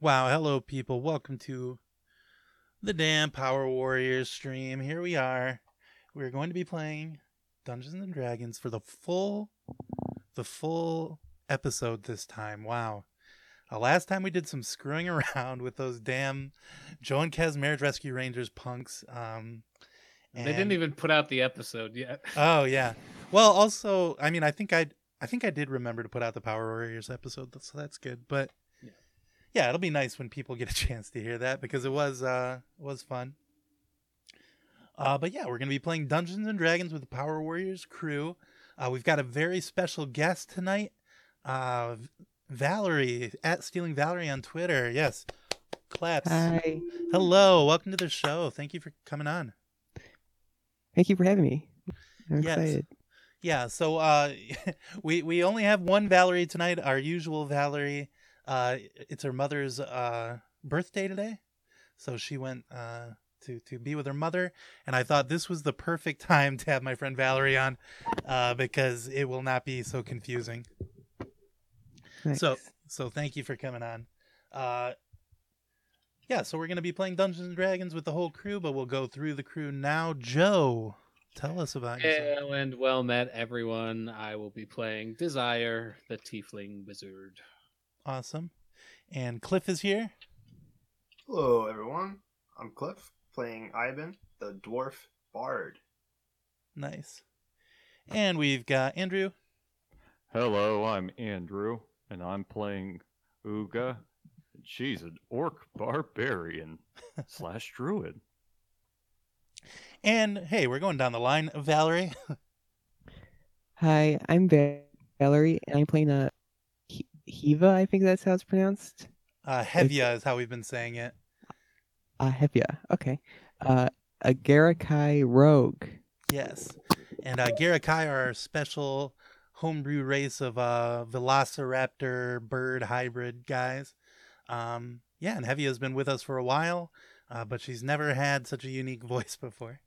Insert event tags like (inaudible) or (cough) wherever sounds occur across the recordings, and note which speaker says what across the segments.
Speaker 1: Wow, hello people. Welcome to the damn Power Warriors stream. Here we are. We're going to be playing Dungeons and Dragons for the full the full episode this time. Wow. Uh, last time we did some screwing (laughs) around with those damn Joe and Kaz Marriage Rescue Rangers punks. Um
Speaker 2: They didn't
Speaker 1: and-
Speaker 2: even put out the episode yet.
Speaker 1: Oh yeah. Well, also, I mean, I think I I think I did remember to put out the Power Warriors episode, so that's good. But yeah,
Speaker 2: Yeah.
Speaker 1: it'll be nice when people get a (laughs) chance to hear that because it was uh it was fun. Uh, but yeah, we're gonna be playing Dungeons and Dragons with the Power Warriors crew. Uh, we've got a very special guest tonight, uh, V- Valerie at Stealing Valerie on Twitter. Yes, claps.
Speaker 3: Hi.
Speaker 1: Hello, welcome to the show. Thank you for coming on.
Speaker 3: Thank you for having me. I'm
Speaker 1: Yes.
Speaker 3: excited.
Speaker 1: Yeah, so uh (laughs) we we only have one Valerie tonight, our usual Valerie. Uh it's her mother's uh birthday today. So she went uh to to be with her mother and I thought this was the perfect (laughs) time to have my friend Valerie on uh because it will not be so confusing. So
Speaker 3: Thanks.
Speaker 1: so thank you for coming on. Uh yeah, so we're going to be playing Dungeons and Dragons with the whole crew, but we'll go through the crew now. Joe, tell us about yourself.
Speaker 2: Hello and well met, everyone. I will be playing Desire, the Tiefling Wizard.
Speaker 1: Awesome. And Cliff is here.
Speaker 4: Hello, everyone. I'm Cliff, playing Ivan, the dwarf bard.
Speaker 1: Nice. And we've got Andrew.
Speaker 5: Hello, I'm Andrew, and I'm playing Uga. She's an orc barbarian slash druid.
Speaker 1: And hey, we're going down the line. Valerie. (laughs)
Speaker 3: Hi, I'm Va- Valerie, and I'm playing a Hi- Hiva. I think that's how it's pronounced.
Speaker 1: Uh, Hevia is how we've been saying it.
Speaker 3: Uh, Hevia. Okay. Uh, a Garakai rogue.
Speaker 1: Yes. And uh, Garakai are our special homebrew race of uh, velociraptor bird hybrid guys. Um, yeah, and Hevia has been with us for a while, uh, but she's never had such a unique (laughs) voice before.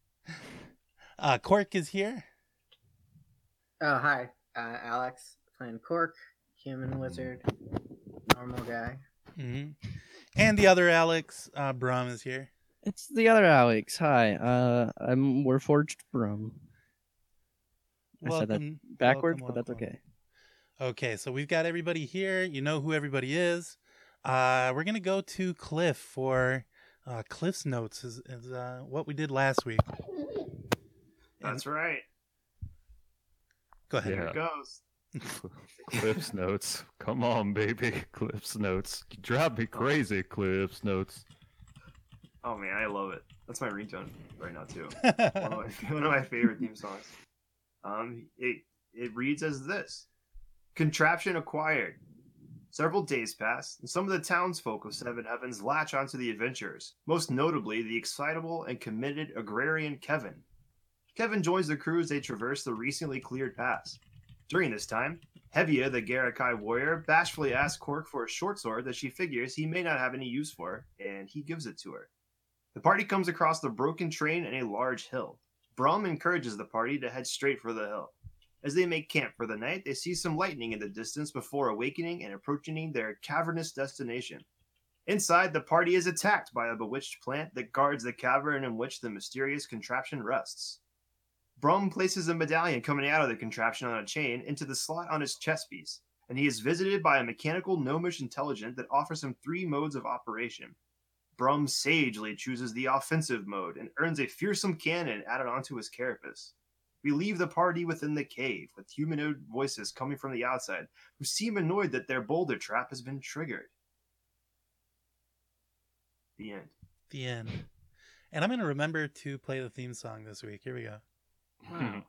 Speaker 1: Uh, Cork is here.
Speaker 6: Oh, hi. Uh, Alex, playing Cork, human wizard, normal guy.
Speaker 1: hmm And the other Alex, uh, Brum, is here.
Speaker 7: It's the other Alex. Hi, uh, I'm Warforged Broom.
Speaker 2: Oh,
Speaker 7: I said that Backwards,
Speaker 1: welcome,
Speaker 7: but that's
Speaker 1: welcome.
Speaker 7: okay.
Speaker 1: Okay, so we've got everybody here. You know who everybody is. Uh, we're gonna go to Cliff for uh, Cliff's notes is, is uh, what we did last week.
Speaker 4: That's right.
Speaker 1: Go ahead.
Speaker 4: There it goes.
Speaker 5: Cliff's notes. Come on, baby. Cliff's notes. You drive me crazy, Cliff's notes.
Speaker 4: Oh man, I love it. That's my ringtone right now too. (laughs) One of my, one of my favorite theme songs. Um, it it reads as this: Contraption acquired. Several days pass, and some of the townsfolk of Seven Heavens latch onto the adventurers, most notably the excitable and committed agrarian Kevin. Kevin joins the crew as they traverse the recently cleared pass. During this time, Hevia, the Garakai warrior, bashfully asks Cork for a short sword that she figures he may not have any use for, and he gives it to her. The party comes across the broken train and a large hill. Brom encourages the party to head straight for the hill. As they make camp for the night, they see some lightning in the distance before awakening and approaching their cavernous destination. Inside, the party is attacked by a bewitched plant that guards the cavern in which the mysterious contraption rests. Brom places a medallion coming out of the contraption on a chain into the slot on his chest piece, and he is visited by a mechanical gnomish intelligent that offers him three modes of operation. Brum sagely chooses the offensive mode and earns a fearsome cannon added onto his carapace. We leave the party within the cave, with humanoid voices coming from the outside, who seem annoyed that their boulder trap has been triggered. The end.
Speaker 1: (laughs) the end. And I'm gonna remember to play the theme song this week. Here we go.
Speaker 2: Wow.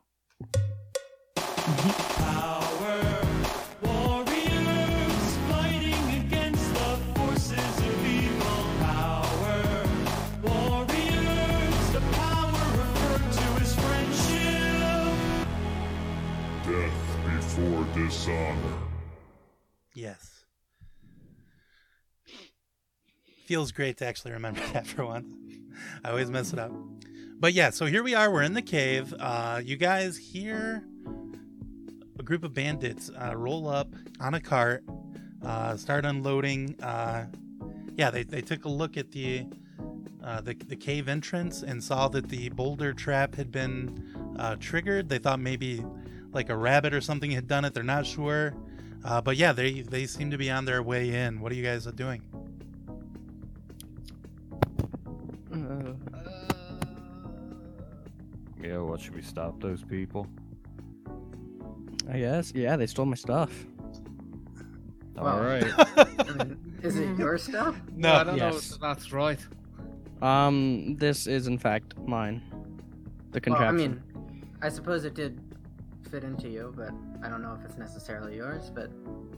Speaker 8: Death before dishonor.
Speaker 1: Yes. Feels great to actually remember (laughs) that for once. I always mess it up. But yeah, so here we are. We're in the cave. Uh, you guys hear a group of bandits uh, roll up on a cart, uh, start unloading uh, yeah, they, they took a look at the, uh, the the cave entrance and saw that the boulder trap had been uh, triggered. They thought maybe like a rabbit or something had done it. They're not sure, uh, but yeah, they they seem to be on their way in. What are you guys doing?
Speaker 7: Uh,
Speaker 5: Yeah, what should we stop those people?
Speaker 2: Uh,
Speaker 7: I guess. Yeah, they stole my stuff.
Speaker 5: All
Speaker 6: Well,
Speaker 5: right.
Speaker 6: I mean, is it your stuff?
Speaker 2: Well, I
Speaker 1: no,
Speaker 2: don't
Speaker 7: Yes.
Speaker 2: know if that's right.
Speaker 7: Um, this is in fact mine. The
Speaker 6: Well, I
Speaker 7: contraption.
Speaker 6: mean, I suppose it did fit into you, but I don't know if it's necessarily yours. But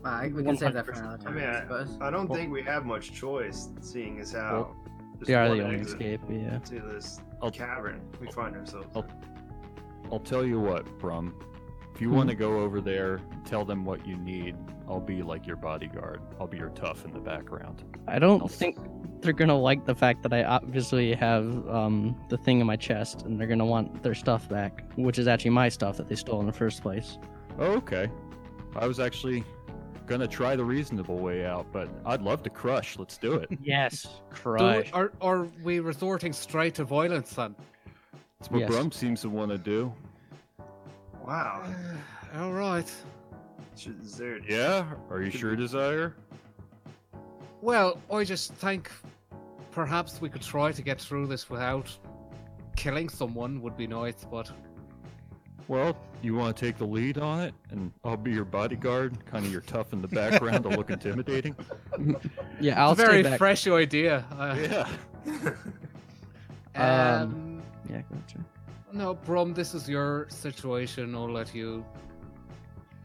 Speaker 6: uh, I- we can save that for another
Speaker 4: 100%.
Speaker 6: time, I,
Speaker 4: Yeah.
Speaker 6: suppose.
Speaker 4: I don't
Speaker 7: Well-
Speaker 4: think we have much choice, seeing as how there's
Speaker 7: they are
Speaker 4: one
Speaker 7: the only
Speaker 4: exit
Speaker 7: escape. Yeah.
Speaker 4: to this
Speaker 5: I'll-
Speaker 4: cavern we find ourselves.
Speaker 5: I'll- I'll tell you what, Brum. If you
Speaker 7: Hmm.
Speaker 5: want to go over there, tell them what you need. I'll be like your bodyguard. I'll be your tough in the background.
Speaker 7: I don't
Speaker 5: I'll-
Speaker 7: think they're gonna like the fact that I obviously have um the thing in my chest, and they're gonna want their stuff back, which is actually my stuff that they stole in the first place.
Speaker 5: Oh, okay. I was actually gonna try the reasonable way out, but I'd love to crush. Let's do
Speaker 7: (laughs)
Speaker 5: it.
Speaker 7: Yes.
Speaker 2: (laughs) Do-
Speaker 7: Crush.
Speaker 2: are, are we resorting straight to violence then? (sighs)
Speaker 5: That's what
Speaker 7: Yes.
Speaker 5: Brum seems to want to do.
Speaker 4: Wow.
Speaker 2: All right.
Speaker 4: Should- Is there,
Speaker 5: Yeah? Are you
Speaker 4: Could
Speaker 5: sure,
Speaker 4: be.
Speaker 5: Desire?
Speaker 2: Well, I just think perhaps we could try to get through this without killing someone would be nice, but
Speaker 5: Well, you want to take the lead on it, and I'll be your bodyguard, kind of your tough (laughs) in the background. I'll look intimidating.
Speaker 7: yeah, I'll
Speaker 2: it's a very
Speaker 7: stay back.
Speaker 2: fresh idea. Uh,
Speaker 5: (laughs) Yeah.
Speaker 7: Yeah.
Speaker 2: Um,
Speaker 7: yeah. Gotcha.
Speaker 2: no, Brum, this is your situation. I'll let you.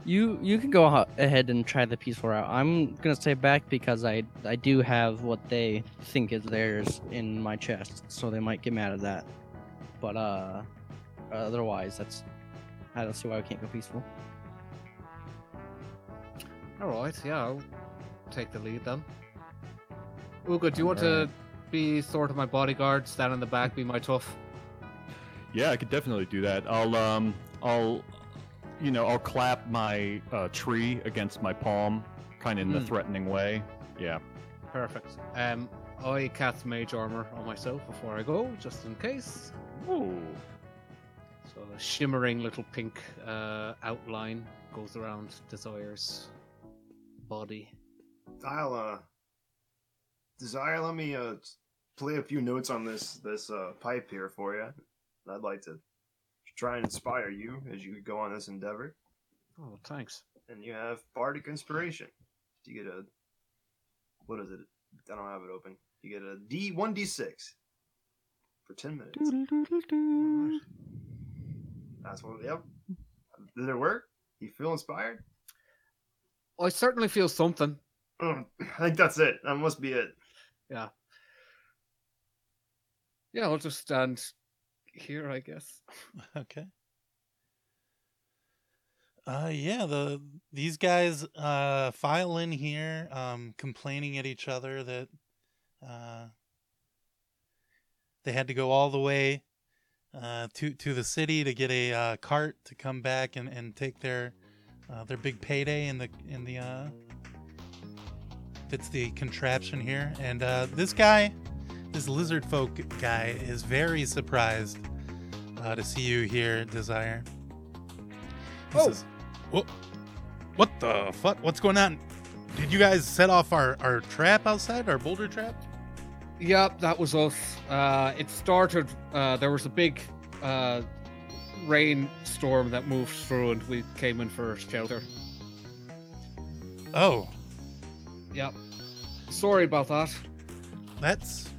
Speaker 7: You you can go ho- ahead and try the peaceful route. I'm gonna stay back because I I do have what they think is theirs in my chest, so they might get mad at that. But uh, otherwise, that's I don't see why we can't go peaceful.
Speaker 2: All right, yeah, I'll take the lead then. Ugo, do you want to be sort of my bodyguard, stand in the back, be my tough?
Speaker 5: Yeah, I could definitely do that. I'll um I'll you know, I'll clap my uh, tree against my palm kind of in the
Speaker 2: Mm.
Speaker 5: threatening way. Yeah.
Speaker 2: Perfect. Um, I cast mage armor on myself before I go, just in case. So a shimmering little pink uh, outline goes around Desire's body.
Speaker 4: I'll, uh, Desire, let me uh, play a few notes on this this uh, pipe here for you. I'd like to try and inspire you as you go on this endeavor.
Speaker 2: Oh, thanks.
Speaker 4: And you have bardic inspiration. You get a what is it? I don't have it open. You get a D one D six for ten minutes. That's what. Yep. Did it work? You feel inspired?
Speaker 2: I certainly feel something.
Speaker 4: Mm, I think that's it. That must be it.
Speaker 2: Yeah, I'll just stand here, I guess.
Speaker 1: (laughs) Okay. Uh yeah, the these guys uh file in here um complaining at each other that uh they had to go all the way uh to to the city to get a uh, cart to come back and and take their uh, their big payday in the in the uh fits the contraption here and uh this guy this lizard folk guy is very surprised uh, to see you here, Desire. He
Speaker 2: Oh.
Speaker 1: says, "Wha- What the fuck? What's going on? Did you guys set off our, our trap outside, our boulder trap?
Speaker 2: Yep, that was us. Uh, it started. Uh, there was a big uh, rainstorm that moved through, and we came in for shelter.
Speaker 1: Oh,
Speaker 2: Yep. Sorry about that.
Speaker 1: that's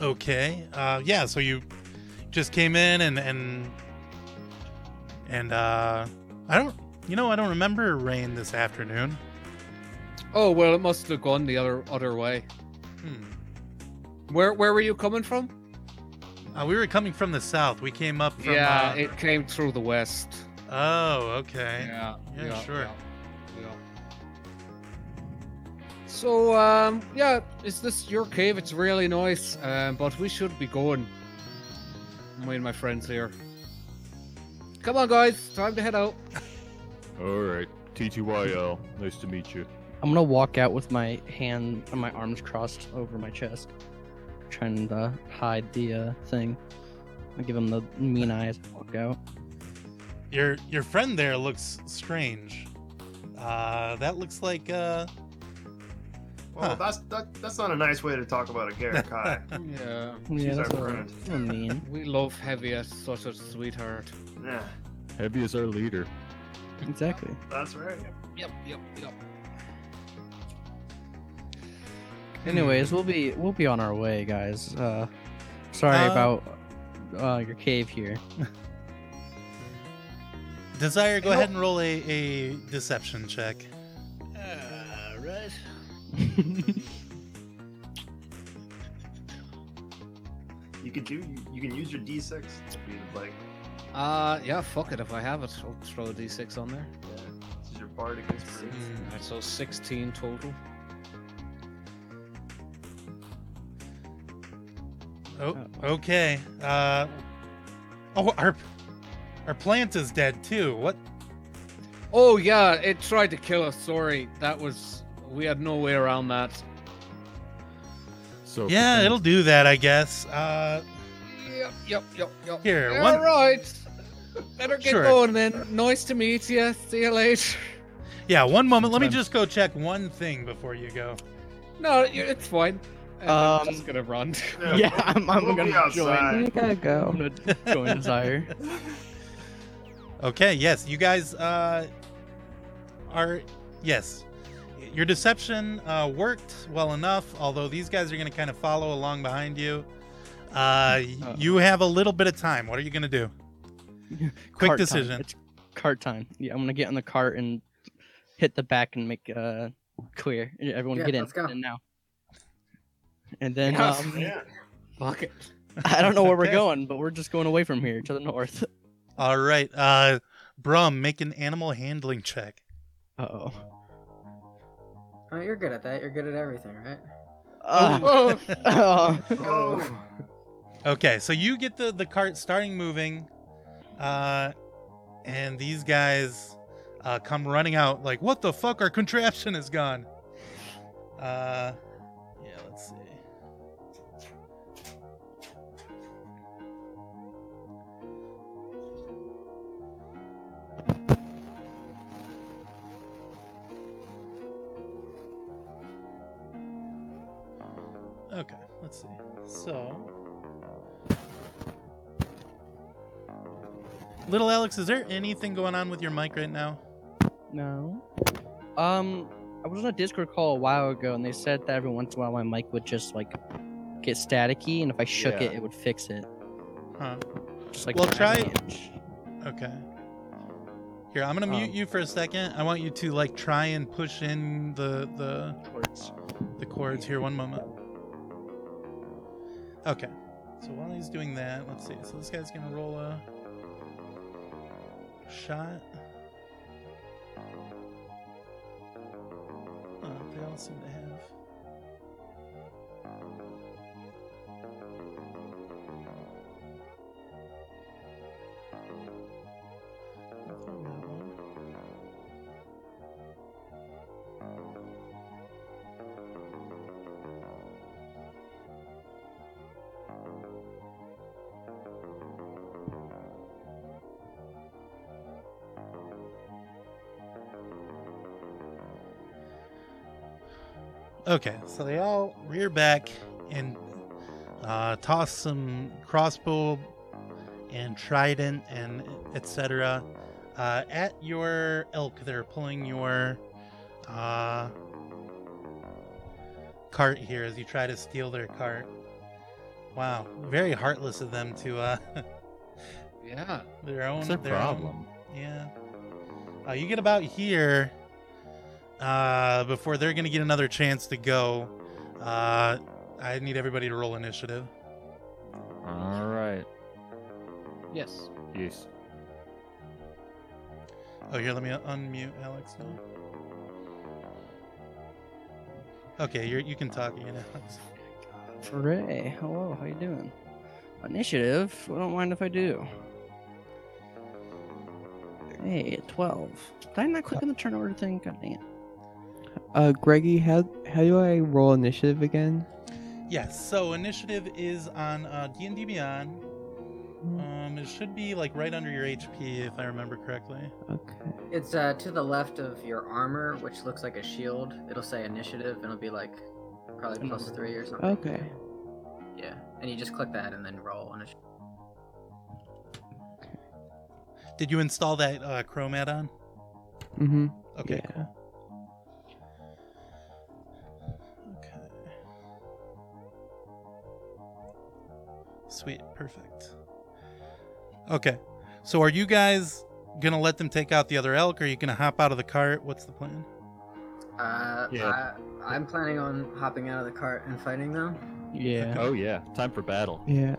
Speaker 1: okay. Uh, yeah, so you just came in and, and, and, uh, I don't, you know, I don't remember rain this afternoon.
Speaker 2: Oh well, it must have gone the other other way.
Speaker 1: Hmm.
Speaker 2: Where where were you coming from?
Speaker 1: Uh, we were coming from the south. We came up from,
Speaker 2: yeah,
Speaker 1: uh,
Speaker 2: it came through the west.
Speaker 1: oh, okay.
Speaker 2: Yeah,
Speaker 1: Yeah, sure.
Speaker 2: yeah. So um, yeah, is this your cave? It's really nice, um, but we should be going. Me and my friends here. Come on, guys, time to head out.
Speaker 5: All right. TTYL. Nice to meet you.
Speaker 7: I'm gonna walk out with my hand and my arms crossed over my chest, trying to hide the uh, thing. I give him the mean eyes. Walk out.
Speaker 1: Your your friend there looks strange. Uh, that looks like uh,
Speaker 4: Well,
Speaker 1: Huh.
Speaker 4: that's that, that's not a nice way to talk about
Speaker 7: (laughs)
Speaker 4: a Garrett Kai.
Speaker 2: Yeah.
Speaker 4: She's
Speaker 7: Yeah, that's
Speaker 4: our
Speaker 7: all right.
Speaker 4: friend. (laughs)
Speaker 7: That's mean.
Speaker 2: We love heaviest, such a sweetheart.
Speaker 4: yeah,
Speaker 5: Heavy is our leader.
Speaker 7: Exactly.
Speaker 4: that's right.
Speaker 2: Yep, yep, yep.
Speaker 7: Anyways, we'll be we'll be on our way, guys. Uh, sorry
Speaker 1: Uh,
Speaker 7: about uh, your cave here.
Speaker 1: Desire. Go ahead and roll a, a deception check.
Speaker 7: Uh, right.
Speaker 4: You could do. You, you can use your D6 to be the like.
Speaker 2: Uh, yeah, fuck it. If I have it, I'll throw a d6 on there.
Speaker 4: Yeah, this is your bardic
Speaker 1: Hmm.
Speaker 4: inspiration.
Speaker 2: Alright, so 16 total.
Speaker 1: Oh, okay. Uh, oh, our our plant is dead too. What?
Speaker 2: Oh, yeah, it tried to kill us. Sorry. That was. We had no way around that.
Speaker 5: So
Speaker 1: Yeah, it'll do that, I guess. Uh,
Speaker 2: Yep, yep, yep, yep.
Speaker 1: Here,
Speaker 2: All
Speaker 1: one-
Speaker 2: right. (laughs) Better get
Speaker 1: Sure.
Speaker 2: going then. Nice to meet you. See you later.
Speaker 1: yeah. One moment. Let me
Speaker 5: Sometimes-
Speaker 1: just go check one thing before you go.
Speaker 2: No, you- it's fine. Uh, I'm
Speaker 7: Um,
Speaker 2: just gonna run.
Speaker 7: (laughs)
Speaker 2: (laughs)
Speaker 7: yeah, I'm, I'm
Speaker 4: We'll be
Speaker 7: gonna join.
Speaker 4: outside.
Speaker 3: I gotta
Speaker 7: I'm
Speaker 3: go.
Speaker 7: gonna join Desire.
Speaker 1: Okay, yes, you guys uh, are yes. Your deception uh, worked well enough, although these guys are going to kind of follow along behind you. Uh, y-
Speaker 7: Uh-oh.
Speaker 1: you have a little bit of time. What are you going to
Speaker 7: (laughs)
Speaker 1: do? Quick
Speaker 7: Cart time.
Speaker 1: decision.
Speaker 7: It's cart time. Yeah, I'm gonna get in the cart and hit the back and make uh clear. Yeah, Everyone
Speaker 6: Yeah,
Speaker 7: get in.
Speaker 6: let's go.
Speaker 7: Get in now. And then
Speaker 2: Yes.
Speaker 4: (laughs)
Speaker 7: um, (laughs)
Speaker 4: Yeah.
Speaker 2: Fuck it.
Speaker 7: I don't know where we're
Speaker 1: Okay.
Speaker 7: going, but we're just going away from here to the north.
Speaker 1: All right, uh, Brum, make an animal handling check.
Speaker 7: Uh oh.
Speaker 6: Oh, you're good at that. You're good at everything, right?
Speaker 7: Uh,
Speaker 2: Oh,
Speaker 4: Oh.
Speaker 1: Okay, so you get the the cart starting moving, uh, and these guys uh, come running out like, "What the fuck? Our contraption is gone." Uh, yeah, let's see. Okay, let's see. So. Little Alex, is there anything going on with your mic right now?
Speaker 7: no. Um, I was on a Discord call a while ago, and they said that every once in a while my mic would just like get staticky, and if I shook
Speaker 5: Yeah.
Speaker 7: it, it would fix it.
Speaker 1: Huh.
Speaker 7: Just like
Speaker 1: Well,
Speaker 7: an
Speaker 1: try-
Speaker 7: avalanche.
Speaker 1: Okay. Here, I'm gonna
Speaker 7: Um.
Speaker 1: mute you for a second. I want you to like try and push in the the
Speaker 7: Towards-
Speaker 1: the chords here. One moment. Okay. So while he's doing that, let's see. So this guy's gonna roll a shot. Uh, they all seem to have. I'll throw that one. Okay, so they all rear back and uh, toss some crossbow and trident and etc. Uh, at your elk, they're pulling your uh, cart here as you try to steal their cart. Wow, very heartless of them to uh, (laughs)
Speaker 2: yeah.
Speaker 1: their own.
Speaker 5: What's their
Speaker 1: their own-
Speaker 5: problem?
Speaker 1: yeah. Uh, you get about here uh, before they're going to get another chance to go. Uh, I need everybody to roll initiative.
Speaker 5: All right.
Speaker 2: Yes.
Speaker 5: Yes.
Speaker 1: Oh, here, let me unmute Alex now. Okay, you're, you can talk again, (laughs) Alex.
Speaker 7: Hooray! Hello, how you doing? Initiative? I don't mind if I do. Hey, twelve. Did I not click on the turnover thing? God damn.
Speaker 3: Uh, Greggy, how how do I roll initiative again?
Speaker 1: Yes. So initiative is on uh, D&D Beyond. Um, it should be like right under your HP, if I remember correctly.
Speaker 3: Okay.
Speaker 6: It's uh, to the left of your armor, which looks like a shield. It'll say initiative, and it'll be like probably plus three or something.
Speaker 3: Okay.
Speaker 6: Yeah, and you just click that and then roll. And it
Speaker 1: Did you install that uh, Chrome add-on?
Speaker 3: Mm-hmm.
Speaker 1: Okay,
Speaker 3: Yeah.
Speaker 1: cool. Okay. Sweet, perfect. Okay. So are you guys gonna let them take out the other elk or are you gonna hop out of the cart? What's the plan?
Speaker 6: uh,
Speaker 5: Yeah.
Speaker 6: I, I'm planning on hopping out of the cart and fighting them.
Speaker 7: Yeah.
Speaker 5: Oh yeah, time
Speaker 1: (laughs)
Speaker 5: for battle. (laughs)
Speaker 3: Yeah.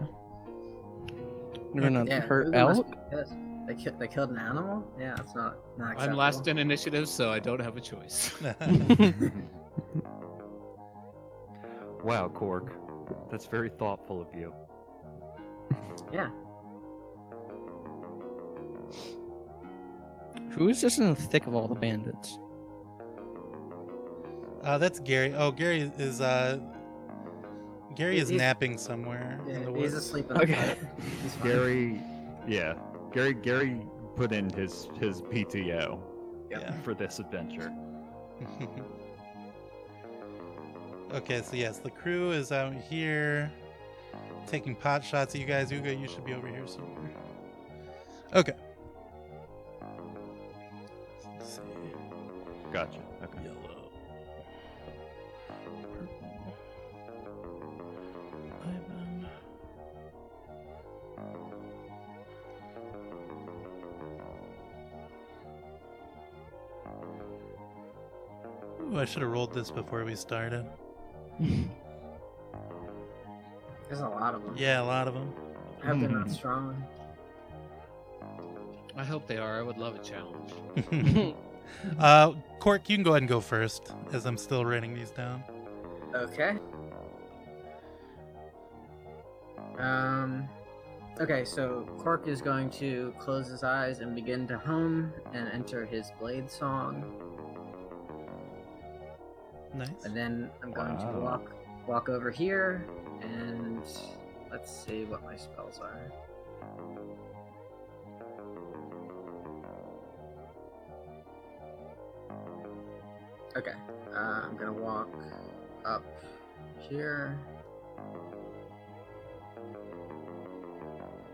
Speaker 3: (laughs)
Speaker 7: We're gonna
Speaker 6: Yeah,
Speaker 7: hurt
Speaker 6: we must
Speaker 7: elk.
Speaker 6: be pissed. They, ki- they killed an animal. Yeah, that's not not acceptable.
Speaker 2: I'm last in initiative, so I don't have a choice.
Speaker 1: (laughs)
Speaker 2: (laughs)
Speaker 5: wow, Cork, that's very thoughtful of you.
Speaker 7: Who's just in the thick of all the bandits?
Speaker 1: uh, that's Gary. Oh, Gary is uh Gary is
Speaker 6: He's-
Speaker 1: napping somewhere in
Speaker 6: Yeah,
Speaker 1: the
Speaker 6: he's
Speaker 1: woods.
Speaker 6: asleep in the
Speaker 7: Okay.
Speaker 6: cart. He's fine.
Speaker 5: Gary, yeah, Gary, Gary put in his his PTO
Speaker 1: Yeah.
Speaker 5: for this adventure.
Speaker 1: (laughs) okay, so yes, the crew is out here taking pot shots at you guys. Uga, you should be over here somewhere. Okay. Let's see.
Speaker 5: Gotcha. Okay.
Speaker 1: Yellow. Purple. Ivan. Ooh, I should have rolled this before we started.
Speaker 6: There's a lot of them.
Speaker 1: Yeah, a lot of them.
Speaker 6: I hope they're not
Speaker 7: Hmm.
Speaker 6: strong.
Speaker 2: I hope they are. I would love a challenge. (laughs)
Speaker 1: (laughs)
Speaker 6: (laughs)
Speaker 1: uh, Cork, you can go ahead and go first, as I'm still writing these down.
Speaker 6: Okay. Um. Okay, so Cork is going to close his eyes and begin to hum and enter his blade song,
Speaker 1: Nice.
Speaker 6: and then I'm going to
Speaker 5: Wow.
Speaker 6: walk walk over here and let's see what my spells are. Okay, uh, I'm gonna walk up here.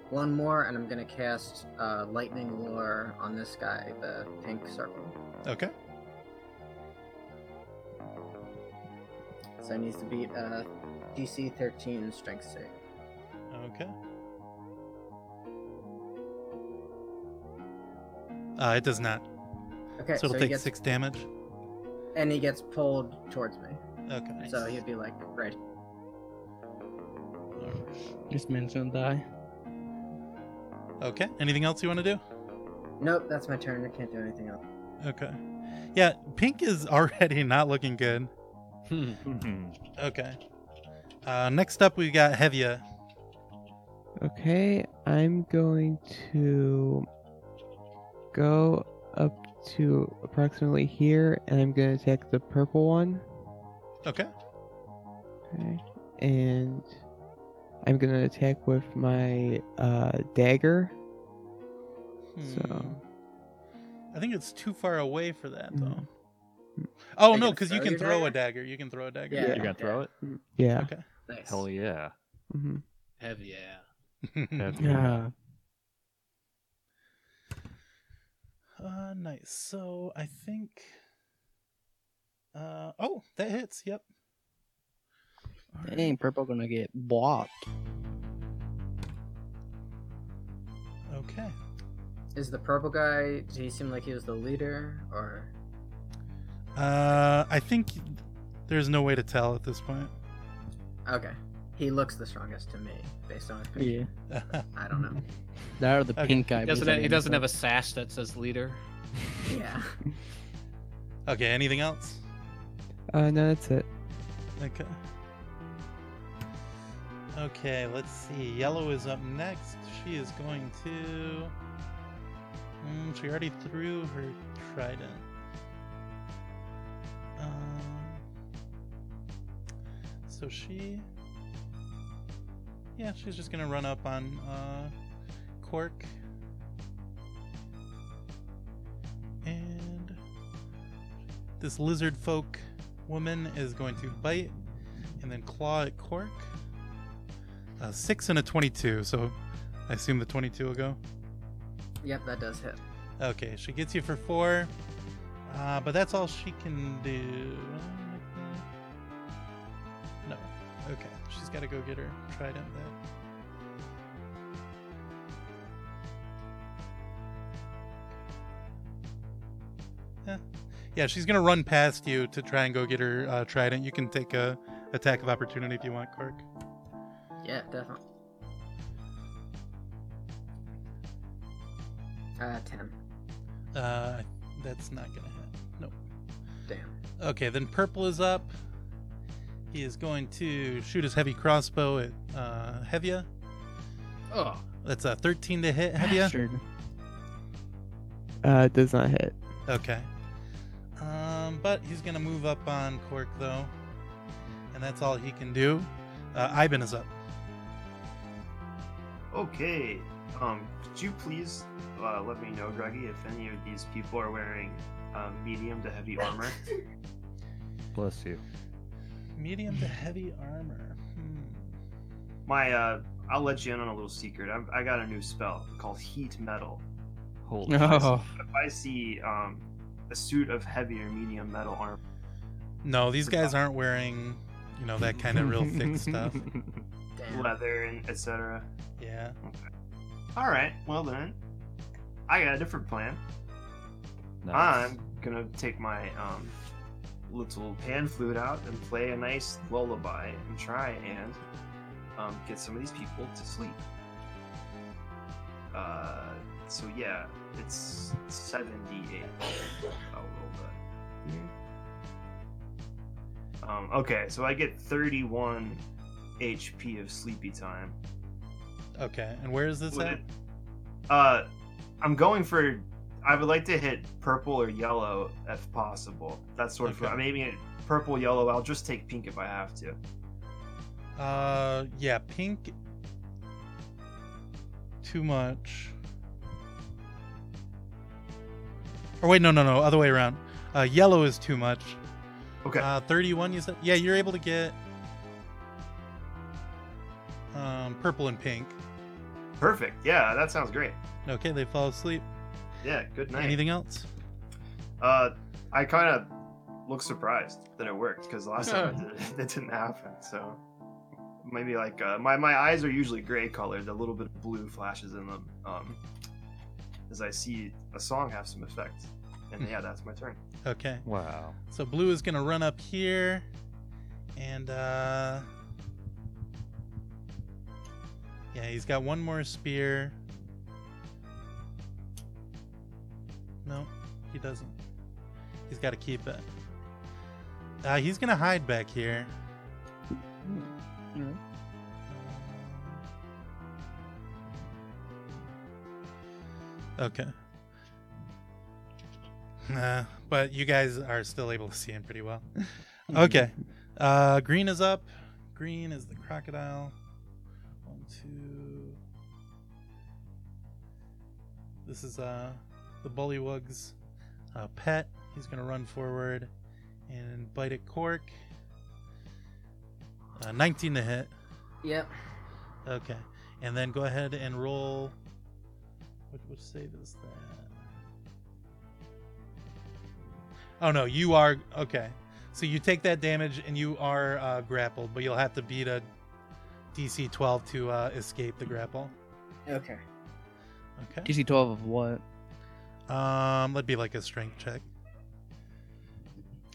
Speaker 6: One more, and I'm gonna cast uh, lightning lure on this guy, the pink circle.
Speaker 1: Okay.
Speaker 6: So it needs to beat uh, DC 13 strength save.
Speaker 1: Okay. Uh, it does not.
Speaker 6: Okay,
Speaker 1: so
Speaker 6: so,
Speaker 1: it'll
Speaker 6: he
Speaker 1: take
Speaker 6: gets,
Speaker 1: six damage.
Speaker 6: and he gets pulled towards me.
Speaker 1: Okay.
Speaker 6: So he'd be like, right.
Speaker 7: This man's gonna die.
Speaker 1: Okay. Anything else you want to do?
Speaker 6: Nope, that's my turn. I can't do anything else.
Speaker 1: Okay. Yeah, Pink is (laughs) already not looking good.
Speaker 2: Hmm.
Speaker 5: Mm-hmm.
Speaker 1: Okay. Uh, next up, we got Hevia.
Speaker 3: Okay, I'm going to go up to approximately here, and I'm gonna attack the purple one.
Speaker 1: Okay.
Speaker 3: Okay, and I'm gonna attack with my uh, dagger. So-
Speaker 1: Hmm. I think it's too far away for that, though.
Speaker 3: Mhm. Mm.
Speaker 1: Oh,
Speaker 6: Are you
Speaker 1: no,
Speaker 6: gonna
Speaker 1: because you
Speaker 6: throw
Speaker 1: can
Speaker 6: your
Speaker 1: throw a
Speaker 6: dagger?
Speaker 1: dagger. You can throw a dagger.
Speaker 6: Yeah.
Speaker 5: You're gonna throw it?
Speaker 3: Yeah.
Speaker 1: Okay.
Speaker 6: Nice.
Speaker 5: Hell yeah.
Speaker 3: hmm
Speaker 2: Hev yeah.
Speaker 1: (laughs)
Speaker 5: That's-
Speaker 7: Yeah.
Speaker 1: Uh, nice. So I think. Uh, oh, that hits. Yep.
Speaker 7: Ain't purple gonna get blocked.
Speaker 1: Okay.
Speaker 6: Is the purple guy? Did he seem like he was the leader, or
Speaker 1: Uh, I think there's no way to tell at this point. (laughs)
Speaker 6: okay? He looks the strongest to me, based on his picture.
Speaker 7: Yeah.
Speaker 6: I don't know.
Speaker 7: That or the
Speaker 1: Okay.
Speaker 7: pink guy.
Speaker 2: He doesn't.
Speaker 7: because I
Speaker 2: Have, he
Speaker 7: didn't
Speaker 2: doesn't
Speaker 7: vote.
Speaker 2: have a sash that says leader.
Speaker 6: Yeah. (laughs)
Speaker 1: okay. Anything else?
Speaker 3: Uh, no, that's it.
Speaker 1: Okay. Okay, let's see. Yellow is up next. She is going to. Mm, she already threw her trident. Um, So she. Yeah, she's just gonna run up on uh, Cork. And this lizard folk woman is going to bite and then claw at Cork. A six and a 22, so I assume the 22 will go.
Speaker 6: Yep, that does hit.
Speaker 1: Okay, she gets you for four, uh, but that's all she can do. No. Okay, she's got to go get her trident back. Yeah. Eh. Yeah, she's gonna run past you to try and go get her uh, trident. You can take a attack of opportunity if you want, Cork.
Speaker 6: Yeah, definitely. Uh, ten.
Speaker 1: Uh, that's not gonna hit. Nope.
Speaker 6: Damn.
Speaker 1: Okay, then purple is up. He is going to shoot his heavy crossbow at uh, Hevia.
Speaker 2: Oh,
Speaker 1: That's a 13 to hit Hevia.
Speaker 7: Bastard.
Speaker 3: Uh, does not hit.
Speaker 1: Okay. Um, but he's gonna move up on Cork though, and that's all he can do. Uh, Ivan is up.
Speaker 4: Okay. Um, could you please uh, let me know, Greggy, if any of these people are wearing um, medium to heavy armor?
Speaker 5: Bless you.
Speaker 1: Medium to heavy armor. Hmm.
Speaker 4: My, uh, I'll let you in on a little secret. I've, I got a new spell called Heat Metal.
Speaker 5: Holy.
Speaker 7: Oh,
Speaker 4: If I see um, a suit of heavy or medium metal armor,
Speaker 1: No, these guys aren't wearing, you know, that kind of (laughs) real
Speaker 4: (laughs)
Speaker 1: thick (laughs) stuff.
Speaker 6: Damn.
Speaker 4: leather, and etc.
Speaker 1: Yeah.
Speaker 4: All right. Well then, I got a different plan.
Speaker 5: Nice.
Speaker 4: I'm gonna take my um, little pan flute out and play a nice lullaby and try and um, get some of these people to sleep. Uh, so yeah, it's seventy-eight. I'll roll that here. Um, okay, so I get thirty-one HP of sleepy time.
Speaker 1: Okay. And where is this
Speaker 4: Would
Speaker 1: at?
Speaker 4: it- Uh, I'm going for. I would like to hit purple or yellow if possible. That's sort
Speaker 1: Okay.
Speaker 4: of maybe purple, yellow. I'll just take pink if I have to.
Speaker 1: Uh, yeah, pink. Too much. Or wait, no, no, no, other way around. Uh, yellow is too much.
Speaker 4: Okay.
Speaker 1: Uh, thirty-one. You said, yeah, you're able to get um purple and pink.
Speaker 4: Perfect. Yeah, that sounds great.
Speaker 1: Okay, they fall asleep.
Speaker 4: Yeah, good night.
Speaker 1: Anything else?
Speaker 4: Uh, I kind of look surprised that it worked because last
Speaker 1: (laughs)
Speaker 4: time I did it, it didn't (laughs) happen. So maybe like uh, my my eyes are usually gray colored. A little bit of blue flashes in them um, as I see a song have some effect. And
Speaker 1: Hmm.
Speaker 4: yeah, that's my turn.
Speaker 1: Okay.
Speaker 5: Wow.
Speaker 1: So blue is gonna run up here, and uh, yeah, he's got one more spear. No, he doesn't. He's got to keep it. Uh, he's gonna hide back here.
Speaker 7: alright.
Speaker 1: Okay. (laughs) Uh, but you guys are still able to see him pretty well. Okay. Uh, green is up. Green is the crocodile. One, two. This is uh, the Bullywug's uh, pet. He's going to run forward and bite at Cork. Uh, 19 to hit.
Speaker 6: Yep.
Speaker 1: Okay. And then go ahead and roll. What, what save is that? Oh, no. You are. Okay. So you take that damage and you are uh, grappled, but you'll have to beat a DC 12 to uh, escape the grapple.
Speaker 6: Okay.
Speaker 1: Okay.
Speaker 7: DC 12 of what?
Speaker 1: Um, that'd be like a strength check.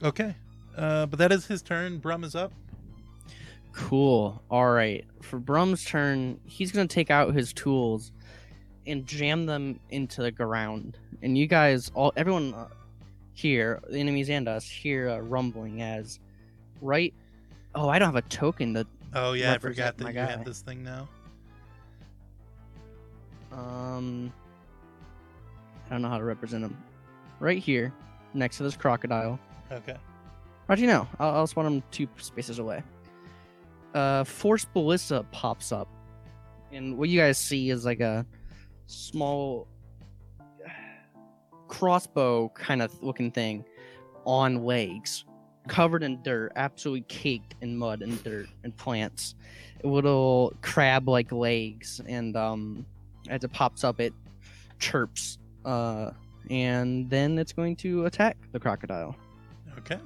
Speaker 1: Okay. Uh, but that is his turn. Brum is up.
Speaker 7: Cool. All right. For Brum's turn, he's going to take out his tools and jam them into the ground. And you guys, all everyone uh, here, the enemies and us, hear a rumbling as right. Oh, I don't have a token. That
Speaker 1: Oh, yeah. I
Speaker 7: Represent
Speaker 1: forgot that
Speaker 7: my
Speaker 1: you
Speaker 7: guy.
Speaker 1: have this thing now.
Speaker 7: um, I don't know how to represent him. Right here, next to this crocodile.
Speaker 1: Okay.
Speaker 7: Actually, no. I'll, I'll spawn him two spaces away. uh, Force Ballista pops up, and what you guys see is like a small crossbow kind of looking thing on legs, covered in dirt, absolutely caked in mud and dirt and plants. Little crab like legs, and um, as it pops up, it chirps, uh, and then it's going to attack the crocodile.
Speaker 1: Okay.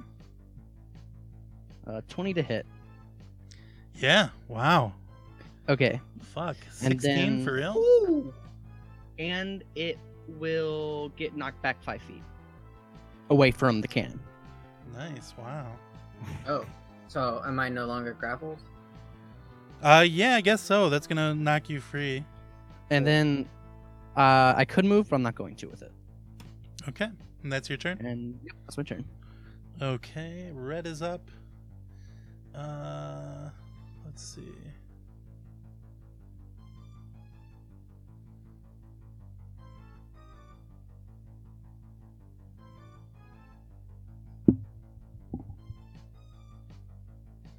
Speaker 7: Uh, 20 to hit.
Speaker 1: Yeah. Wow.
Speaker 7: Okay.
Speaker 1: Fuck. Sixteen
Speaker 7: And then-
Speaker 1: for real?
Speaker 7: And it will get knocked back five feet away from the cannon.
Speaker 1: Nice. Wow.
Speaker 6: Oh, so am I no longer grappled?
Speaker 1: Uh, yeah, I guess so. That's gonna knock you free.
Speaker 7: And then uh, I could move, but I'm not going to with it.
Speaker 1: Okay. And that's your turn.
Speaker 7: And yep, that's my turn.
Speaker 1: Okay. Red is up. Uh, let's see.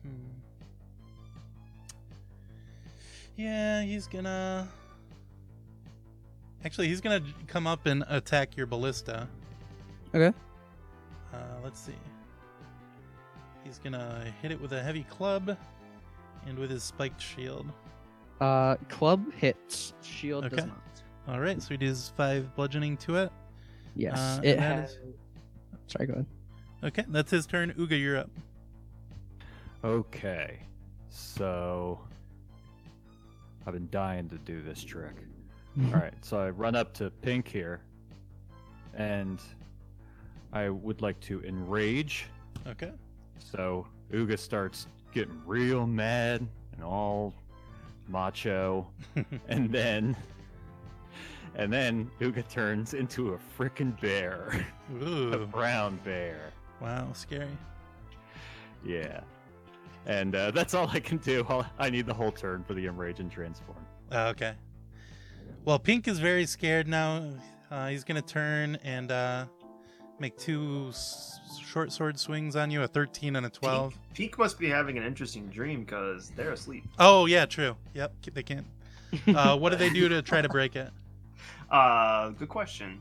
Speaker 1: Hmm. Yeah, he's gonna. Actually, he's gonna j- come up and attack your ballista.
Speaker 7: Okay.
Speaker 1: Uh, let's see. He's gonna hit it with a heavy club and with his spiked shield.
Speaker 7: Uh, club hits, shield
Speaker 1: Okay.
Speaker 7: does not.
Speaker 1: All right, so he does five bludgeoning to it.
Speaker 7: Yes,
Speaker 1: Uh,
Speaker 7: it
Speaker 1: and that
Speaker 7: has. Sorry, go ahead.
Speaker 1: Okay, that's his turn. Uga, you're up.
Speaker 5: Okay. So I've been dying to do this trick. All right. So I run up to Pink here and I would like to enrage.
Speaker 1: Okay.
Speaker 5: So Uga starts getting real mad and all macho (laughs) and then and then Uga turns into a frickin' bear, (laughs) a
Speaker 1: Ooh,
Speaker 5: brown bear.
Speaker 1: wow, scary.
Speaker 5: Yeah. And uh, that's all I can do. I'll, I need the whole turn for the enrage and transform.
Speaker 1: Uh, okay. Well, Pink is very scared now. Uh, he's gonna turn and uh, make two s- short sword swings on you—a 13 and a 12.
Speaker 4: Peak, Peak must be having an interesting dream because they're asleep.
Speaker 1: Oh yeah, true. Yep, c- they can't. Uh, what do they do to try to break
Speaker 7: (laughs)
Speaker 1: it?
Speaker 4: Uh, good question.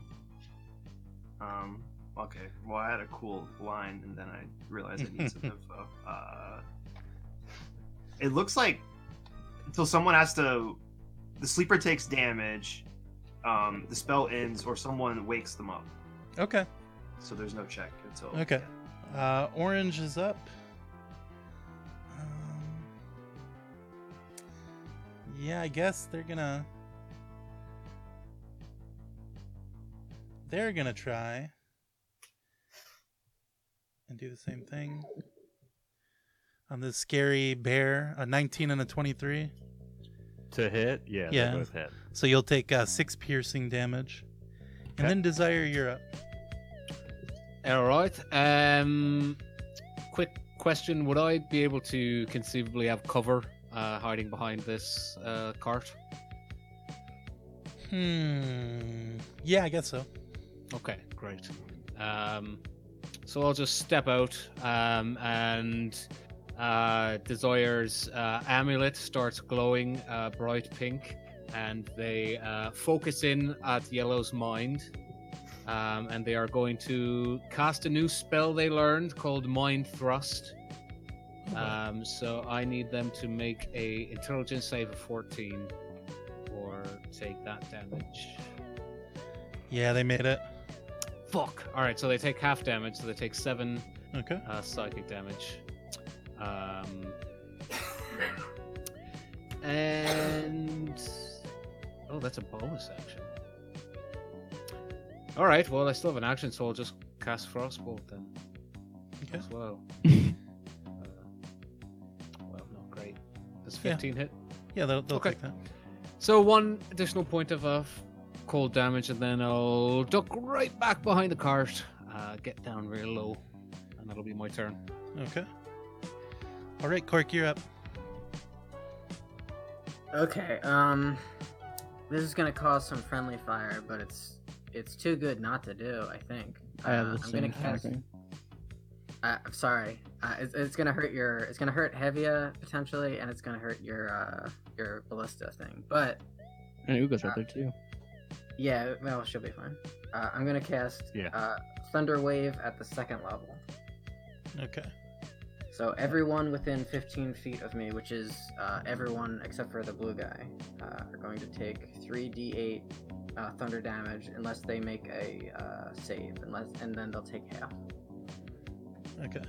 Speaker 4: Um, okay. Well, I had a cool line, and then I realized I need some info. Uh, it looks like until someone has to, the sleeper takes damage, um, the spell ends, or someone wakes them up.
Speaker 1: Okay.
Speaker 4: So there's no check until.
Speaker 1: Okay. Uh, orange is up. Um, yeah, I guess they're gonna. They're gonna try and do the same thing on this scary bear, a 19 and a 23.
Speaker 5: To hit? Yeah,
Speaker 1: Yeah.
Speaker 5: they both hit.
Speaker 1: So you'll take uh, six piercing damage. And
Speaker 5: Okay.
Speaker 1: then Desire, you're up.
Speaker 2: All right. Um, quick question: Would I be able to conceivably have cover uh, hiding behind this uh, cart?
Speaker 1: Hmm. Yeah, I guess so.
Speaker 2: Okay, great. Um, so I'll just step out, um, and uh, Desire's uh, amulet starts glowing uh, bright pink, and they uh, focus in at Yellow's mind, um, and they are going to cast a new spell they learned called Mind Thrust. Um, so I need them to make a intelligence save of 14 or take that damage.
Speaker 1: Yeah, they made it.
Speaker 2: Fuck. All right, so they take half damage, so they take seven
Speaker 1: Okay.
Speaker 2: uh, psychic damage. Um, and oh, that's a bonus action. All right. Well, I still have an action, so I'll just cast Frostbolt then
Speaker 1: Okay. (laughs)
Speaker 2: as well. uh, well, not great. Does
Speaker 1: Yeah.
Speaker 2: fifteen hit?
Speaker 1: Yeah, they'll, they'll
Speaker 2: Okay.
Speaker 1: take that.
Speaker 2: So one additional point of uh, cold damage, and then I'll duck right back behind the cart, uh, get down real low, and that'll be my turn.
Speaker 1: Okay. All right, Cork, you're up.
Speaker 6: Okay, um, this is gonna cause some friendly fire, but it's it's too good not to do. I think.
Speaker 7: I have
Speaker 6: Uh,
Speaker 7: the
Speaker 6: I'm gonna
Speaker 7: same
Speaker 6: cast.
Speaker 7: thing.
Speaker 6: Uh, I'm sorry. Uh, it's, it's gonna hurt your. It's gonna hurt Hevia potentially, and it's gonna hurt your uh your ballista thing. But
Speaker 7: And Uga's right there too.
Speaker 6: yeah, well, she'll be fine. Uh, I'm gonna cast
Speaker 5: Yeah.
Speaker 6: uh, Thunder Wave at the second level.
Speaker 1: Okay.
Speaker 6: So everyone within 15 feet of me, which is uh, everyone except for the blue guy, uh, are going to take 3d8 uh, thunder damage unless they make a uh, save, unless and then they'll take half.
Speaker 1: Okay.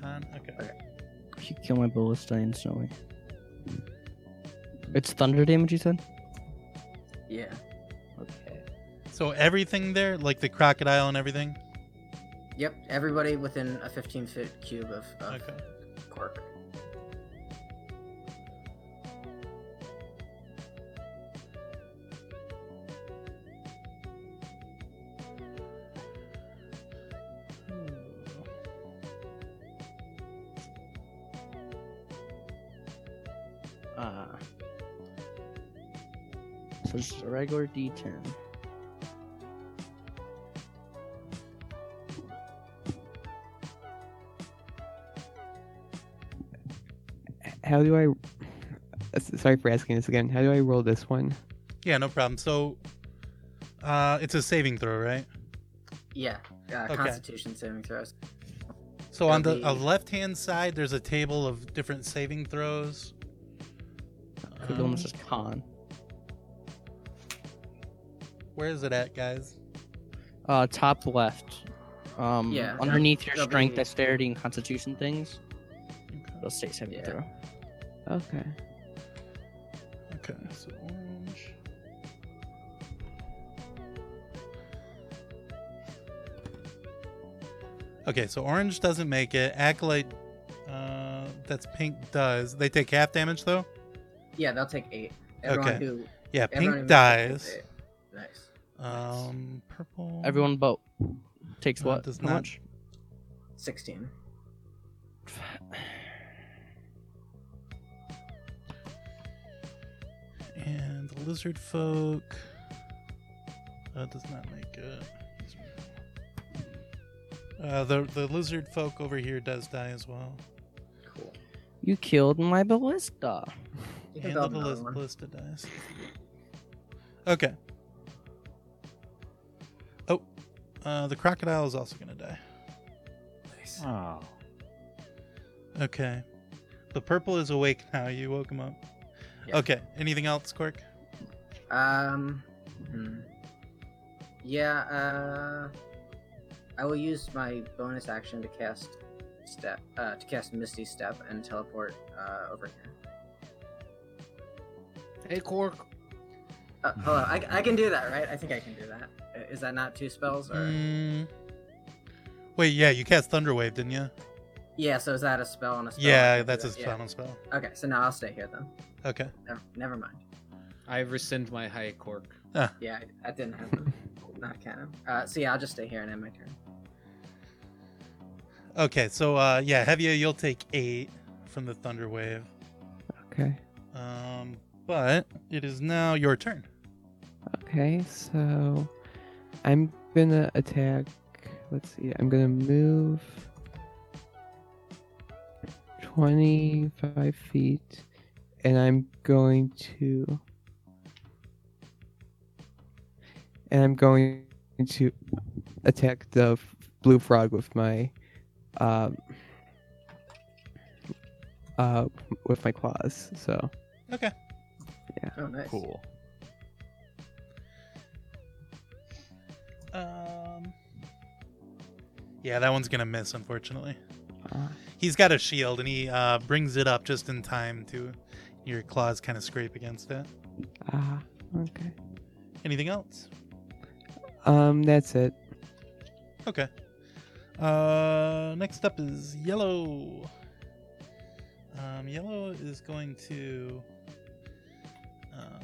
Speaker 1: Con. Okay.
Speaker 7: You kill my ballista instantly. It's thunder damage, you said?
Speaker 6: Yeah.
Speaker 7: Okay.
Speaker 1: So everything there, like the crocodile and everything.
Speaker 6: Yep. Everybody within a 15 foot cube of, of
Speaker 1: Okay.
Speaker 6: cork. Uh-huh.
Speaker 7: Uh, so it's a regular D10.
Speaker 3: How do I? (sighs) S- Sorry for asking this again. How do I roll this one?
Speaker 1: Yeah, no problem. So, uh, it's a saving throw, right?
Speaker 6: Yeah. Uh,
Speaker 1: Okay.
Speaker 6: Constitution saving throws.
Speaker 1: So on the
Speaker 6: That'd
Speaker 1: uh,
Speaker 6: be-
Speaker 1: left-hand side, there's a table of different saving throws. Um,
Speaker 7: I
Speaker 6: Uh-huh.
Speaker 7: think the one that says con.
Speaker 1: Where is it at, guys?
Speaker 7: Uh, top left. Um,
Speaker 6: Yeah.
Speaker 7: underneath your
Speaker 6: That'll
Speaker 7: strength,
Speaker 6: be-
Speaker 7: dexterity, and constitution things, it'll say saving
Speaker 6: Yeah.
Speaker 7: throw.
Speaker 3: Okay.
Speaker 1: Okay, so orange. Okay, so orange doesn't make it. Acolyte, uh, that's pink, does. They take half damage, though?
Speaker 6: Yeah, they'll take eight. Everyone
Speaker 1: Okay.
Speaker 6: who
Speaker 1: Yeah,
Speaker 6: everyone who
Speaker 1: pink
Speaker 6: makes it
Speaker 1: dies.
Speaker 6: takes eight. Nice.
Speaker 1: Um, purple.
Speaker 7: Everyone but takes
Speaker 1: Uh,
Speaker 7: what?
Speaker 1: does
Speaker 7: How
Speaker 1: not-
Speaker 7: much?
Speaker 6: 16.
Speaker 1: And lizard folk. That does not make it. Uh, the, the lizard folk over here does die as well.
Speaker 6: Cool.
Speaker 7: You killed my ballista.
Speaker 6: You can
Speaker 1: And
Speaker 6: build
Speaker 1: the
Speaker 6: another
Speaker 1: ballis-
Speaker 6: one.
Speaker 1: ballista dice. Okay. Oh, uh, the crocodile is also gonna die.
Speaker 6: Nice.
Speaker 5: Oh,
Speaker 1: Okay. The purple is awake now. You woke him up.
Speaker 6: Yeah.
Speaker 1: Okay. Anything else, Cork?
Speaker 6: Um. hmm. Yeah. Uh. I will use my bonus action to cast step uh, to cast Misty Step and teleport uh, over here.
Speaker 2: Hey, Cork.
Speaker 6: Uh, hold on, I, I can do that, right? I think I can do that. I- Is that not two spells? Or
Speaker 1: Mm. Wait, yeah, you cast Thunderwave, didn't you?
Speaker 6: yeah, so is that a spell and a spell? I
Speaker 1: yeah,
Speaker 6: can do
Speaker 1: that's
Speaker 6: that,
Speaker 1: his
Speaker 6: yeah.
Speaker 1: final spell.
Speaker 6: Okay, so now I'll stay here then.
Speaker 1: Okay.
Speaker 6: Never, never mind.
Speaker 2: I rescind my high Cork.
Speaker 6: Yeah, I, I didn't have them. (laughs) not canon. Uh, so yeah, I'll just stay here and end my turn.
Speaker 1: Okay, so uh, yeah, Hevia, you'll take eight from the Thunderwave.
Speaker 3: Okay.
Speaker 1: Um, but it is now your turn.
Speaker 3: Okay. So, I'm gonna attack. Let's see. I'm gonna move twenty-five feet, and I'm going to. And I'm going to attack the f- blue frog with my, um, uh, with my claws. So.
Speaker 1: Okay.
Speaker 6: Oh, nice.
Speaker 5: cool.
Speaker 1: Um. Yeah, that one's gonna miss, unfortunately.
Speaker 3: Uh,
Speaker 1: He's got a shield, and he uh, brings it up just in time to your claws kind of scrape against it.
Speaker 3: Ah, okay.
Speaker 1: Anything else?
Speaker 3: Um, that's it.
Speaker 1: Okay. Uh, next up is yellow. Um, yellow is going to um,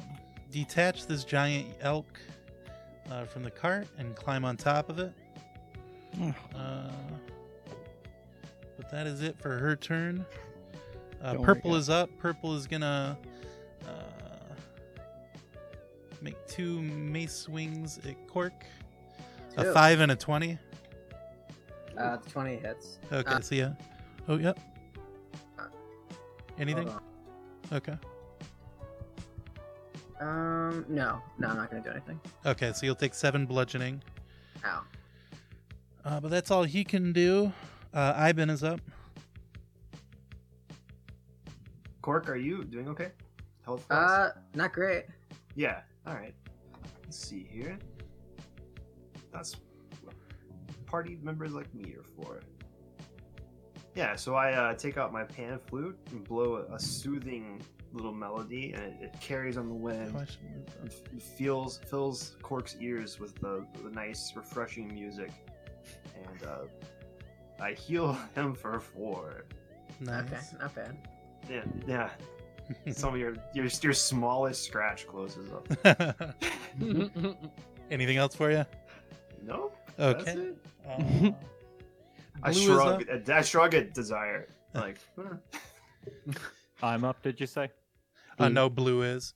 Speaker 1: detach this giant elk uh, from the cart and climb on top of it.
Speaker 7: Ugh.
Speaker 1: Uh, but that is it for her turn. Uh,
Speaker 7: Don't worry,
Speaker 1: purple
Speaker 7: guys.
Speaker 1: is up. Purple is gonna uh, make two mace swings at Cork, a
Speaker 6: Two.
Speaker 1: five and a twenty.
Speaker 6: Uh, the 20 hits.
Speaker 1: Okay, so yeah. Oh, yep. Anything?
Speaker 6: Hold
Speaker 1: Okay.
Speaker 6: on. Um, no, no, I'm not gonna do anything.
Speaker 1: Okay, so you'll take seven bludgeoning.
Speaker 6: Ow.
Speaker 1: Uh, but that's all he can do. Uh, Ivan is up.
Speaker 4: Cork, are you doing okay? Health wise?
Speaker 6: Uh, not great.
Speaker 4: yeah. All right. Let's see here. That's what party members like me are for. Yeah. So I uh, take out my pan flute and blow a, a soothing little melody, and it, it carries on the wind. and f- feels fills Cork's ears with the, the nice, refreshing music, and uh, I heal (laughs) him for four.
Speaker 6: Okay,
Speaker 1: Nice.
Speaker 6: not bad.
Speaker 4: Yeah, yeah.
Speaker 6: (laughs)
Speaker 4: Some of your your your smallest scratch closes up.
Speaker 1: (laughs) Anything else for you?
Speaker 4: No, that's
Speaker 1: Okay.
Speaker 4: it.
Speaker 1: Uh, Blue
Speaker 4: I
Speaker 1: is
Speaker 4: shrug. I shrug at desire. Like, (laughs) "Huh."
Speaker 5: I'm up, did you say?
Speaker 1: uh, no, blue is.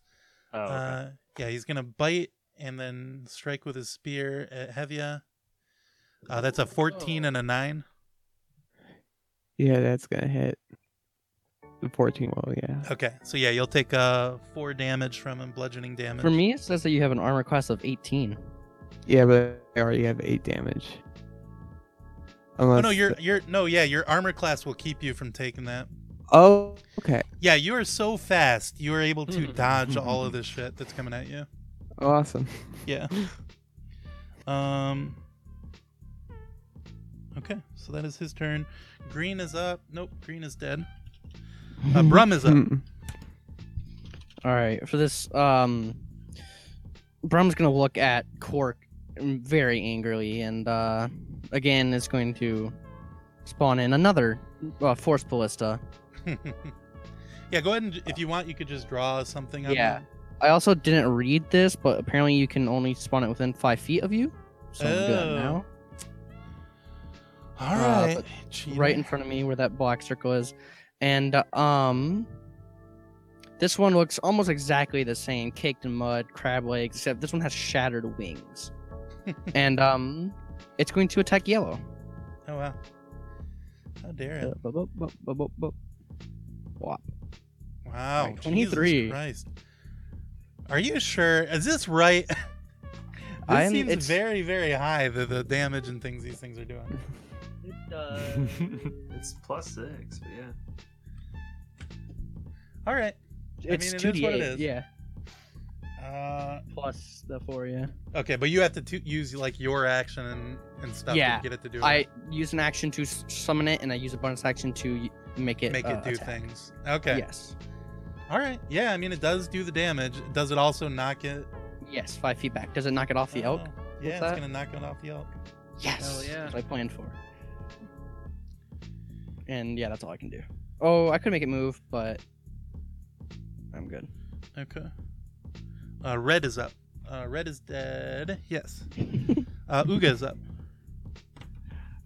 Speaker 5: Oh, okay.
Speaker 1: Uh, yeah, he's gonna bite and then strike with his spear at Hevia. Uh, that's a 14 and a nine.
Speaker 3: Yeah, that's gonna hit. The 14 will, yeah.
Speaker 1: Okay, so yeah, you'll take uh four damage from him, bludgeoning damage.
Speaker 7: For me, it says that you have an armor class of 18.
Speaker 3: Yeah, but I already have 8 damage. Unless
Speaker 1: Oh no, you're you're no, yeah, your armor class will keep you from taking that.
Speaker 3: Oh, okay.
Speaker 1: Yeah, you are so fast, you are able
Speaker 7: Hmm.
Speaker 1: to dodge
Speaker 7: (laughs)
Speaker 1: all of this shit that's coming at you.
Speaker 3: Awesome.
Speaker 1: Yeah. Um. Okay, so that is his turn. Green is up. Nope, green is dead.
Speaker 7: (laughs)
Speaker 1: Uh,
Speaker 7: Mm-hmm.
Speaker 1: Brum is up.
Speaker 3: Mm.
Speaker 7: All right, for this, um, Brum's gonna look at Cork very angrily, and uh, again is going to spawn in another uh, force ballista. Mm-hmm.
Speaker 1: (laughs) yeah, go ahead and if you want, you could just draw something. On
Speaker 7: Yeah.
Speaker 1: that.
Speaker 7: I also didn't read this, but apparently you can only spawn it within five feet of you. So I'm gonna do that
Speaker 1: Oh.
Speaker 7: now.
Speaker 1: All
Speaker 7: Uh,
Speaker 1: right.
Speaker 7: right in front of me where that black circle is and uh, um this one looks almost exactly the same caked in mud crab legs except this one has
Speaker 1: (laughs)
Speaker 7: shattered wings and um it's going to attack yellow
Speaker 1: Oh wow. How dare it?
Speaker 7: Uh, bup, bup, bup, bup, bup, bup. Wop.
Speaker 1: Wow.
Speaker 7: Like,
Speaker 1: Jesus
Speaker 7: 23.
Speaker 1: Christ. Are you sure? Is this right? (laughs) this
Speaker 7: I'm-
Speaker 1: seems
Speaker 7: it's-
Speaker 1: very, very high. The the damage and things these things are doing. Uh,
Speaker 4: it's plus six, but yeah.
Speaker 1: All right. I
Speaker 7: it's
Speaker 1: mean, it
Speaker 7: 2d8
Speaker 1: is what it is.
Speaker 7: yeah
Speaker 1: Uh,
Speaker 7: plus the four yeah
Speaker 1: okay, but you have to t- use like your action and, and stuff
Speaker 7: Yeah,
Speaker 1: to get it to do.
Speaker 7: i
Speaker 1: it.
Speaker 7: use an action to s- summon it and i use a bonus action to y- make it
Speaker 1: make
Speaker 7: uh,
Speaker 1: it do
Speaker 7: attack.
Speaker 1: things. Okay.
Speaker 7: yes
Speaker 1: All right. Yeah. I mean, it does do the damage. Does it also knock it
Speaker 7: yes five feet back does it knock it off the elk
Speaker 1: Oh, Yeah, it's
Speaker 7: that?
Speaker 1: gonna knock it off the elk.
Speaker 7: Yes.
Speaker 2: yeah.
Speaker 7: That's what I planned for. And yeah, that's all I can do. Oh, I could make it move, but I'm good. (laughs)
Speaker 1: Okay. Uh, red is up. Uh, red is dead. Yes. Uh, Uga is up.
Speaker 5: (laughs)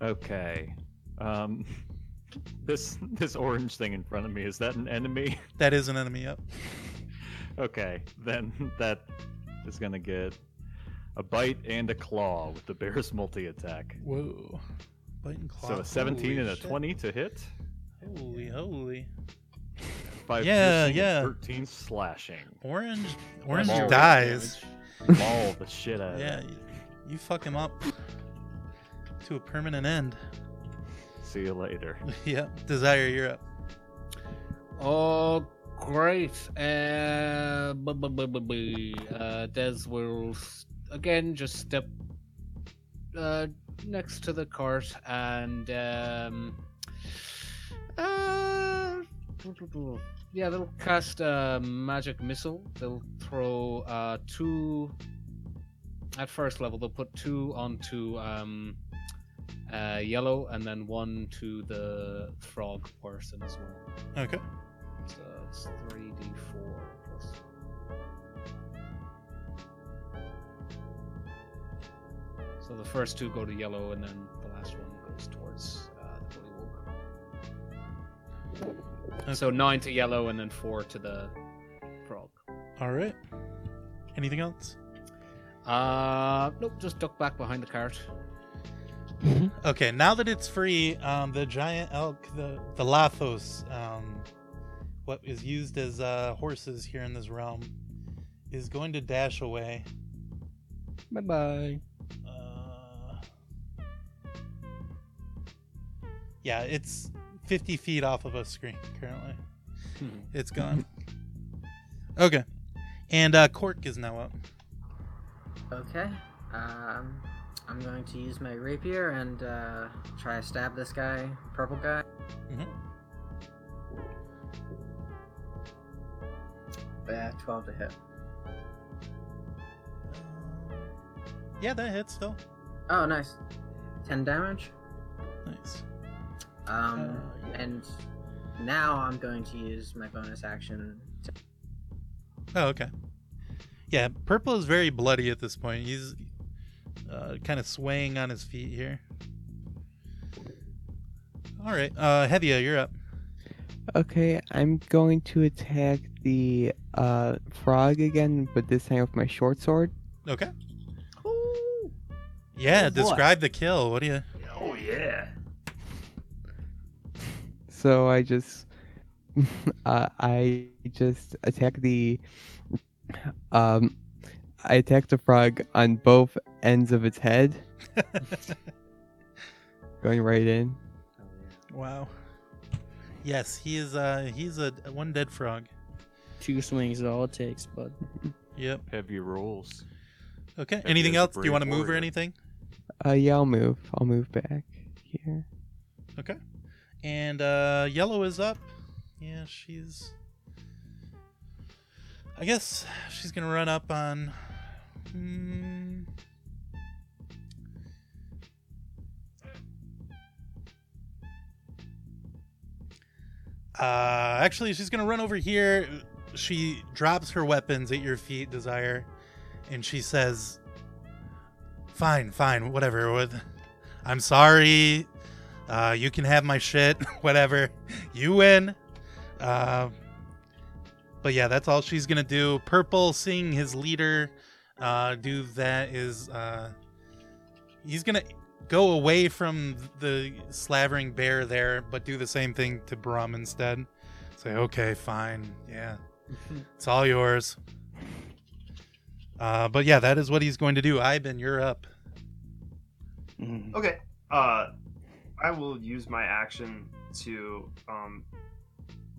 Speaker 5: Okay. Um, this this orange thing in front of me is that an enemy? (laughs)
Speaker 1: That is an enemy up.
Speaker 5: Okay, then that is gonna get a bite and a claw with the bear's multi attack.
Speaker 1: Whoa. Bite and claw.
Speaker 5: So a 17
Speaker 1: Holy
Speaker 5: and a
Speaker 1: shit.
Speaker 5: 20 to hit.
Speaker 1: Holy, holy.
Speaker 5: Five
Speaker 1: Yeah,
Speaker 5: piercing and
Speaker 1: yeah.
Speaker 5: 13 slashing.
Speaker 1: Orange, orange
Speaker 5: all the
Speaker 1: dies.
Speaker 5: Maul the shit out of
Speaker 1: Yeah,
Speaker 5: yeah.
Speaker 1: you, you fuck him up to a permanent end.
Speaker 5: See you later.
Speaker 1: (laughs) yep. Desire, you're up.
Speaker 2: Oh, great. Uh, bu- bu- bu- bu- bu. uh, Des will s- again just step uh, next to the cart and. Um, uh, yeah, they'll cast a magic missile. They'll throw uh, two. At first level, they'll put two onto um, uh, yellow and then one to the frog person as well.
Speaker 1: Okay.
Speaker 2: So it's 3d4 plus. So the first two go to yellow, and then the last one goes towards uh, the Holy Woke. So nine to yellow, and then four to the frog.
Speaker 1: All right. Anything else?
Speaker 2: Uh, nope, just duck back behind the cart.
Speaker 1: Okay, now that it's free, um, the giant elk, the the lathos, um, what is used as uh, horses here in this realm, is going to dash away.
Speaker 7: Bye bye.
Speaker 1: Uh, yeah, it's 50 feet off of a screen currently.
Speaker 2: Hmm.
Speaker 1: It's gone. okay, and uh, Cork is now up.
Speaker 6: Okay. Um, I'm going to use my rapier and uh, try to stab this guy, purple guy.
Speaker 1: Mhm.
Speaker 6: Yeah, 12 uh, to hit.
Speaker 1: Yeah, that hits still.
Speaker 6: Oh, nice. 10 damage.
Speaker 1: Nice.
Speaker 6: Um,
Speaker 1: Uh, yeah.
Speaker 6: And now I'm going to use my bonus action. To...
Speaker 1: Oh, okay. Yeah, Purple is very bloody at this point. He's uh, kind of swaying on his feet here. All right, uh, Hevia, you're up.
Speaker 3: Okay, I'm going to attack the uh, frog again, but this time with my short sword.
Speaker 1: Okay. Yeah,
Speaker 7: Oh, boy.
Speaker 1: describe the kill. What do
Speaker 5: (laughs)
Speaker 1: you?
Speaker 4: Oh yeah.
Speaker 3: So I just, (laughs) uh, I just attack the, um, I attack the frog on both ends of its head, going right in.
Speaker 1: wow. Yes, he is. Uh, he's a one dead frog.
Speaker 7: Two swings is all it takes, bud.
Speaker 1: Yep.
Speaker 5: Heavy rolls.
Speaker 1: Okay.
Speaker 5: Hevia's
Speaker 1: anything
Speaker 5: a
Speaker 1: else? Do you
Speaker 5: brave
Speaker 1: want to move or
Speaker 5: warrior.
Speaker 1: anything?
Speaker 3: Uh, yeah, I'll move. I'll move back here.
Speaker 1: And uh, yellow is up. Yeah, she's. I guess she's gonna run up on. Hmm. Uh, actually, she's gonna run over here. She drops her weapons at your feet, Desire, and she says, "Fine, fine, whatever. With, I'm sorry uh, you can have my shit, (laughs) whatever. You win. Uh, but yeah, that's all she's gonna do. Purple, seeing his leader uh, do that is, uh, he's gonna go away from the slavering bear there, but do the same thing to Brum instead. Say, okay, fine, yeah, it's all yours. Uh, but yeah, that is what he's going to do. Ivan, you're up.
Speaker 7: Mm.
Speaker 4: Okay. Uh, I will use my action to um.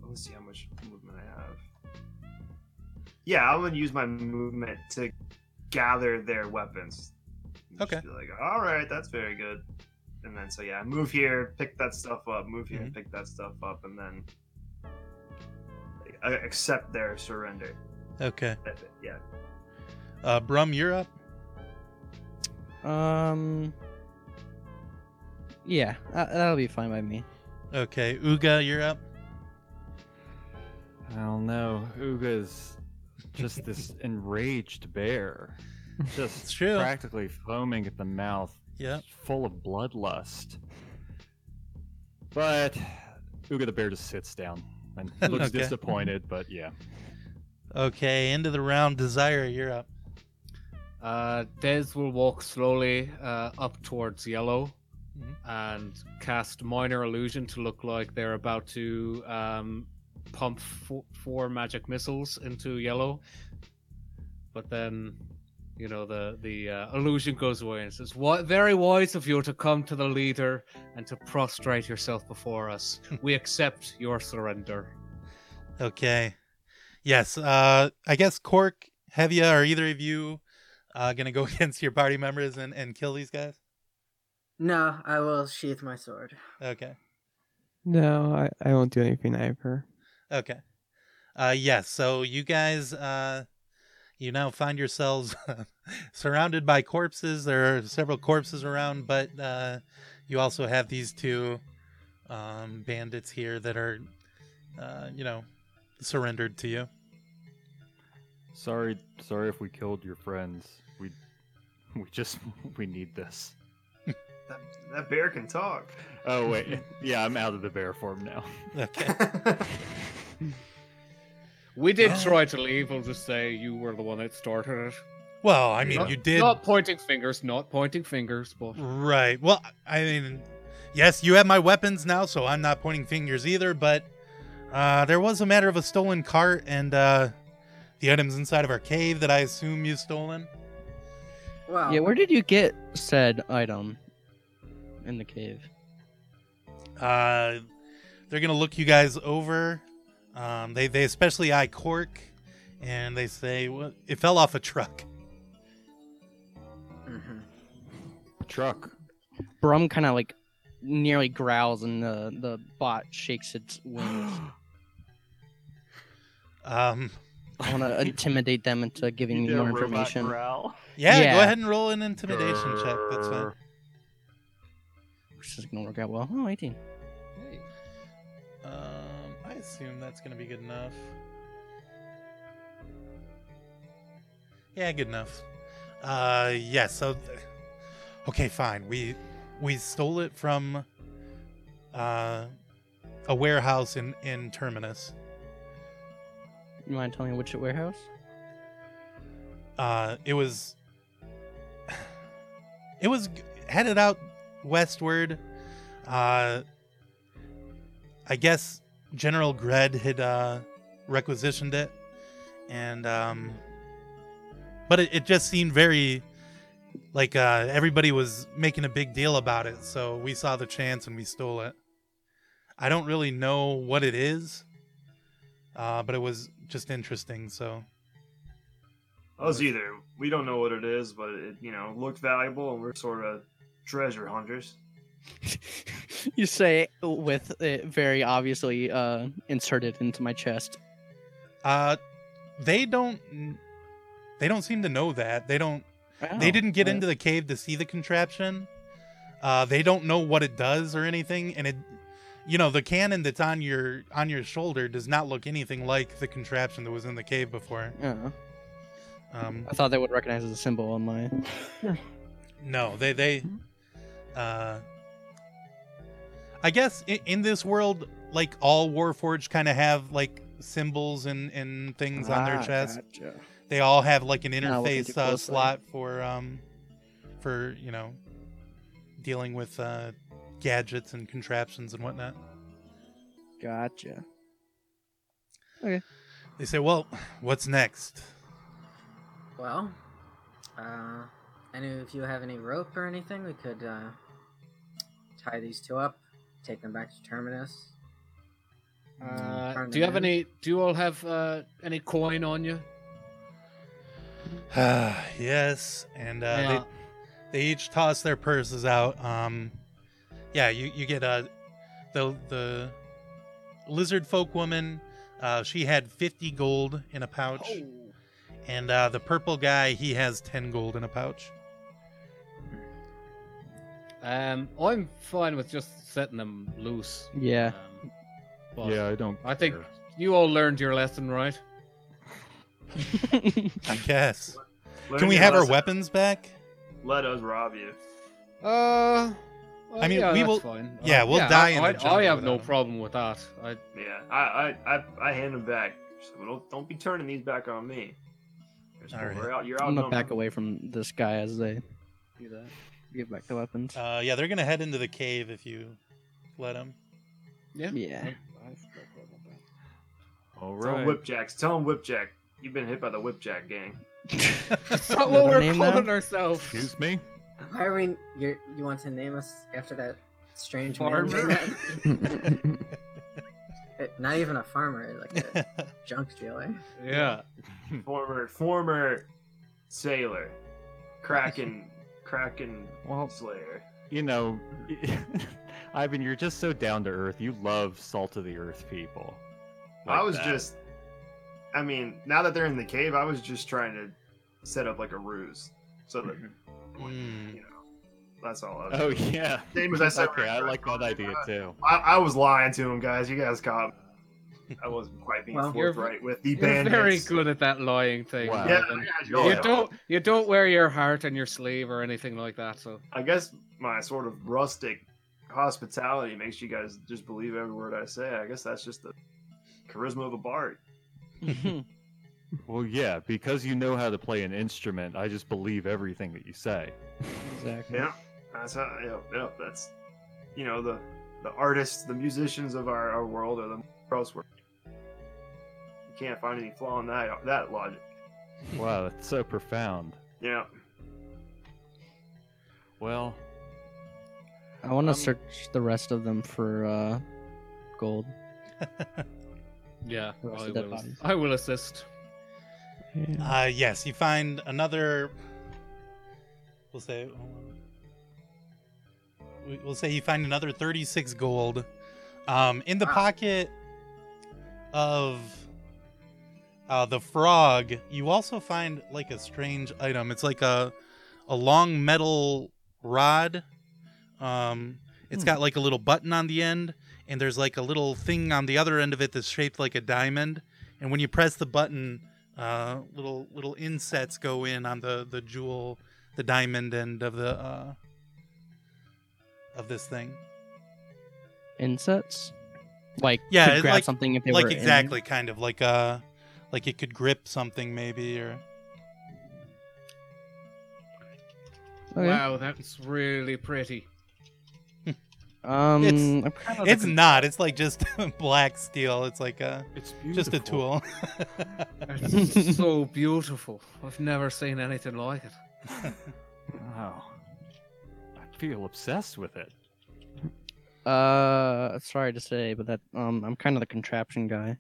Speaker 4: Let's see how much movement I have. Yeah, I'm gonna use my movement to gather their weapons. And just
Speaker 1: Okay.
Speaker 4: Be like, all right, that's very good. And then so yeah, move here, pick that stuff up. Move here,
Speaker 1: Mhm.
Speaker 4: pick that stuff up, and then uh, accept their surrender.
Speaker 1: Okay.
Speaker 4: That's it, Yeah.
Speaker 1: Uh, Brum, you're up.
Speaker 7: Um. Yeah, uh, that'll be fine by me.
Speaker 1: Okay. Uga, you're up.
Speaker 5: I don't know. Uga's just this (laughs) enraged bear,
Speaker 1: It's
Speaker 5: just
Speaker 1: true.
Speaker 5: practically foaming at the mouth,
Speaker 1: Yep.
Speaker 5: full of bloodlust. But Uga the bear just sits down
Speaker 1: (laughs)
Speaker 5: and looks
Speaker 1: Okay.
Speaker 5: disappointed. But yeah,
Speaker 1: Okay, end of the round. Desire, you're up.
Speaker 2: Uh, Des will walk slowly uh, up towards yellow
Speaker 1: Mhm.
Speaker 2: and cast minor illusion to look like they're about to um, pump fo- four magic missiles into yellow. But then, you know, the the uh, illusion goes away and says, "What? Very wise of you to come to the leader and to prostrate yourself before us. we accept your surrender."
Speaker 1: Okay. Yes. Uh, I guess Cork, Hevia, are either of you uh, gonna go (laughs) against your party members and, and kill these guys?
Speaker 6: No, I will sheath my sword.
Speaker 1: Okay.
Speaker 3: No, I, I won't do anything
Speaker 7: (laughs)
Speaker 3: either.
Speaker 1: Okay. Uh, yes. So you guys, uh, you now find yourselves (laughs) surrounded by corpses. There are several corpses around, but uh, you also have these two um, bandits here that are, uh, you know, surrendered to you.
Speaker 5: sorry, sorry if we killed your friends. We, we just (laughs) we need this.
Speaker 4: That, that bear can talk.
Speaker 5: Oh wait,
Speaker 1: (laughs)
Speaker 5: yeah, I'm out of the bear form now. (laughs)
Speaker 1: Okay.
Speaker 2: We did
Speaker 1: Yeah.
Speaker 2: try to leave. I'll just say you were the one that started it.
Speaker 1: Well, I mean, you did.
Speaker 2: Not pointing fingers, not pointing fingers, but
Speaker 1: Right. Well, I mean, yes, you have my weapons now, so I'm not pointing fingers either, but uh, there was a matter of a stolen cart and uh, the items inside of our cave that I assume you've stolen.
Speaker 6: Well,
Speaker 7: Yeah, where did you get said item? In the cave.
Speaker 1: Uh, they're gonna look you guys over. Um, they they especially eye Cork, and they say well, it fell off a truck.
Speaker 6: mhm.
Speaker 5: (laughs) Truck.
Speaker 7: Brum kind of like nearly growls, and the the bot shakes its wings.
Speaker 1: Um,
Speaker 7: I want to intimidate them into giving me more information.
Speaker 1: yeah, go
Speaker 7: Yeah.
Speaker 1: ahead and roll an intimidation check. That's fine.
Speaker 7: Which is gonna work out well. Oh, 18.
Speaker 1: Um, I assume that's gonna be good enough. Yeah, good enough. Uh, yeah. So, th- okay, fine. We we stole it from uh a warehouse in in Terminus.
Speaker 7: You mind telling me which warehouse? (laughs)
Speaker 1: Uh, it was (sighs) it was g- headed out westward. Uh, I guess General Gred had uh, requisitioned it, and um, but it, it just seemed very like uh, everybody was making a big deal about it. So we saw the chance and we stole it. I don't really know what it is, uh, but it was just interesting. So
Speaker 4: I was either. We don't know what it is, but it, you know, looked valuable, and we're sort of treasure hunters.
Speaker 7: you say with it very obviously uh, inserted into my chest.
Speaker 1: Uh, they don't. They don't seem to know that. They don't.
Speaker 7: Oh,
Speaker 1: they didn't get into the cave to see the contraption. Uh, they don't know what it does or anything, and it, you know, the cannon that's on your on your shoulder does not look anything like the contraption that was in the cave before.
Speaker 7: Oh,
Speaker 1: Um,
Speaker 7: I thought they would recognize the symbol on my.
Speaker 1: No, they they. Uh, I guess in, in this world, like all Warforged, kind of have like symbols and and things on
Speaker 7: Ah,
Speaker 1: their chest. They all have like an
Speaker 7: Now looking too
Speaker 1: interface uh,
Speaker 7: closely.
Speaker 1: slot for um, for you know, dealing with uh, gadgets and contraptions and whatnot.
Speaker 7: Gotcha.
Speaker 1: They say, "Well, what's next?" (sighs)
Speaker 6: well, uh, any if you have any rope or anything, we could uh, tie these two up, take them back to Terminus. Mm,
Speaker 2: uh,
Speaker 6: turn
Speaker 2: do you
Speaker 6: them
Speaker 2: have
Speaker 6: in.
Speaker 2: any? Do you all have uh, any coin on you?
Speaker 1: yes, and uh,
Speaker 2: Yeah.
Speaker 1: they they each toss their purses out. Um, yeah, you you get uh, the the lizard folk woman. Uh, she had fifty gold in a pouch,
Speaker 7: Oh.
Speaker 1: and uh, the purple guy he has ten gold in a pouch.
Speaker 2: Um, I'm fine with just setting them loose. (laughs)
Speaker 7: Yeah. (laughs)
Speaker 2: Um, but
Speaker 5: (laughs) yeah, I don't.
Speaker 2: I think
Speaker 5: care.
Speaker 2: you all learned your lesson, right?
Speaker 1: I guess.
Speaker 4: Learn
Speaker 1: Can we
Speaker 4: your
Speaker 1: have our
Speaker 4: lesson.
Speaker 1: weapons back?
Speaker 4: Let us rob you.
Speaker 2: Uh,
Speaker 1: I mean,
Speaker 2: yeah,
Speaker 1: we
Speaker 2: that's
Speaker 1: will-
Speaker 2: Fine.
Speaker 1: yeah,
Speaker 2: Uh,
Speaker 1: we'll die
Speaker 2: I,
Speaker 1: in the
Speaker 2: I,
Speaker 1: jungle
Speaker 2: I have no
Speaker 1: without 'em.
Speaker 2: problem with that. I,
Speaker 4: Yeah, I I I, I hand them back. So don't don't be turning these back on me. There's-
Speaker 1: All right.
Speaker 4: we're out- You're
Speaker 7: I'm gonna
Speaker 4: outnumbered.
Speaker 7: back away from this guy as they do that. Give back the weapons.
Speaker 1: Uh, yeah, they're gonna head into the cave if you let
Speaker 2: (laughs)
Speaker 1: them.
Speaker 2: yeah.
Speaker 7: yeah.
Speaker 5: All
Speaker 4: Tell 'em
Speaker 5: right.
Speaker 4: Whipjacks. Tell him Whipjack. You've been hit by the Whipjack gang.
Speaker 2: That's not what we're
Speaker 7: Name
Speaker 2: calling
Speaker 7: them?
Speaker 2: ourselves.
Speaker 5: Excuse me.
Speaker 6: Why are we? You're, you want to name us after that strange man?
Speaker 2: Farmer.
Speaker 6: (laughs) Not even a farmer, like
Speaker 2: (laughs)
Speaker 6: a junk dealer.
Speaker 2: Yeah.
Speaker 4: Former former sailor, Kraken Kraken
Speaker 5: Well,
Speaker 4: Slayer.
Speaker 5: you know, (laughs) Ivan, you're just so down to earth. You love salt of the earth people.
Speaker 4: I
Speaker 5: Like
Speaker 4: was
Speaker 5: that.
Speaker 4: just. I mean, now that they're in the cave, I was just trying to set up like a ruse, so
Speaker 5: (laughs)
Speaker 4: that
Speaker 2: Hmm.
Speaker 1: Mm.
Speaker 4: you know. That's all. I was.
Speaker 5: (laughs) Oh yeah.
Speaker 4: Same as I said.
Speaker 5: Okay, I like that idea too.
Speaker 4: I, I was lying to him, guys. You guys caught. me.
Speaker 5: (laughs)
Speaker 4: I wasn't quite being
Speaker 6: Well,
Speaker 2: you're-
Speaker 4: forthright with the
Speaker 2: You're
Speaker 4: bandits.
Speaker 2: very good at that lying thing.
Speaker 5: Wow.
Speaker 4: Yeah,
Speaker 2: Ivan.
Speaker 4: I,
Speaker 5: Oh,
Speaker 2: you
Speaker 5: yeah.
Speaker 2: don't you don't wear your heart on your sleeve or anything like that. So
Speaker 4: I guess my sort of rustic hospitality makes you guys just believe every word I say. I guess that's just the charisma of a bard.
Speaker 5: Well, yeah, because you know how to play an instrument, I just believe everything that you
Speaker 1: (laughs)
Speaker 5: say.
Speaker 7: (laughs) Exactly.
Speaker 4: Yeah, that's how. Yeah, yeah, that's you know the the artists, the musicians of our, our world are the most work. You can't find any flaw in that that logic.
Speaker 5: Wow, that's so profound.
Speaker 4: Yeah,
Speaker 5: Well,
Speaker 7: I want to
Speaker 5: Um,
Speaker 7: search the rest of them for uh, gold.
Speaker 2: Yeah,
Speaker 7: Rest
Speaker 2: I
Speaker 7: of dead
Speaker 2: will,
Speaker 7: bodies.
Speaker 2: I will assist.
Speaker 3: Yeah.
Speaker 1: (laughs) Uh, yes, you find another. We'll say. we- We'll say you find another 36 gold um, in the
Speaker 6: Wow.
Speaker 1: pocket of uh, the frog. You also find like a strange item. It's like a a long metal rod. Um, it's got like a little button on the end, and there's like a little thing on the other end of it that's shaped like a diamond. And when you press the button, uh, little little insets go in on the the jewel, the diamond end of the uh, of this thing.
Speaker 7: Insets? Like,
Speaker 1: Yeah,
Speaker 7: could
Speaker 1: it's
Speaker 7: grab
Speaker 1: like-
Speaker 7: something if they
Speaker 1: like
Speaker 7: were in it?
Speaker 1: exactly, kind of like uh, like it could grip something maybe or
Speaker 7: Okay.
Speaker 2: Wow, that's really pretty.
Speaker 7: Um,
Speaker 1: It's-
Speaker 7: I'm kinda
Speaker 1: it's
Speaker 7: looking-
Speaker 1: not. It's like just (laughs) black steel. It's like uh,
Speaker 5: it's beautiful.
Speaker 1: just a tool. (laughs)
Speaker 2: It's so beautiful. I've never seen anything like it.
Speaker 5: Wow. I feel obsessed with it.
Speaker 7: Uh, sorry to say, but that um, I'm kind of the contraption guy.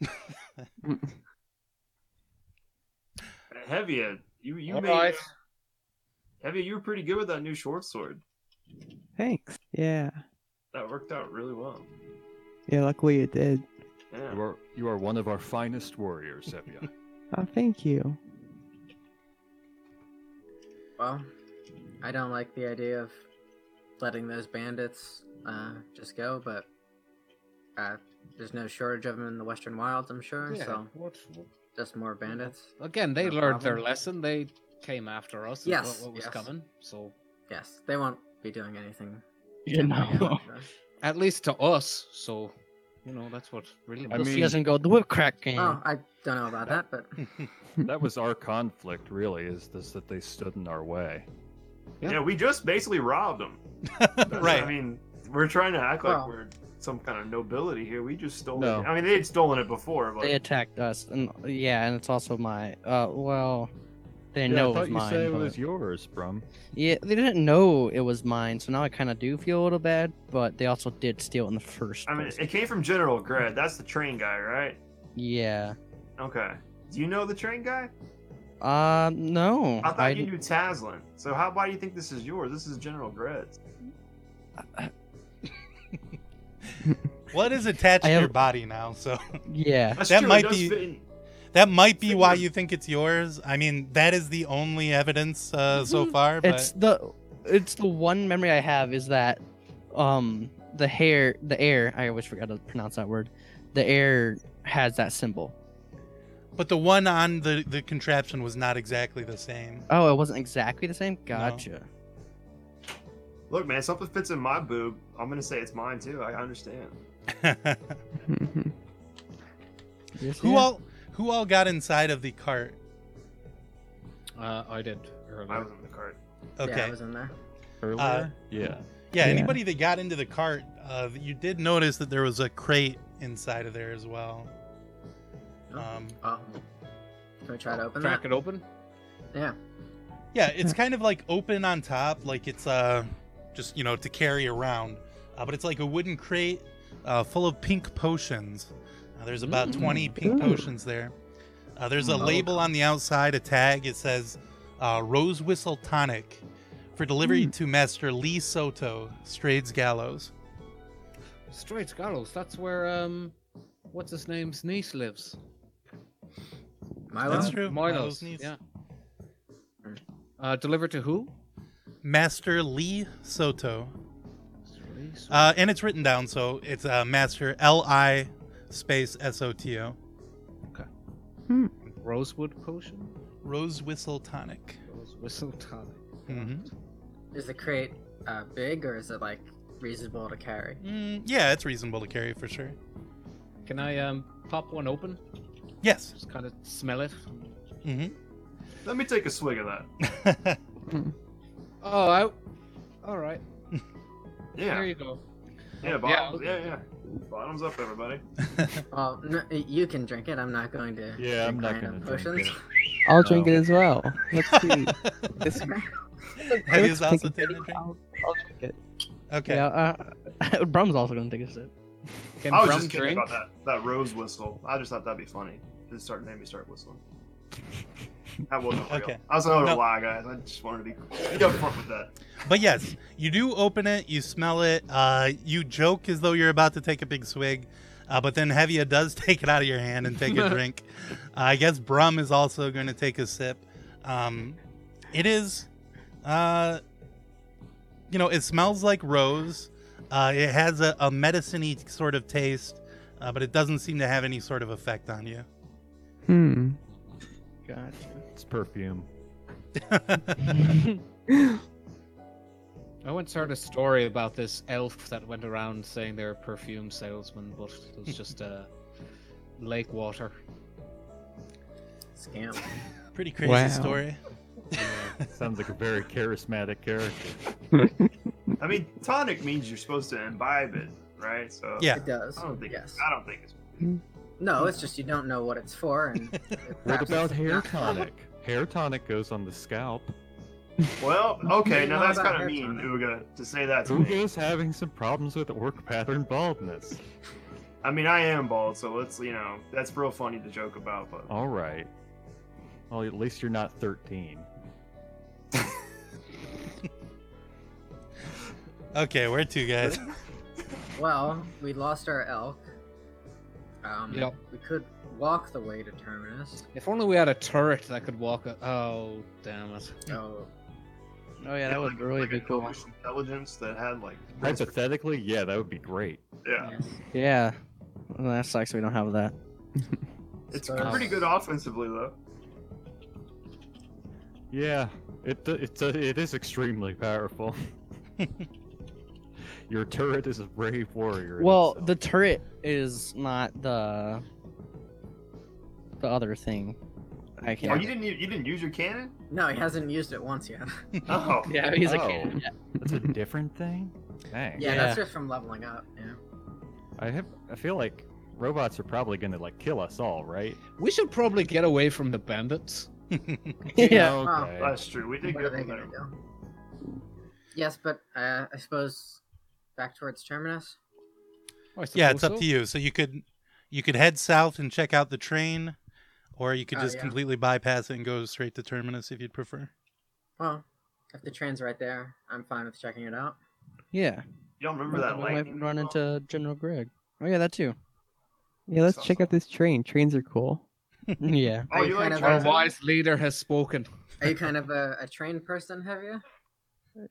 Speaker 4: heavy. You you
Speaker 2: All
Speaker 4: made
Speaker 2: right.
Speaker 4: heavy. You were pretty good with that new short sword.
Speaker 3: Thanks. Yeah.
Speaker 4: That worked out really well.
Speaker 3: Yeah, luckily it did.
Speaker 4: Yeah.
Speaker 5: You are you are one of our finest warriors, (laughs) Evia.
Speaker 3: Oh, thank you.
Speaker 6: Well, I don't like the idea of letting those bandits uh, just go, but uh, there's no shortage of them in the Western Wilds, I'm sure. So
Speaker 2: what,
Speaker 6: just more bandits.
Speaker 2: again, they
Speaker 6: No
Speaker 2: learned their
Speaker 6: problem.
Speaker 2: lesson. They came after us. and
Speaker 6: Yes,
Speaker 2: what- what was
Speaker 6: yes.
Speaker 2: coming. So
Speaker 6: Yes, they won't be doing anything.
Speaker 7: You
Speaker 6: (laughs)
Speaker 7: know,
Speaker 2: at least to us. So you know that's what really.
Speaker 5: I
Speaker 7: You'll
Speaker 2: matters.
Speaker 7: see us and go the whip crack game.
Speaker 6: Oh, I don't know about
Speaker 5: (laughs)
Speaker 6: that, but
Speaker 5: that was our conflict, really, is this that they stood in our way.
Speaker 2: Yeah.
Speaker 4: Yeah. we just basically robbed them.
Speaker 1: right.
Speaker 4: I mean, we're trying to act like
Speaker 6: Well-
Speaker 4: we're some kind of nobility here. We just stole
Speaker 5: No.
Speaker 4: it. I mean, they had stolen it before, but
Speaker 7: They attacked us, and yeah, and it's also my. Uh, well,
Speaker 5: yeah,
Speaker 7: they
Speaker 5: I
Speaker 7: know it was
Speaker 5: thought you
Speaker 7: mine.
Speaker 5: said it
Speaker 7: but-
Speaker 5: was yours, Brum.
Speaker 7: Yeah, they didn't know it was mine, so now I kind of do feel a little bad. But they also did steal it in the first.
Speaker 4: I mean,
Speaker 7: place.
Speaker 4: it came from General Gred. That's the train guy, right?
Speaker 7: yeah.
Speaker 4: Okay. Do you know the train guy?
Speaker 7: Uh, no.
Speaker 4: I thought
Speaker 7: I-
Speaker 4: you knew Taslin. So how why do you think this is yours? This is General Gred's.
Speaker 1: What is attached
Speaker 7: I
Speaker 1: to
Speaker 7: have-
Speaker 1: your body now? So
Speaker 7: yeah.
Speaker 4: That's
Speaker 1: That
Speaker 4: true, it
Speaker 1: might
Speaker 4: does
Speaker 1: be-
Speaker 4: fit in-
Speaker 1: that might be why
Speaker 4: Figure.
Speaker 1: you think it's yours. I mean, that is the only evidence uh, so
Speaker 7: Mm-hmm.
Speaker 1: far. But
Speaker 7: It's the it's the one memory I have is that um the hair the air I always forgot to pronounce that word. The air has that symbol.
Speaker 1: but the one on the the contraption was not exactly the same. (laughs)
Speaker 7: Oh, it wasn't exactly the same. Gotcha.
Speaker 4: Look, man, something fits in my boob. I'm gonna say it's mine too. I understand.
Speaker 7: (laughs) Yes,
Speaker 1: Who
Speaker 7: yeah.
Speaker 1: all who all got inside of the cart?
Speaker 2: Uh, I did.
Speaker 4: I
Speaker 2: earlier.
Speaker 4: was in the cart.
Speaker 1: Okay. uh,
Speaker 6: yeah,
Speaker 1: Yeah,
Speaker 6: I was in there.
Speaker 7: Uh,
Speaker 5: Earlier?
Speaker 7: (laughs)
Speaker 5: yeah.
Speaker 3: Yeah.
Speaker 1: anybody that got into the cart, uh, you did notice that there was a crate inside of there as well. Um,
Speaker 6: Oh, can we try to open
Speaker 2: Crack
Speaker 6: that?
Speaker 2: it open.
Speaker 6: Yeah.
Speaker 1: yeah, it's kind of like open on top, like it's uh, just you know to carry around, uh, but it's like a wooden crate uh, full of pink potions. Uh, there's about
Speaker 2: Mm.
Speaker 1: 20 pink
Speaker 3: Ooh.
Speaker 1: potions there. Uh, there's a
Speaker 6: Mm.
Speaker 1: label on the outside, a tag. It says uh, Rose Whistle Tonic for delivery to Master Lee Soto, Strades Gallows.
Speaker 2: Straight Gallows. That's where um, what's his name's niece lives.
Speaker 6: Milo?
Speaker 1: That's true. Milo's
Speaker 2: Milo's
Speaker 1: niece.
Speaker 2: Yeah. Uh, delivered to who?
Speaker 1: Master Lee Soto. Uh, and it's written down, so it's uh, Master L I space S O T O.
Speaker 2: Rosewood potion.
Speaker 1: Rose Whistle Tonic.
Speaker 2: Rose whistle tonic.
Speaker 1: Mhm.
Speaker 2: Mm-hmm.
Speaker 6: Is the crate uh, big or is it like reasonable to carry?
Speaker 1: Mm, yeah, it's reasonable to carry for sure.
Speaker 2: Can I um pop one open?
Speaker 1: Yes.
Speaker 2: Just kind of smell it.
Speaker 4: Let me take a swig of that.
Speaker 1: Mm-hmm.
Speaker 3: Hmm.
Speaker 1: (laughs)
Speaker 2: Oh, I. All right. There
Speaker 4: Yeah,
Speaker 2: you go.
Speaker 4: yeah, bottoms, yeah, yeah. Bottoms up, everybody.
Speaker 6: Well, no, you can drink it. I'm not going to.
Speaker 5: Yeah, I'm not
Speaker 6: drink my own
Speaker 5: gonna drink
Speaker 6: potions.
Speaker 5: it.
Speaker 3: I'll drink
Speaker 5: No.
Speaker 3: it as
Speaker 7: (laughs)
Speaker 3: well. Let's see. This-
Speaker 1: Have you
Speaker 3: let's
Speaker 1: also
Speaker 3: take-
Speaker 1: taken a drink?
Speaker 3: I'll, I'll drink it.
Speaker 1: Okay.
Speaker 7: Yeah, uh, (laughs) Brum's also gonna take a sip.
Speaker 2: Can
Speaker 4: I was
Speaker 2: Brum
Speaker 4: just kidding
Speaker 2: drink?
Speaker 4: about that that rose whistle. I just thought that'd be funny. Just start made me start whistling. That wasn't real.
Speaker 1: Okay.
Speaker 4: I was another
Speaker 1: No.
Speaker 4: lie, guys. I just wanted to be, be upfront with that.
Speaker 1: But yes, you do open it, you smell it, uh, you joke as though you're about to take a big swig, uh, but then Hevia does (laughs) take it out of your hand and take a drink. Uh, I guess Brum is also going to take a sip. Um, it is, uh, you know, it smells like rose. Uh, it has a, a medicine sort of taste, uh, but it doesn't seem to have any sort of effect on you. (laughs)
Speaker 3: Hmm.
Speaker 7: Gotcha.
Speaker 5: It's perfume.
Speaker 2: I once heard a story about this elf that went around saying they're a perfume salesman, but it was just (laughs) uh, lake water.
Speaker 6: (laughs) Scam.
Speaker 5: (laughs)
Speaker 1: Pretty crazy
Speaker 3: Wow.
Speaker 1: story.
Speaker 5: Sounds like a very charismatic character.
Speaker 4: I mean, tonic means you're supposed to imbibe it, right? So
Speaker 1: Yeah.
Speaker 6: It does.
Speaker 4: I don't think
Speaker 6: Yes.
Speaker 4: Oh, I don't think it's.
Speaker 6: No, it's just you don't know what it's for.
Speaker 5: (laughs)
Speaker 6: And
Speaker 5: What about hair
Speaker 7: (laughs)
Speaker 6: not-
Speaker 5: tonic? Hair tonic goes on the scalp.
Speaker 4: Well, okay, now
Speaker 6: What
Speaker 4: that's
Speaker 6: about
Speaker 4: kind of
Speaker 6: hair
Speaker 4: mean,
Speaker 6: tonic?
Speaker 4: Uga, to say that to
Speaker 7: Mm-hmm.
Speaker 4: me.
Speaker 5: Uga's having some problems with work pattern baldness.
Speaker 4: I mean, I am bald, so let's you know that's real funny to joke about,
Speaker 7: Oh,
Speaker 4: but
Speaker 5: All right. Well, at least you're not 13.
Speaker 1: Okay, where to, guys?
Speaker 6: (laughs) Well, we lost our elk. Um,
Speaker 2: Yep.
Speaker 6: We could walk the way to Terminus.
Speaker 2: If only we had a turret that could walk. A- oh, damn it!
Speaker 6: So
Speaker 7: Oh yeah, that would
Speaker 4: like-
Speaker 7: really
Speaker 4: like
Speaker 7: be
Speaker 4: an
Speaker 7: cool.
Speaker 4: elvish Intelligence that had like
Speaker 5: Hypothetically, yeah, that would be great.
Speaker 4: yeah,
Speaker 6: yes.
Speaker 7: Yeah. Well, that sucks. We don't have that.
Speaker 4: it's
Speaker 6: So-
Speaker 7: uh,
Speaker 4: pretty good offensively though.
Speaker 5: Yeah, it uh, it's it is extremely (laughs) powerful. Your turret is a brave warrior. in
Speaker 7: Well,
Speaker 5: itself.
Speaker 7: the turret is not the the other thing. I
Speaker 4: Oh,
Speaker 7: can't.
Speaker 4: you didn't u- you didn't use your cannon?
Speaker 6: No, he hasn't used it once yet. (laughs)
Speaker 4: Oh,
Speaker 7: (laughs) Yeah, he's
Speaker 5: Oh.
Speaker 7: a kid.
Speaker 5: that's a different thing. Dang.
Speaker 7: Yeah.
Speaker 6: Yeah, that's just from leveling up. Yeah.
Speaker 5: I have. I feel like robots are probably gonna like kill us all, right?
Speaker 2: (laughs) We should probably get away from the bandits.
Speaker 7: (laughs) Yeah.
Speaker 6: Wow.
Speaker 5: Okay.
Speaker 4: Oh, that's true. We did
Speaker 6: What are
Speaker 4: get
Speaker 6: they
Speaker 4: them
Speaker 6: gonna
Speaker 4: there.
Speaker 6: do? Yes, but uh, I suppose back towards Terminus.
Speaker 2: I
Speaker 1: yeah it's
Speaker 2: suppose
Speaker 1: up
Speaker 2: so.
Speaker 1: to you so you could you could head south and check out the train or you could
Speaker 6: Oh,
Speaker 1: just
Speaker 6: yeah.
Speaker 1: completely bypass it and go straight to terminus if you'd (laughs) prefer
Speaker 6: Well, if the train's right there, I'm fine with checking it out.
Speaker 7: Yeah.
Speaker 4: You don't remember that
Speaker 7: we might
Speaker 4: lightning?
Speaker 7: run
Speaker 4: bolt?
Speaker 7: into General Greg. Oh yeah, that too. (laughs)
Speaker 3: Yeah, let's
Speaker 4: Sounds
Speaker 3: check out this train. Trains are cool.
Speaker 7: yeah. (laughs)
Speaker 4: Oh,
Speaker 6: Are
Speaker 4: you
Speaker 6: you
Speaker 4: like
Speaker 6: kind of-
Speaker 2: Our
Speaker 4: trains?
Speaker 2: wise leader has spoken.
Speaker 6: Are you kind of a, a train person, have you?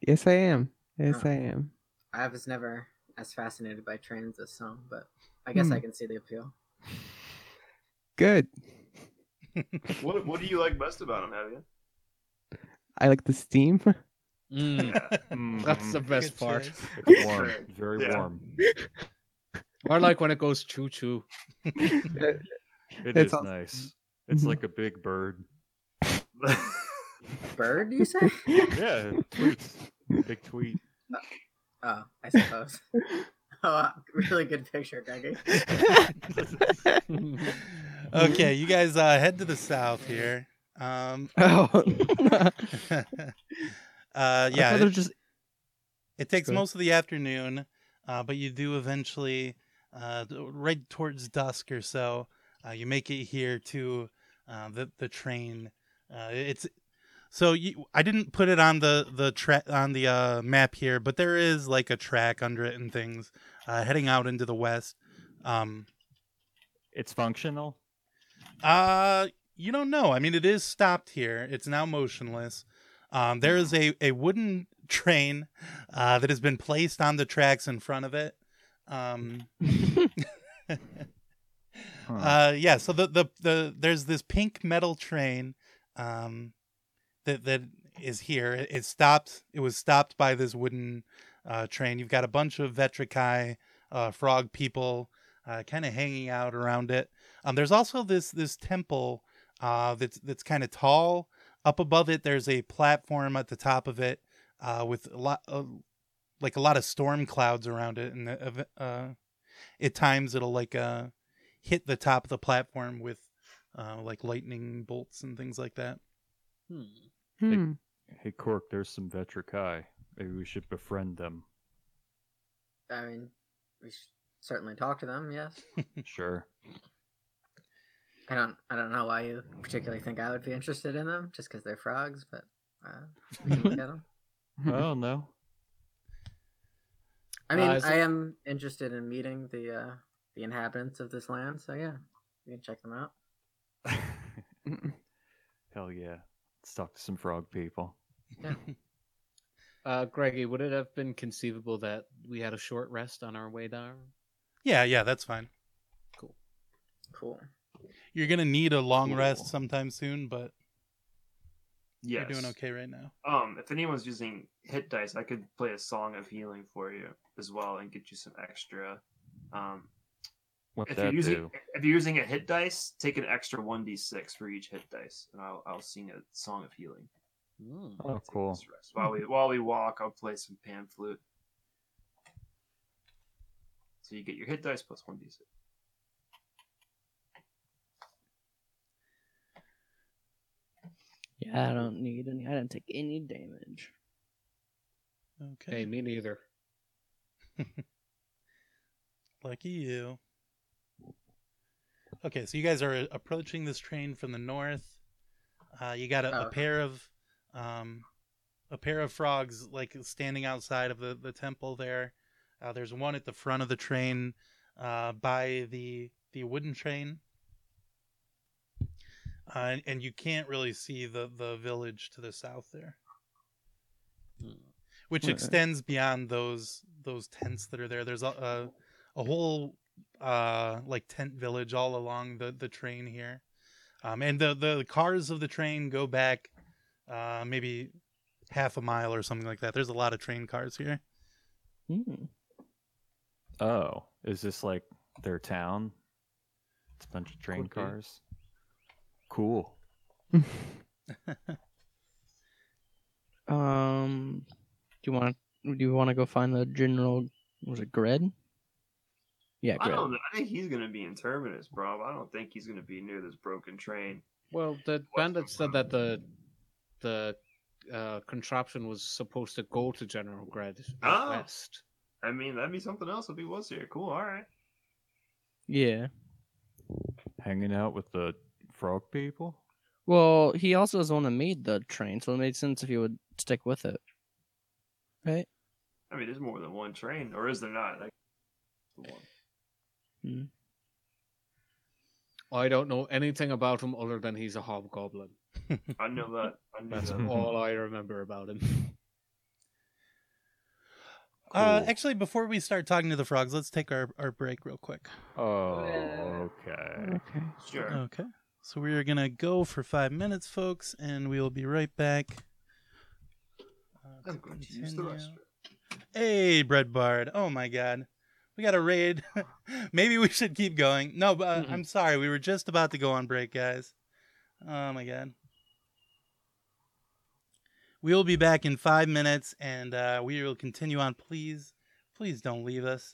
Speaker 3: Yes, I am. Yes,
Speaker 6: Oh.
Speaker 3: I am.
Speaker 6: I was never as fascinated by trains as some, but I guess I can see the appeal.
Speaker 3: Good.
Speaker 4: What what do you like best about them, have you? (laughs)
Speaker 3: I like the steam. (laughs)
Speaker 2: (laughs) Mm, that's the
Speaker 5: Mhm.
Speaker 2: best
Speaker 1: Good
Speaker 2: part.
Speaker 1: choice.
Speaker 5: It's warm, very
Speaker 4: Yeah.
Speaker 5: warm.
Speaker 2: Or like when it goes choo choo.
Speaker 7: (laughs)
Speaker 3: (laughs)
Speaker 5: It
Speaker 3: That
Speaker 5: is
Speaker 3: sounds-
Speaker 5: nice. It's
Speaker 3: Mhm.
Speaker 5: like a big
Speaker 7: (laughs)
Speaker 5: bird.
Speaker 6: Bird, you say?
Speaker 5: Yeah, it tweets. Big tweet.
Speaker 6: oh, I suppose. oh, (laughs) really good picture, Greggy.
Speaker 1: (laughs) (laughs) okay you guys uh, head to the south here um (laughs)
Speaker 7: Oh.
Speaker 1: uh
Speaker 7: yeah.
Speaker 1: yeah
Speaker 7: They're
Speaker 1: it,
Speaker 7: just
Speaker 1: it takes
Speaker 7: Good.
Speaker 1: most of the afternoon uh, but you do eventually uh right towards dusk or so uh, you make it here to uh, the the train uh, it's so you, I didn't put it on the the tra- on the uh, map here, but there is like a track under it and things uh, heading out into the west. Um,
Speaker 5: It's functional.
Speaker 1: uh you don't know. I mean, it is stopped here. It's now motionless. Um, there is a a wooden (laughs) train uh, that has been placed on the tracks in front of it. Um,
Speaker 5: Huh.
Speaker 1: Uh, yeah. So the, the the there's this pink metal train, um, that that is here. It, it stopped. It was stopped by this wooden, uh, train. You've got a bunch of Vetrikai, uh, frog people, uh, kind of hanging out around it. Um, there's also this this temple, uh, that's that's kind of tall. Up above it, there's a platform at the top of it uh, with a lot of like a lot of storm clouds around it, and the, ev- uh, at times it'll like uh, hit the top of the platform with uh, like lightning bolts and things like that.
Speaker 2: Hmm.
Speaker 3: Hmm.
Speaker 5: Hey Cork, there's some Vetrakai. Maybe we should befriend (laughs) them.
Speaker 6: I mean, we should certainly talk to them. Yes.
Speaker 5: Sure.
Speaker 6: I don't. I don't know why you particularly think I would be interested in them, just because they're frogs. But uh, we can look
Speaker 7: (laughs)
Speaker 6: at them.
Speaker 5: Oh no.
Speaker 6: I mean,
Speaker 2: Uh, is
Speaker 6: I
Speaker 2: it-
Speaker 6: am interested in meeting the uh, the inhabitants of this land. So yeah, you can check them out.
Speaker 5: Hell yeah. Let's talk to some frog people.
Speaker 2: Uh, Greggy, would it have been conceivable that we had a short rest on our way down?
Speaker 1: Yeah, yeah, that's fine.
Speaker 6: Cool.
Speaker 1: You're gonna need a long
Speaker 5: Cool.
Speaker 1: rest sometime soon, but
Speaker 4: Yes.
Speaker 1: you're doing okay right now.
Speaker 4: Um, if anyone's using hit dice, I could play a song of healing for you as well and get you some extra. Um,
Speaker 5: What
Speaker 4: if
Speaker 5: that
Speaker 4: you're using
Speaker 5: do?
Speaker 4: if you're using a hit dice, take an extra one d six for each hit dice, and I'll I'll sing a song of healing.
Speaker 5: Oh,
Speaker 4: Take
Speaker 5: cool.
Speaker 4: this rest. While we while we walk, I'll play some pan flute. So you get your hit dice plus one d six.
Speaker 7: Yeah, I don't need any. I don't take any damage.
Speaker 1: Okay,
Speaker 2: Hey, me neither.
Speaker 1: lucky you. Okay, so you guys are approaching this train from the north. Uh, you got a, a
Speaker 6: Oh.
Speaker 1: pair of, um, a pair of frogs like standing outside of the the temple there. Uh, there's one at the front of the train, uh, by the the wooden train. Uh, and, and you can't really see the the village to the south there. which
Speaker 3: Alright.
Speaker 1: extends beyond those those tents that are there. There's a a, a whole uh, like tent village all along the the train here, um, and the the cars of the train go back uh, maybe half a mile or something like that. There's a lot of train cars here.
Speaker 7: Hmm.
Speaker 5: Oh, is this like their town? It's a bunch of train
Speaker 2: Could be.
Speaker 5: cars. Cool.
Speaker 7: Um, do you want to? Do you want to go find the general? Was it Gred? Yeah,
Speaker 4: I
Speaker 7: Gred.
Speaker 4: don't. know. I think he's gonna be in terminus, bro. I don't think he's gonna be near this broken train.
Speaker 2: Well, the
Speaker 4: What's
Speaker 2: bandit
Speaker 4: the
Speaker 2: said that the the uh, contraption was supposed to go to General Gred out
Speaker 4: Oh.
Speaker 2: west.
Speaker 4: I mean, that'd be something else if he was here. Cool. All right.
Speaker 7: Yeah.
Speaker 5: Hanging out with the frog people?
Speaker 7: Well, he also is the one that made the train, so it made sense if he would stick with it. Right?
Speaker 4: I mean, there's more than one train, or is there not? Like, the one.
Speaker 2: I don't know anything about him other than he's a hobgoblin.
Speaker 4: I know that. I know
Speaker 5: That's
Speaker 4: that.
Speaker 5: Mhm.
Speaker 2: All I remember about him.
Speaker 1: Uh,
Speaker 5: Cool.
Speaker 1: actually, before we start talking to the frogs, let's take our, our break real quick.
Speaker 5: Oh,
Speaker 7: (laughs)
Speaker 5: okay.
Speaker 3: okay.
Speaker 4: Sure.
Speaker 1: Okay. So we are going to go for five minutes, folks, and we will be right back. Uh, to
Speaker 4: I'm going to use the
Speaker 1: continue.
Speaker 4: restroom.
Speaker 1: Hey, Bread Bard. Oh my God. We got a raid. (laughs) Maybe we should keep going. No, but uh,
Speaker 2: Mhm.
Speaker 1: I'm sorry. We were just about to go on break, guys. Oh my God. We will be back in five minutes and uh, we will continue on. Please, please don't leave us.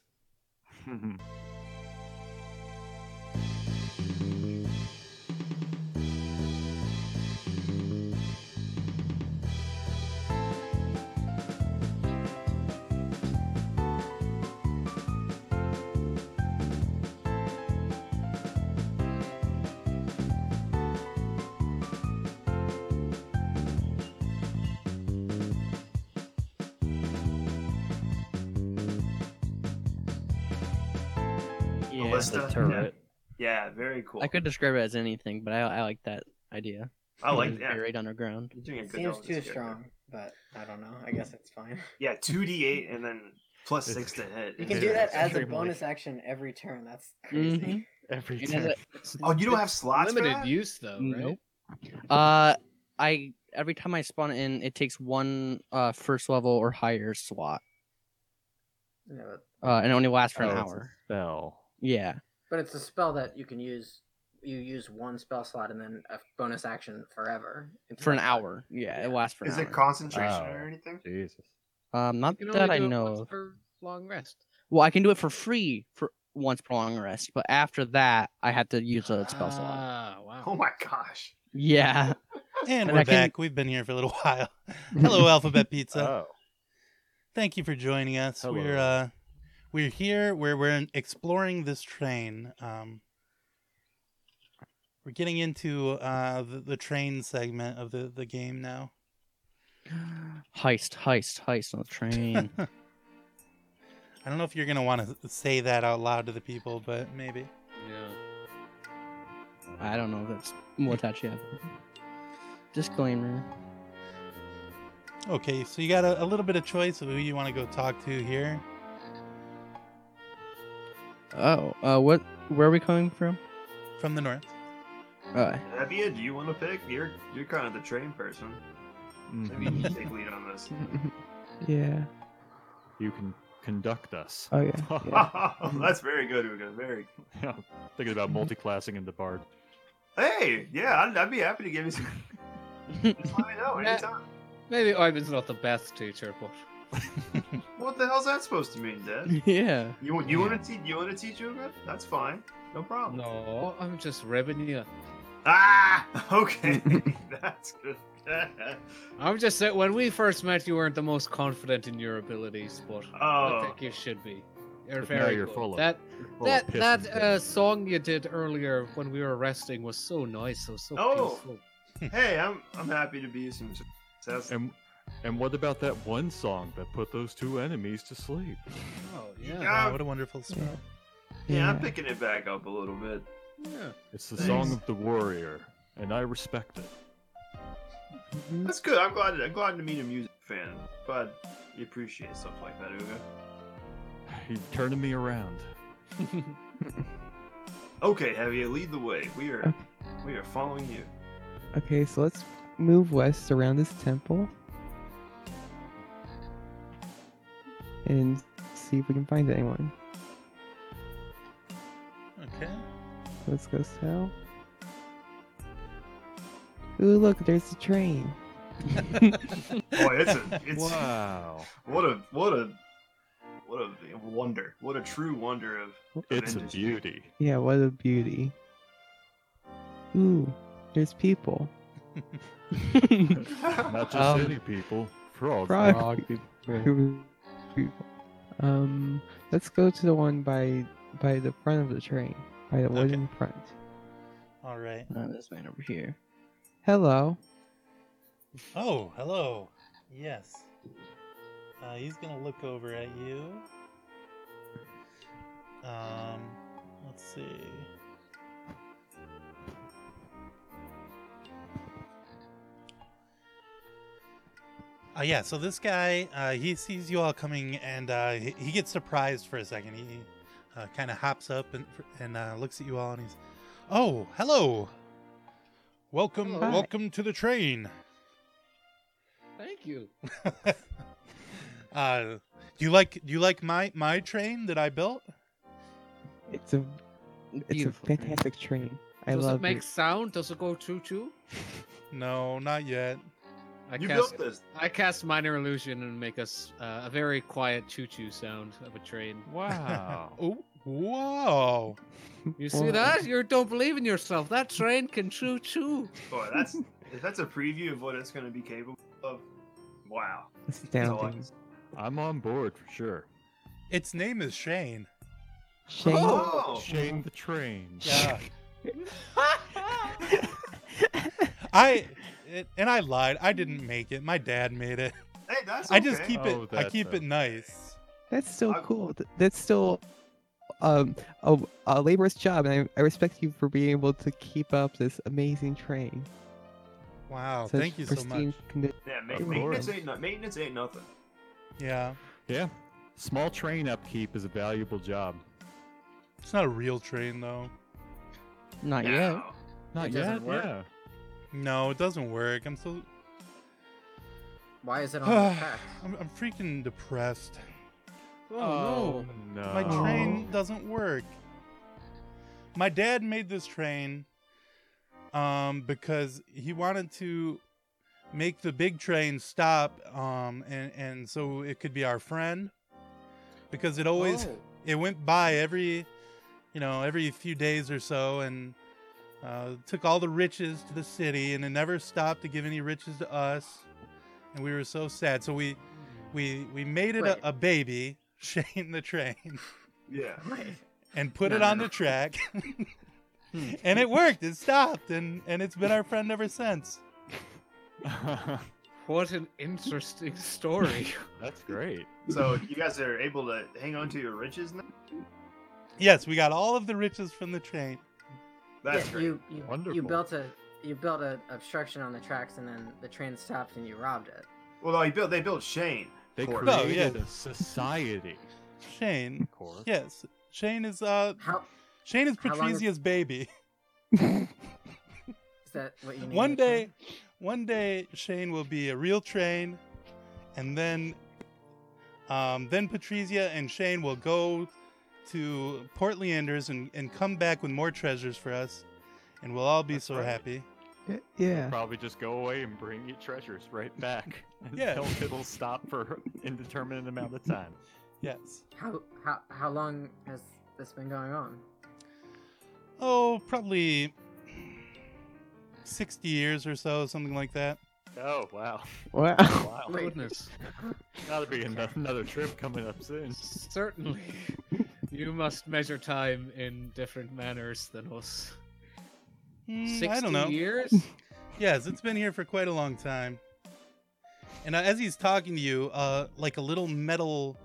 Speaker 7: Yeah.
Speaker 4: Ballista.
Speaker 5: the turret.
Speaker 4: Yeah, very cool.
Speaker 7: I could describe it as anything, but I, I like that idea.
Speaker 4: I like
Speaker 7: Just
Speaker 4: that.
Speaker 7: Buried underground.
Speaker 4: You're doing a
Speaker 6: It
Speaker 4: good
Speaker 6: seems
Speaker 4: job with
Speaker 6: too
Speaker 4: this character.
Speaker 6: strong, but I don't know. I guess it's (laughs) fine.
Speaker 4: Yeah, two d eight and then plus
Speaker 5: It's-
Speaker 4: six to hit.
Speaker 6: You can
Speaker 5: Yeah,
Speaker 6: do that
Speaker 5: it's
Speaker 6: as a
Speaker 5: extremely-
Speaker 6: bonus action every turn. That's crazy.
Speaker 7: Mhm.
Speaker 5: Every
Speaker 7: You know
Speaker 5: time.
Speaker 4: Oh, you don't have slots for
Speaker 2: Limited
Speaker 4: that?
Speaker 2: use though, right?
Speaker 7: Nope. (laughs) Uh, I every time I spawn in, it takes one uh first level or higher slot,
Speaker 6: Yeah, but,
Speaker 7: uh, and it only lasts for
Speaker 5: Oh,
Speaker 7: an
Speaker 5: it's a
Speaker 7: hour.
Speaker 5: Spell.
Speaker 7: Yeah.
Speaker 6: but it's a spell that you can use you use one spell slot and then a bonus action forever until
Speaker 7: for an
Speaker 6: that time.
Speaker 7: hour. Yeah, it lasts for an
Speaker 4: Is
Speaker 7: hour.
Speaker 4: it concentration
Speaker 5: Oh.
Speaker 4: or anything?
Speaker 5: Jesus.
Speaker 7: um, not
Speaker 2: You can
Speaker 7: that
Speaker 2: only
Speaker 7: I
Speaker 2: do it
Speaker 7: know
Speaker 2: once
Speaker 7: of.
Speaker 2: per long rest.
Speaker 7: Well, I can do it for free for once per long rest, but after that, I have to use a spell slot.
Speaker 2: Ah, wow.
Speaker 4: Oh my gosh.
Speaker 7: Yeah.
Speaker 1: And
Speaker 7: And
Speaker 1: we're
Speaker 7: I can-
Speaker 1: back. We've been here for a little (laughs) while. Hello, Alphabet Pizza.
Speaker 7: Uh,
Speaker 5: oh,
Speaker 1: Thank you for joining us.
Speaker 5: Hello.
Speaker 1: We're uh, we're here. We're we're exploring this train. Um, we're getting into uh the, the train segment of the the game now.
Speaker 7: heist, heist, heist on
Speaker 2: (laughs)
Speaker 7: the train.
Speaker 1: (laughs) I don't know if you're gonna want to say that out loud to the people, but maybe.
Speaker 2: Yeah.
Speaker 7: I don't know if that's
Speaker 2: (laughs)
Speaker 7: what's actually happening. Disclaimer.
Speaker 1: Okay, so you got a, a little bit of choice of who you want to go talk to here.
Speaker 7: Oh, uh, what? Where are we coming from?
Speaker 1: From the north.
Speaker 2: (laughs)
Speaker 7: Uh,
Speaker 4: Evia, do you want to pick? You're you're kind of the train person. Maybe
Speaker 5: (laughs)
Speaker 4: you should take lead on this. (laughs)
Speaker 3: yeah.
Speaker 5: you can conduct us.
Speaker 3: Oh, yeah.
Speaker 2: (laughs)
Speaker 3: yeah.
Speaker 4: Oh, That's very good, Uga. Very.
Speaker 5: I'm (laughs) thinking about multi-classing in the bard.
Speaker 4: Hey, yeah, I'd, I'd be happy to give you (laughs) some. Just let me know
Speaker 2: Yeah.
Speaker 4: anytime.
Speaker 2: Maybe Ivan's not the best teacher, but
Speaker 4: What the hell's that supposed to mean, Dad?
Speaker 7: (laughs) yeah.
Speaker 4: You you (laughs) want to teach? You want to teach Uga? That's fine. No problem.
Speaker 2: no, I'm just ribbing you.
Speaker 4: Ah, (laughs) okay. That's good. (laughs)
Speaker 2: I'm just saying, when we first met, you weren't the most confident in your abilities, but I
Speaker 4: oh,
Speaker 2: think you should be. You're
Speaker 5: But now
Speaker 2: very
Speaker 5: you're
Speaker 2: good.
Speaker 5: full of-
Speaker 2: that
Speaker 5: Full of
Speaker 2: that
Speaker 5: Oh, piss
Speaker 2: that
Speaker 5: and
Speaker 2: uh,
Speaker 5: piss.
Speaker 2: song you did earlier when we were resting was so nice. It was so
Speaker 4: Oh.
Speaker 2: peaceful.
Speaker 4: hey, I'm I'm happy to be of some success.
Speaker 5: and and what about that one song that put those two enemies to sleep?
Speaker 2: Oh yeah,
Speaker 4: Yeah.
Speaker 1: Wow, what a wonderful spell.
Speaker 4: Yeah,
Speaker 3: Yeah.
Speaker 4: I'm picking it back up a little bit.
Speaker 2: yeah.
Speaker 5: It's the
Speaker 4: Thanks.
Speaker 5: song of the warrior, and I respect it.
Speaker 3: Mhm.
Speaker 4: That's good. I'm glad. I'm glad to meet a music fan. Glad you appreciate stuff like that, Uga.
Speaker 5: You're turning me around.
Speaker 4: Okay, Heavy, lead the way. We are,
Speaker 3: Okay.
Speaker 4: we are following you.
Speaker 3: Okay, so let's move west around this temple and see if we can find anyone.
Speaker 1: Okay.
Speaker 3: Let's go south. Ooh, look, there's the train.
Speaker 4: Boy, it's a, (laughs) it's
Speaker 5: Wow.
Speaker 4: what a, what a, what a wonder. What a true wonder of.
Speaker 5: It's a
Speaker 4: Avengers.
Speaker 5: beauty.
Speaker 3: Yeah, what a beauty. Ooh, there's people.
Speaker 5: (laughs) Not just
Speaker 7: Um,
Speaker 5: any people, frogs.
Speaker 3: frog.
Speaker 5: people.
Speaker 3: (laughs) people. Um, let's go to the one by by the front of the train, by the wood
Speaker 1: Okay.
Speaker 3: in front.
Speaker 1: All right.
Speaker 7: Uh, this man over here.
Speaker 3: Hello.
Speaker 1: Oh, hello. Yes. Uh, he's gonna look over at you. Um, let's see. Uh, yeah, so this guy, uh, he sees you all coming, and uh, he, he gets surprised for a second. He uh, kind of hops up and and uh, looks at you all, and he's, "Oh, hello! Welcome,
Speaker 2: Hello. Hi.
Speaker 1: welcome to the train."
Speaker 2: Thank you.
Speaker 1: (laughs) uh, do you like do you like my my train that I built?
Speaker 3: It's a it's
Speaker 7: Beautiful
Speaker 3: a
Speaker 7: train.
Speaker 3: fantastic train. I
Speaker 2: Does
Speaker 3: love
Speaker 2: it make sound? Does it go choo choo?
Speaker 1: No, not yet.
Speaker 2: I
Speaker 4: you
Speaker 2: cast
Speaker 4: built this.
Speaker 2: I cast minor illusion and make us uh, a very quiet choo choo sound of a train.
Speaker 5: Wow.
Speaker 1: (laughs) Oh, whoa!
Speaker 2: You see
Speaker 3: Wow.
Speaker 2: that?
Speaker 4: (laughs)
Speaker 2: You don't believe in yourself. That train can choo choo.
Speaker 4: Boy, that's if that's a preview of what it's going to be capable of. Wow. That's all I can
Speaker 3: astounding.
Speaker 4: say.
Speaker 5: (laughs) I'm on board for sure.
Speaker 1: Its name is
Speaker 5: (laughs)
Speaker 1: Shane.
Speaker 3: Shane,
Speaker 4: Oh,
Speaker 5: Shane the train.
Speaker 1: Yeah, I it, and I lied. I didn't make it. My dad made it.
Speaker 4: hey, that's okay.
Speaker 1: I just keep
Speaker 5: Oh,
Speaker 1: it. I
Speaker 5: that's
Speaker 1: keep it
Speaker 5: okay.
Speaker 1: nice.
Speaker 3: (laughs) that's so
Speaker 4: I-
Speaker 3: cool. Th- That's still um a, a laborious job, and I, I respect you for being able to keep up this amazing train.
Speaker 1: Wow,
Speaker 3: Such
Speaker 1: Oh, thank you so
Speaker 3: pristine
Speaker 1: much.
Speaker 3: condi-
Speaker 4: Yeah, ma-
Speaker 5: Of
Speaker 4: maintenance
Speaker 5: course.
Speaker 4: ain't, no- maintenance ain't nothing.
Speaker 1: Yeah,
Speaker 5: Yeah. Small train upkeep is a valuable job.
Speaker 1: it's not a real train though.
Speaker 7: Not yet.
Speaker 4: No.
Speaker 5: Not
Speaker 6: It doesn't
Speaker 5: yet.
Speaker 6: work?
Speaker 5: Yeah.
Speaker 1: No, it doesn't work. I'm so (sighs)
Speaker 6: Why is it on the
Speaker 7: (sighs)
Speaker 6: track?
Speaker 1: I'm, I'm freaking depressed.
Speaker 2: Oh,
Speaker 5: no.
Speaker 1: My
Speaker 3: Oh.
Speaker 1: train doesn't work. My dad made this train. um, because he wanted to make the big train stop, um, and and so it could be our friend, because it always
Speaker 6: Oh.
Speaker 1: it went by every, you know, every few days or so, and uh, took all the riches to the city, and it never stopped to give any riches to us, and we were so sad. So we we we made it
Speaker 6: Right.
Speaker 1: a, a baby, (laughs) Shane the train,
Speaker 4: Yeah.
Speaker 6: Right.
Speaker 1: and put
Speaker 6: No,
Speaker 1: it
Speaker 6: no,
Speaker 1: on
Speaker 6: no.
Speaker 1: the
Speaker 6: (laughs)
Speaker 1: track. (laughs) and it worked. It stopped, and and it's been our friend ever since.
Speaker 5: (laughs)
Speaker 2: What an interesting (laughs) story.
Speaker 5: That's great.
Speaker 4: So you guys are able to hang on to your riches now.
Speaker 1: Yes, we got all of the riches from the train.
Speaker 4: That's
Speaker 6: Yeah,
Speaker 4: great.
Speaker 6: You, you,
Speaker 5: Wonderful.
Speaker 6: you built a you built a obstruction on the tracks, and then the train stopped, and you robbed it.
Speaker 4: Well, no, he built. They built Shane.
Speaker 5: They
Speaker 4: Of
Speaker 5: created
Speaker 4: course.
Speaker 1: No,
Speaker 5: a society.
Speaker 1: Shane.
Speaker 5: Of course.
Speaker 1: Yes. Shane is uh
Speaker 6: How
Speaker 1: Shane is
Speaker 6: How long is-
Speaker 1: Patricia's baby. (laughs)
Speaker 6: is that? What you named
Speaker 1: One
Speaker 6: the train?
Speaker 1: day one day Shane will be a real train and then um then Patrizia and Shane will go to Port Leanders and, and come back with more treasures for us and we'll all be
Speaker 5: That's
Speaker 1: so
Speaker 5: right.
Speaker 1: happy.
Speaker 3: Y-
Speaker 5: They'll
Speaker 3: (laughs) (laughs) Yeah.
Speaker 5: Probably just go away and bring you treasures right (laughs) back.
Speaker 1: Yeah.
Speaker 5: Until it'll stop for indeterminate amount of time.
Speaker 1: Yes.
Speaker 6: How how how long has this been going on?
Speaker 1: Oh, probably 60 years or so, something like that.
Speaker 5: Oh (laughs) wow.
Speaker 3: Wow.
Speaker 5: Wow.
Speaker 6: Wait.
Speaker 2: Goodness.
Speaker 5: That'll be ano- another trip coming up soon.
Speaker 2: Certainly. You must measure time in different manners than us.
Speaker 1: Hmm,
Speaker 2: 60
Speaker 1: I don't know.
Speaker 2: years?
Speaker 1: Yes, it's been here for quite a long time. And uh, as he's talking to you, uh, like a little metal,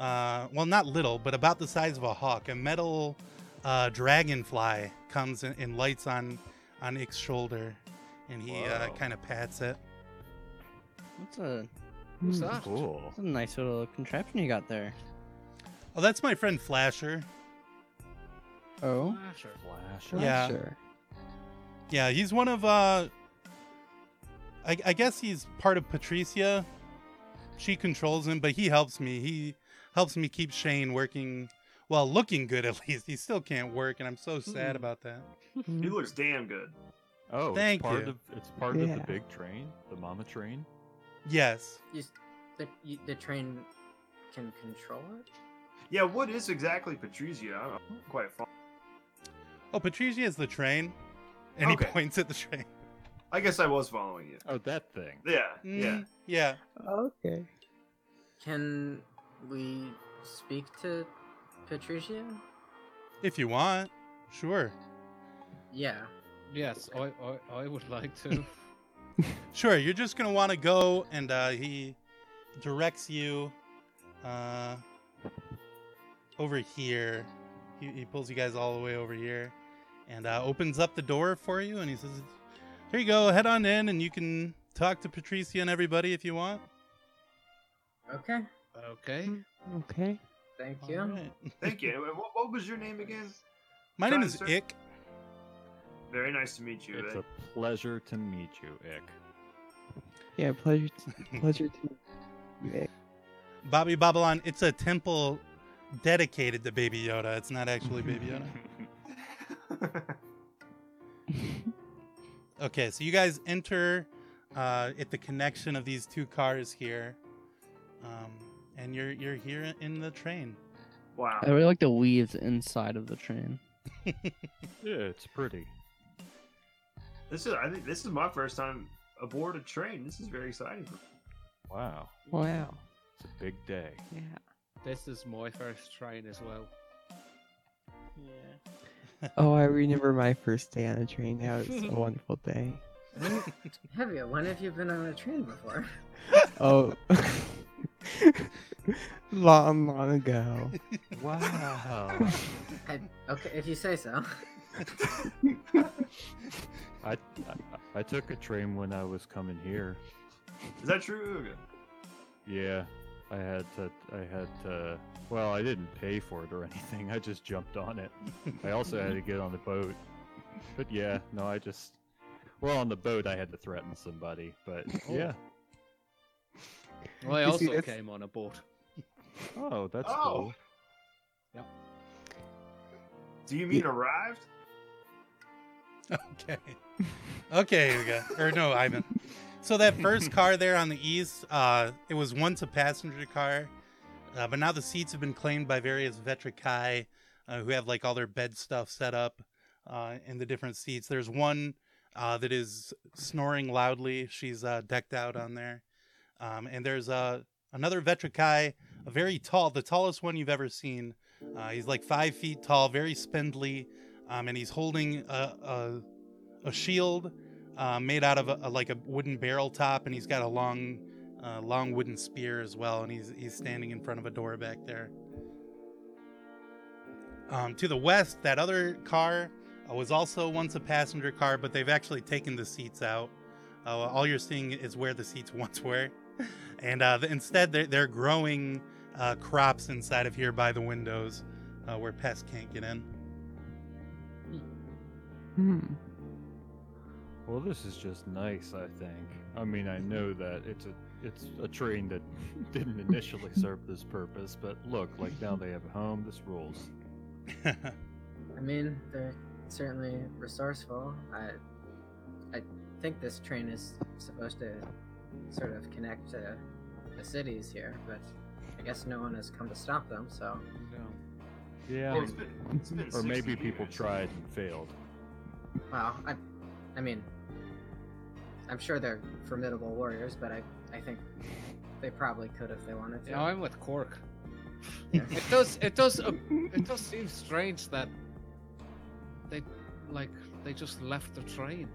Speaker 1: uh, well, not little, but about the size of a hawk, a metal uh, dragonfly comes and, and lights on on Ick's shoulder, and he uh,
Speaker 5: Whoa.
Speaker 1: kind of pats it.
Speaker 7: That's a,
Speaker 2: What's that?
Speaker 5: Cool.
Speaker 7: that's a nice little contraption you got there.
Speaker 1: Oh, that's my friend Flasher.
Speaker 3: Oh.
Speaker 2: Flasher.
Speaker 5: Flash.
Speaker 1: Yeah.
Speaker 3: Sure.
Speaker 1: Yeah, he's one of. Uh, I, I guess he's part of Patricia. She controls him, but he helps me. He helps me keep Shane working, well, looking good at (laughs) least. He still can't work, and I'm so sad
Speaker 4: Hmm.
Speaker 2: Mm.
Speaker 1: about that.
Speaker 4: He looks damn good.
Speaker 5: Oh,
Speaker 1: Thank
Speaker 5: it's part
Speaker 1: you.
Speaker 5: of it's part of
Speaker 3: Yeah.
Speaker 5: the big train, the mama train.
Speaker 1: Yes.
Speaker 6: You, s- the you, the train can control it.
Speaker 4: Yeah. What is exactly Patrizia? I don't know. I'm Quite fun.
Speaker 1: Oh, Patricia is the train, and
Speaker 4: Okay.
Speaker 1: he points at the train.
Speaker 4: I guess I was following you.
Speaker 5: Oh, that thing.
Speaker 4: Yeah. Yeah.
Speaker 1: Mm, yeah.
Speaker 3: Okay.
Speaker 6: Can we speak to Patricia?
Speaker 1: If you want, sure,
Speaker 6: Yeah.
Speaker 2: Yes, I, I, I would like to.
Speaker 1: sure. You're just gonna want to go, and uh, he directs you uh, over here. He, he pulls you guys all the way over here, and uh, opens up the door for you, and he says, "Here you go. Head on in, and you can talk to Patricia and everybody if you want."
Speaker 6: Okay.
Speaker 2: Okay.
Speaker 3: Okay.
Speaker 6: Thank
Speaker 1: All
Speaker 6: you.
Speaker 1: right.
Speaker 4: Thank you. And What, what was your name again?
Speaker 1: My name
Speaker 4: Try,
Speaker 1: is
Speaker 4: sir.
Speaker 1: Ick.
Speaker 4: Very nice to meet you.
Speaker 5: It's
Speaker 4: eh?
Speaker 5: a pleasure to meet you, Ick.
Speaker 3: Yeah. Pleasure. To, pleasure to. Yeah.
Speaker 1: Bobby Babylon, it's a temple dedicated to Baby Yoda. It's not actually Baby Yoda. Okay, so you guys enter uh, at the connection of these two cars here, um, and you're you're here in the train.
Speaker 4: (laughs) wow.
Speaker 7: (laughs) I really like the weaves inside of the train.
Speaker 5: yeah, it's pretty.
Speaker 4: This is. I think this is my first time aboard a train. This is very exciting.
Speaker 5: Wow.
Speaker 3: Wow.
Speaker 5: It's a big day.
Speaker 3: Yeah.
Speaker 2: This is my first train as well.
Speaker 7: Yeah.
Speaker 3: Oh, I remember my first day on a train. How
Speaker 1: (laughs)
Speaker 3: it was a wonderful day.
Speaker 6: When, have you? When have you been on a train before? (laughs)
Speaker 3: Oh. (laughs) long, long
Speaker 1: (laughs)
Speaker 3: ago.
Speaker 5: Wow.
Speaker 6: I, okay, if you say so.
Speaker 5: I, I I took a train when I was coming here.
Speaker 4: Is that true? Uga?
Speaker 5: Yeah, I had to. I had to. Well, I didn't pay for it or (laughs) anything. I just jumped on it. I also had to get on the boat. But yeah, no, I just. Well, on the boat, I had to threaten somebody. (laughs) But yeah.
Speaker 2: Well, I
Speaker 3: You see,
Speaker 2: also
Speaker 3: that's-
Speaker 2: came on a boat.
Speaker 5: Oh, that's
Speaker 4: Oh.
Speaker 5: cool.
Speaker 4: Do you mean arrived?
Speaker 1: Okay. Okay, here we go. Or no, Ivan. So that first car there on the east, uh, it was once a passenger car, uh, but now the seats have been claimed by various Vetrikai uh, who have like all their bed stuff set up uh, in the different seats. There's one uh, that is snoring loudly. She's uh, decked out on there. Um, and there's uh, another Vetrikai, a very tall, the tallest one you've ever seen. Uh, he's like five feet tall, very spindly, um, and he's holding a, a, a shield uh, made out of a, a- like a wooden barrel top, and he's got a long, uh, long wooden spear as well, and he's he's standing in front of a door back there. Um, to the west, that other car uh, was also once a passenger car, but they've actually taken the seats out. Uh, all you're seeing is where the seats (laughs) once were, and uh, th- instead they're, they're growing uh, crops inside of here by the windows uh, where pests can't get in. (laughs)
Speaker 3: Hmm.
Speaker 5: Well, this is just nice, I think. I mean, I know that it's a it's a train that (laughs) didn't initially serve this purpose, but look, like now they have a home. This rules.
Speaker 6: I mean, they're certainly resourceful. I, I think this train is supposed to sort of connect to the cities here, but I guess no one has come to stop them. So
Speaker 5: Yeah.
Speaker 4: Well, it's been, it's been
Speaker 5: or
Speaker 4: 60
Speaker 5: maybe people
Speaker 4: years.
Speaker 5: tried and failed.
Speaker 6: Well, I, I mean, I'm sure they're formidable warriors, but I, I think they probably could if they wanted to.
Speaker 2: Yeah, I'm with Cork.
Speaker 6: Yeah.
Speaker 2: It does. It does. Uh, it does seem strange that they, like, they just left the train.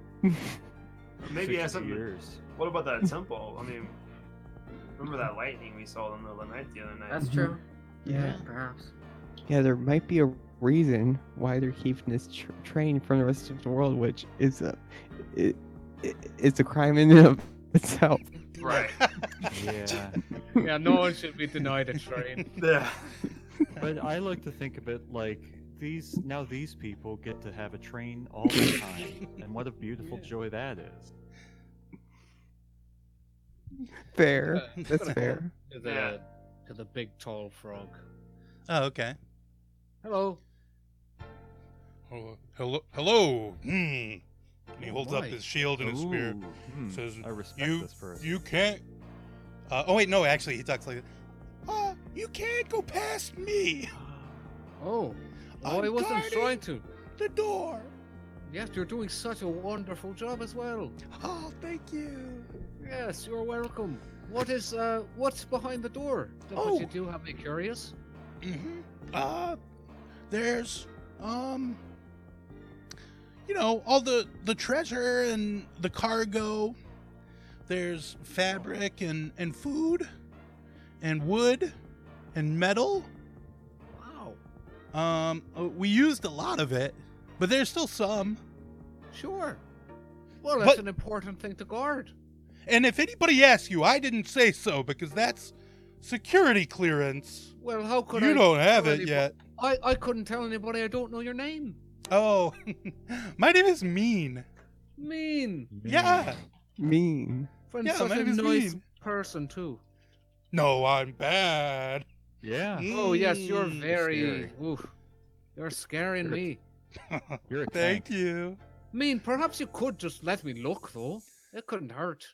Speaker 4: Maybe it has
Speaker 5: 60
Speaker 4: something. to-
Speaker 5: years.
Speaker 4: What about that temple? I mean, remember that lightning we saw in the middle of the night the other night?
Speaker 6: That's true.
Speaker 3: Yeah.
Speaker 6: Perhaps.
Speaker 3: Yeah, there might be a reason why they're keeping this tr- train from the rest of the world, which is a, it, it, it's a crime in and of (laughs) itself.
Speaker 4: right. (laughs)
Speaker 5: Yeah.
Speaker 2: Yeah, no one should be denied a
Speaker 3: (laughs)
Speaker 2: train.
Speaker 4: yeah.
Speaker 5: But I like to think of it like these now these people get to have a train all
Speaker 2: (laughs)
Speaker 5: the time. and what a beautiful joy that is.
Speaker 3: Fair.
Speaker 2: Uh,
Speaker 3: That's fair.
Speaker 2: To the,
Speaker 4: Yeah.
Speaker 2: to the big tall frog.
Speaker 1: oh, okay.
Speaker 2: Hello.
Speaker 1: Hello, hello, hello. Hmm. And he
Speaker 2: Oh,
Speaker 1: holds up
Speaker 2: boy.
Speaker 1: his shield and his spear.
Speaker 5: Ooh, hmm,
Speaker 1: Says,
Speaker 5: I respect
Speaker 1: You,
Speaker 5: this person.
Speaker 1: you can't. Uh, oh wait, no. Actually, he talks like, "Uh, you can't go past (gasps) me.
Speaker 2: Oh. Oh,
Speaker 1: I'm
Speaker 2: I wasn't
Speaker 1: guarding-
Speaker 2: trying to.
Speaker 1: The door.
Speaker 2: Yes, you're doing such a wonderful job as well.
Speaker 1: Oh, thank you.
Speaker 2: Yes, you're welcome. What is uh, what's behind the door? Don't
Speaker 1: Oh.
Speaker 2: you do have me curious?
Speaker 1: Mm-hmm. Uh, there's um, you know, all the the treasure and the cargo. There's fabric and and food, and wood, and metal.
Speaker 2: Wow.
Speaker 1: Um, uh, we used a lot of it, but there's still some.
Speaker 2: Sure. Well, that's
Speaker 1: But-
Speaker 2: an important thing to guard.
Speaker 1: And if anybody asks you, I didn't say so because that's security clearance.
Speaker 2: Well, how could
Speaker 1: you
Speaker 2: I?
Speaker 1: don't have
Speaker 2: tell
Speaker 1: it
Speaker 2: anybo-
Speaker 1: yet.
Speaker 2: I I couldn't tell anybody. I don't know your name.
Speaker 1: Oh, (laughs) my name is Mean.
Speaker 2: Mean.
Speaker 1: Yeah.
Speaker 3: Mean.
Speaker 2: From
Speaker 1: Yeah,
Speaker 2: such
Speaker 1: my
Speaker 2: a
Speaker 1: name is
Speaker 2: nice
Speaker 1: Mean.
Speaker 2: person too.
Speaker 1: No, I'm bad.
Speaker 5: Yeah.
Speaker 2: Oh yes, you're
Speaker 1: Mm.
Speaker 2: very. Oof, you're scaring me. (laughs)
Speaker 5: You're a
Speaker 1: (laughs) Thank
Speaker 5: tank.
Speaker 1: you.
Speaker 2: Mean. Perhaps you could just let me look though. It couldn't hurt.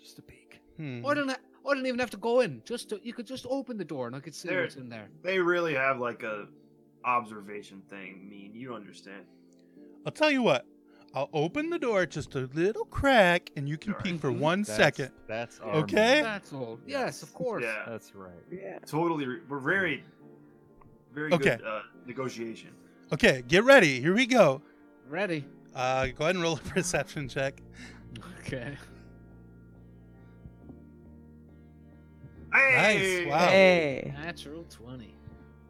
Speaker 5: Just a peek.
Speaker 1: Hmm.
Speaker 2: I don't. Ha- I don't even have to go in. Just to, you could just open the door and I could see
Speaker 4: There-
Speaker 2: what's in there.
Speaker 4: They really have like a observation thing. Mean you don't understand.
Speaker 1: I'll tell you what. I'll open the door just a little crack, and you can
Speaker 4: All
Speaker 1: peek
Speaker 4: right.
Speaker 1: for one
Speaker 5: That's,
Speaker 1: second.
Speaker 5: That's our
Speaker 1: Okay?
Speaker 5: man.
Speaker 2: That's all. Yes, of course.
Speaker 4: Yeah.
Speaker 5: That's right.
Speaker 3: Yeah.
Speaker 4: Totally. re- We're very, very
Speaker 1: Okay.
Speaker 4: good uh, negotiation.
Speaker 1: Okay, get ready. Here we go.
Speaker 2: Ready.
Speaker 1: Uh, go ahead and roll a (laughs) perception check.
Speaker 2: Okay.
Speaker 1: Nice.
Speaker 4: Hey!
Speaker 1: Wow.
Speaker 3: Hey.
Speaker 2: Natural twenty.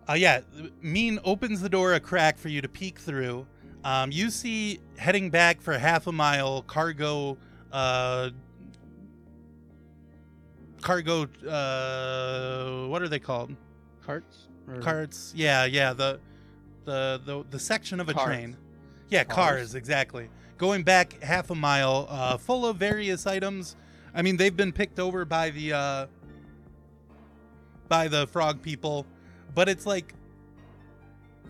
Speaker 1: Uh, yeah, Mean opens the door a crack for you to peek through. Um, you see, heading back for half a mile, cargo, uh, cargo, uh, what are they called?
Speaker 7: Carts? Or...
Speaker 1: Carts. Yeah, yeah. The, the, the, the section of a
Speaker 7: Cars.
Speaker 1: train. Yeah, cars. exactly. Going back half a mile, uh, full of various items. I mean, they've been picked over by the uh, by the frog people,
Speaker 7: Hmm.
Speaker 1: but it's like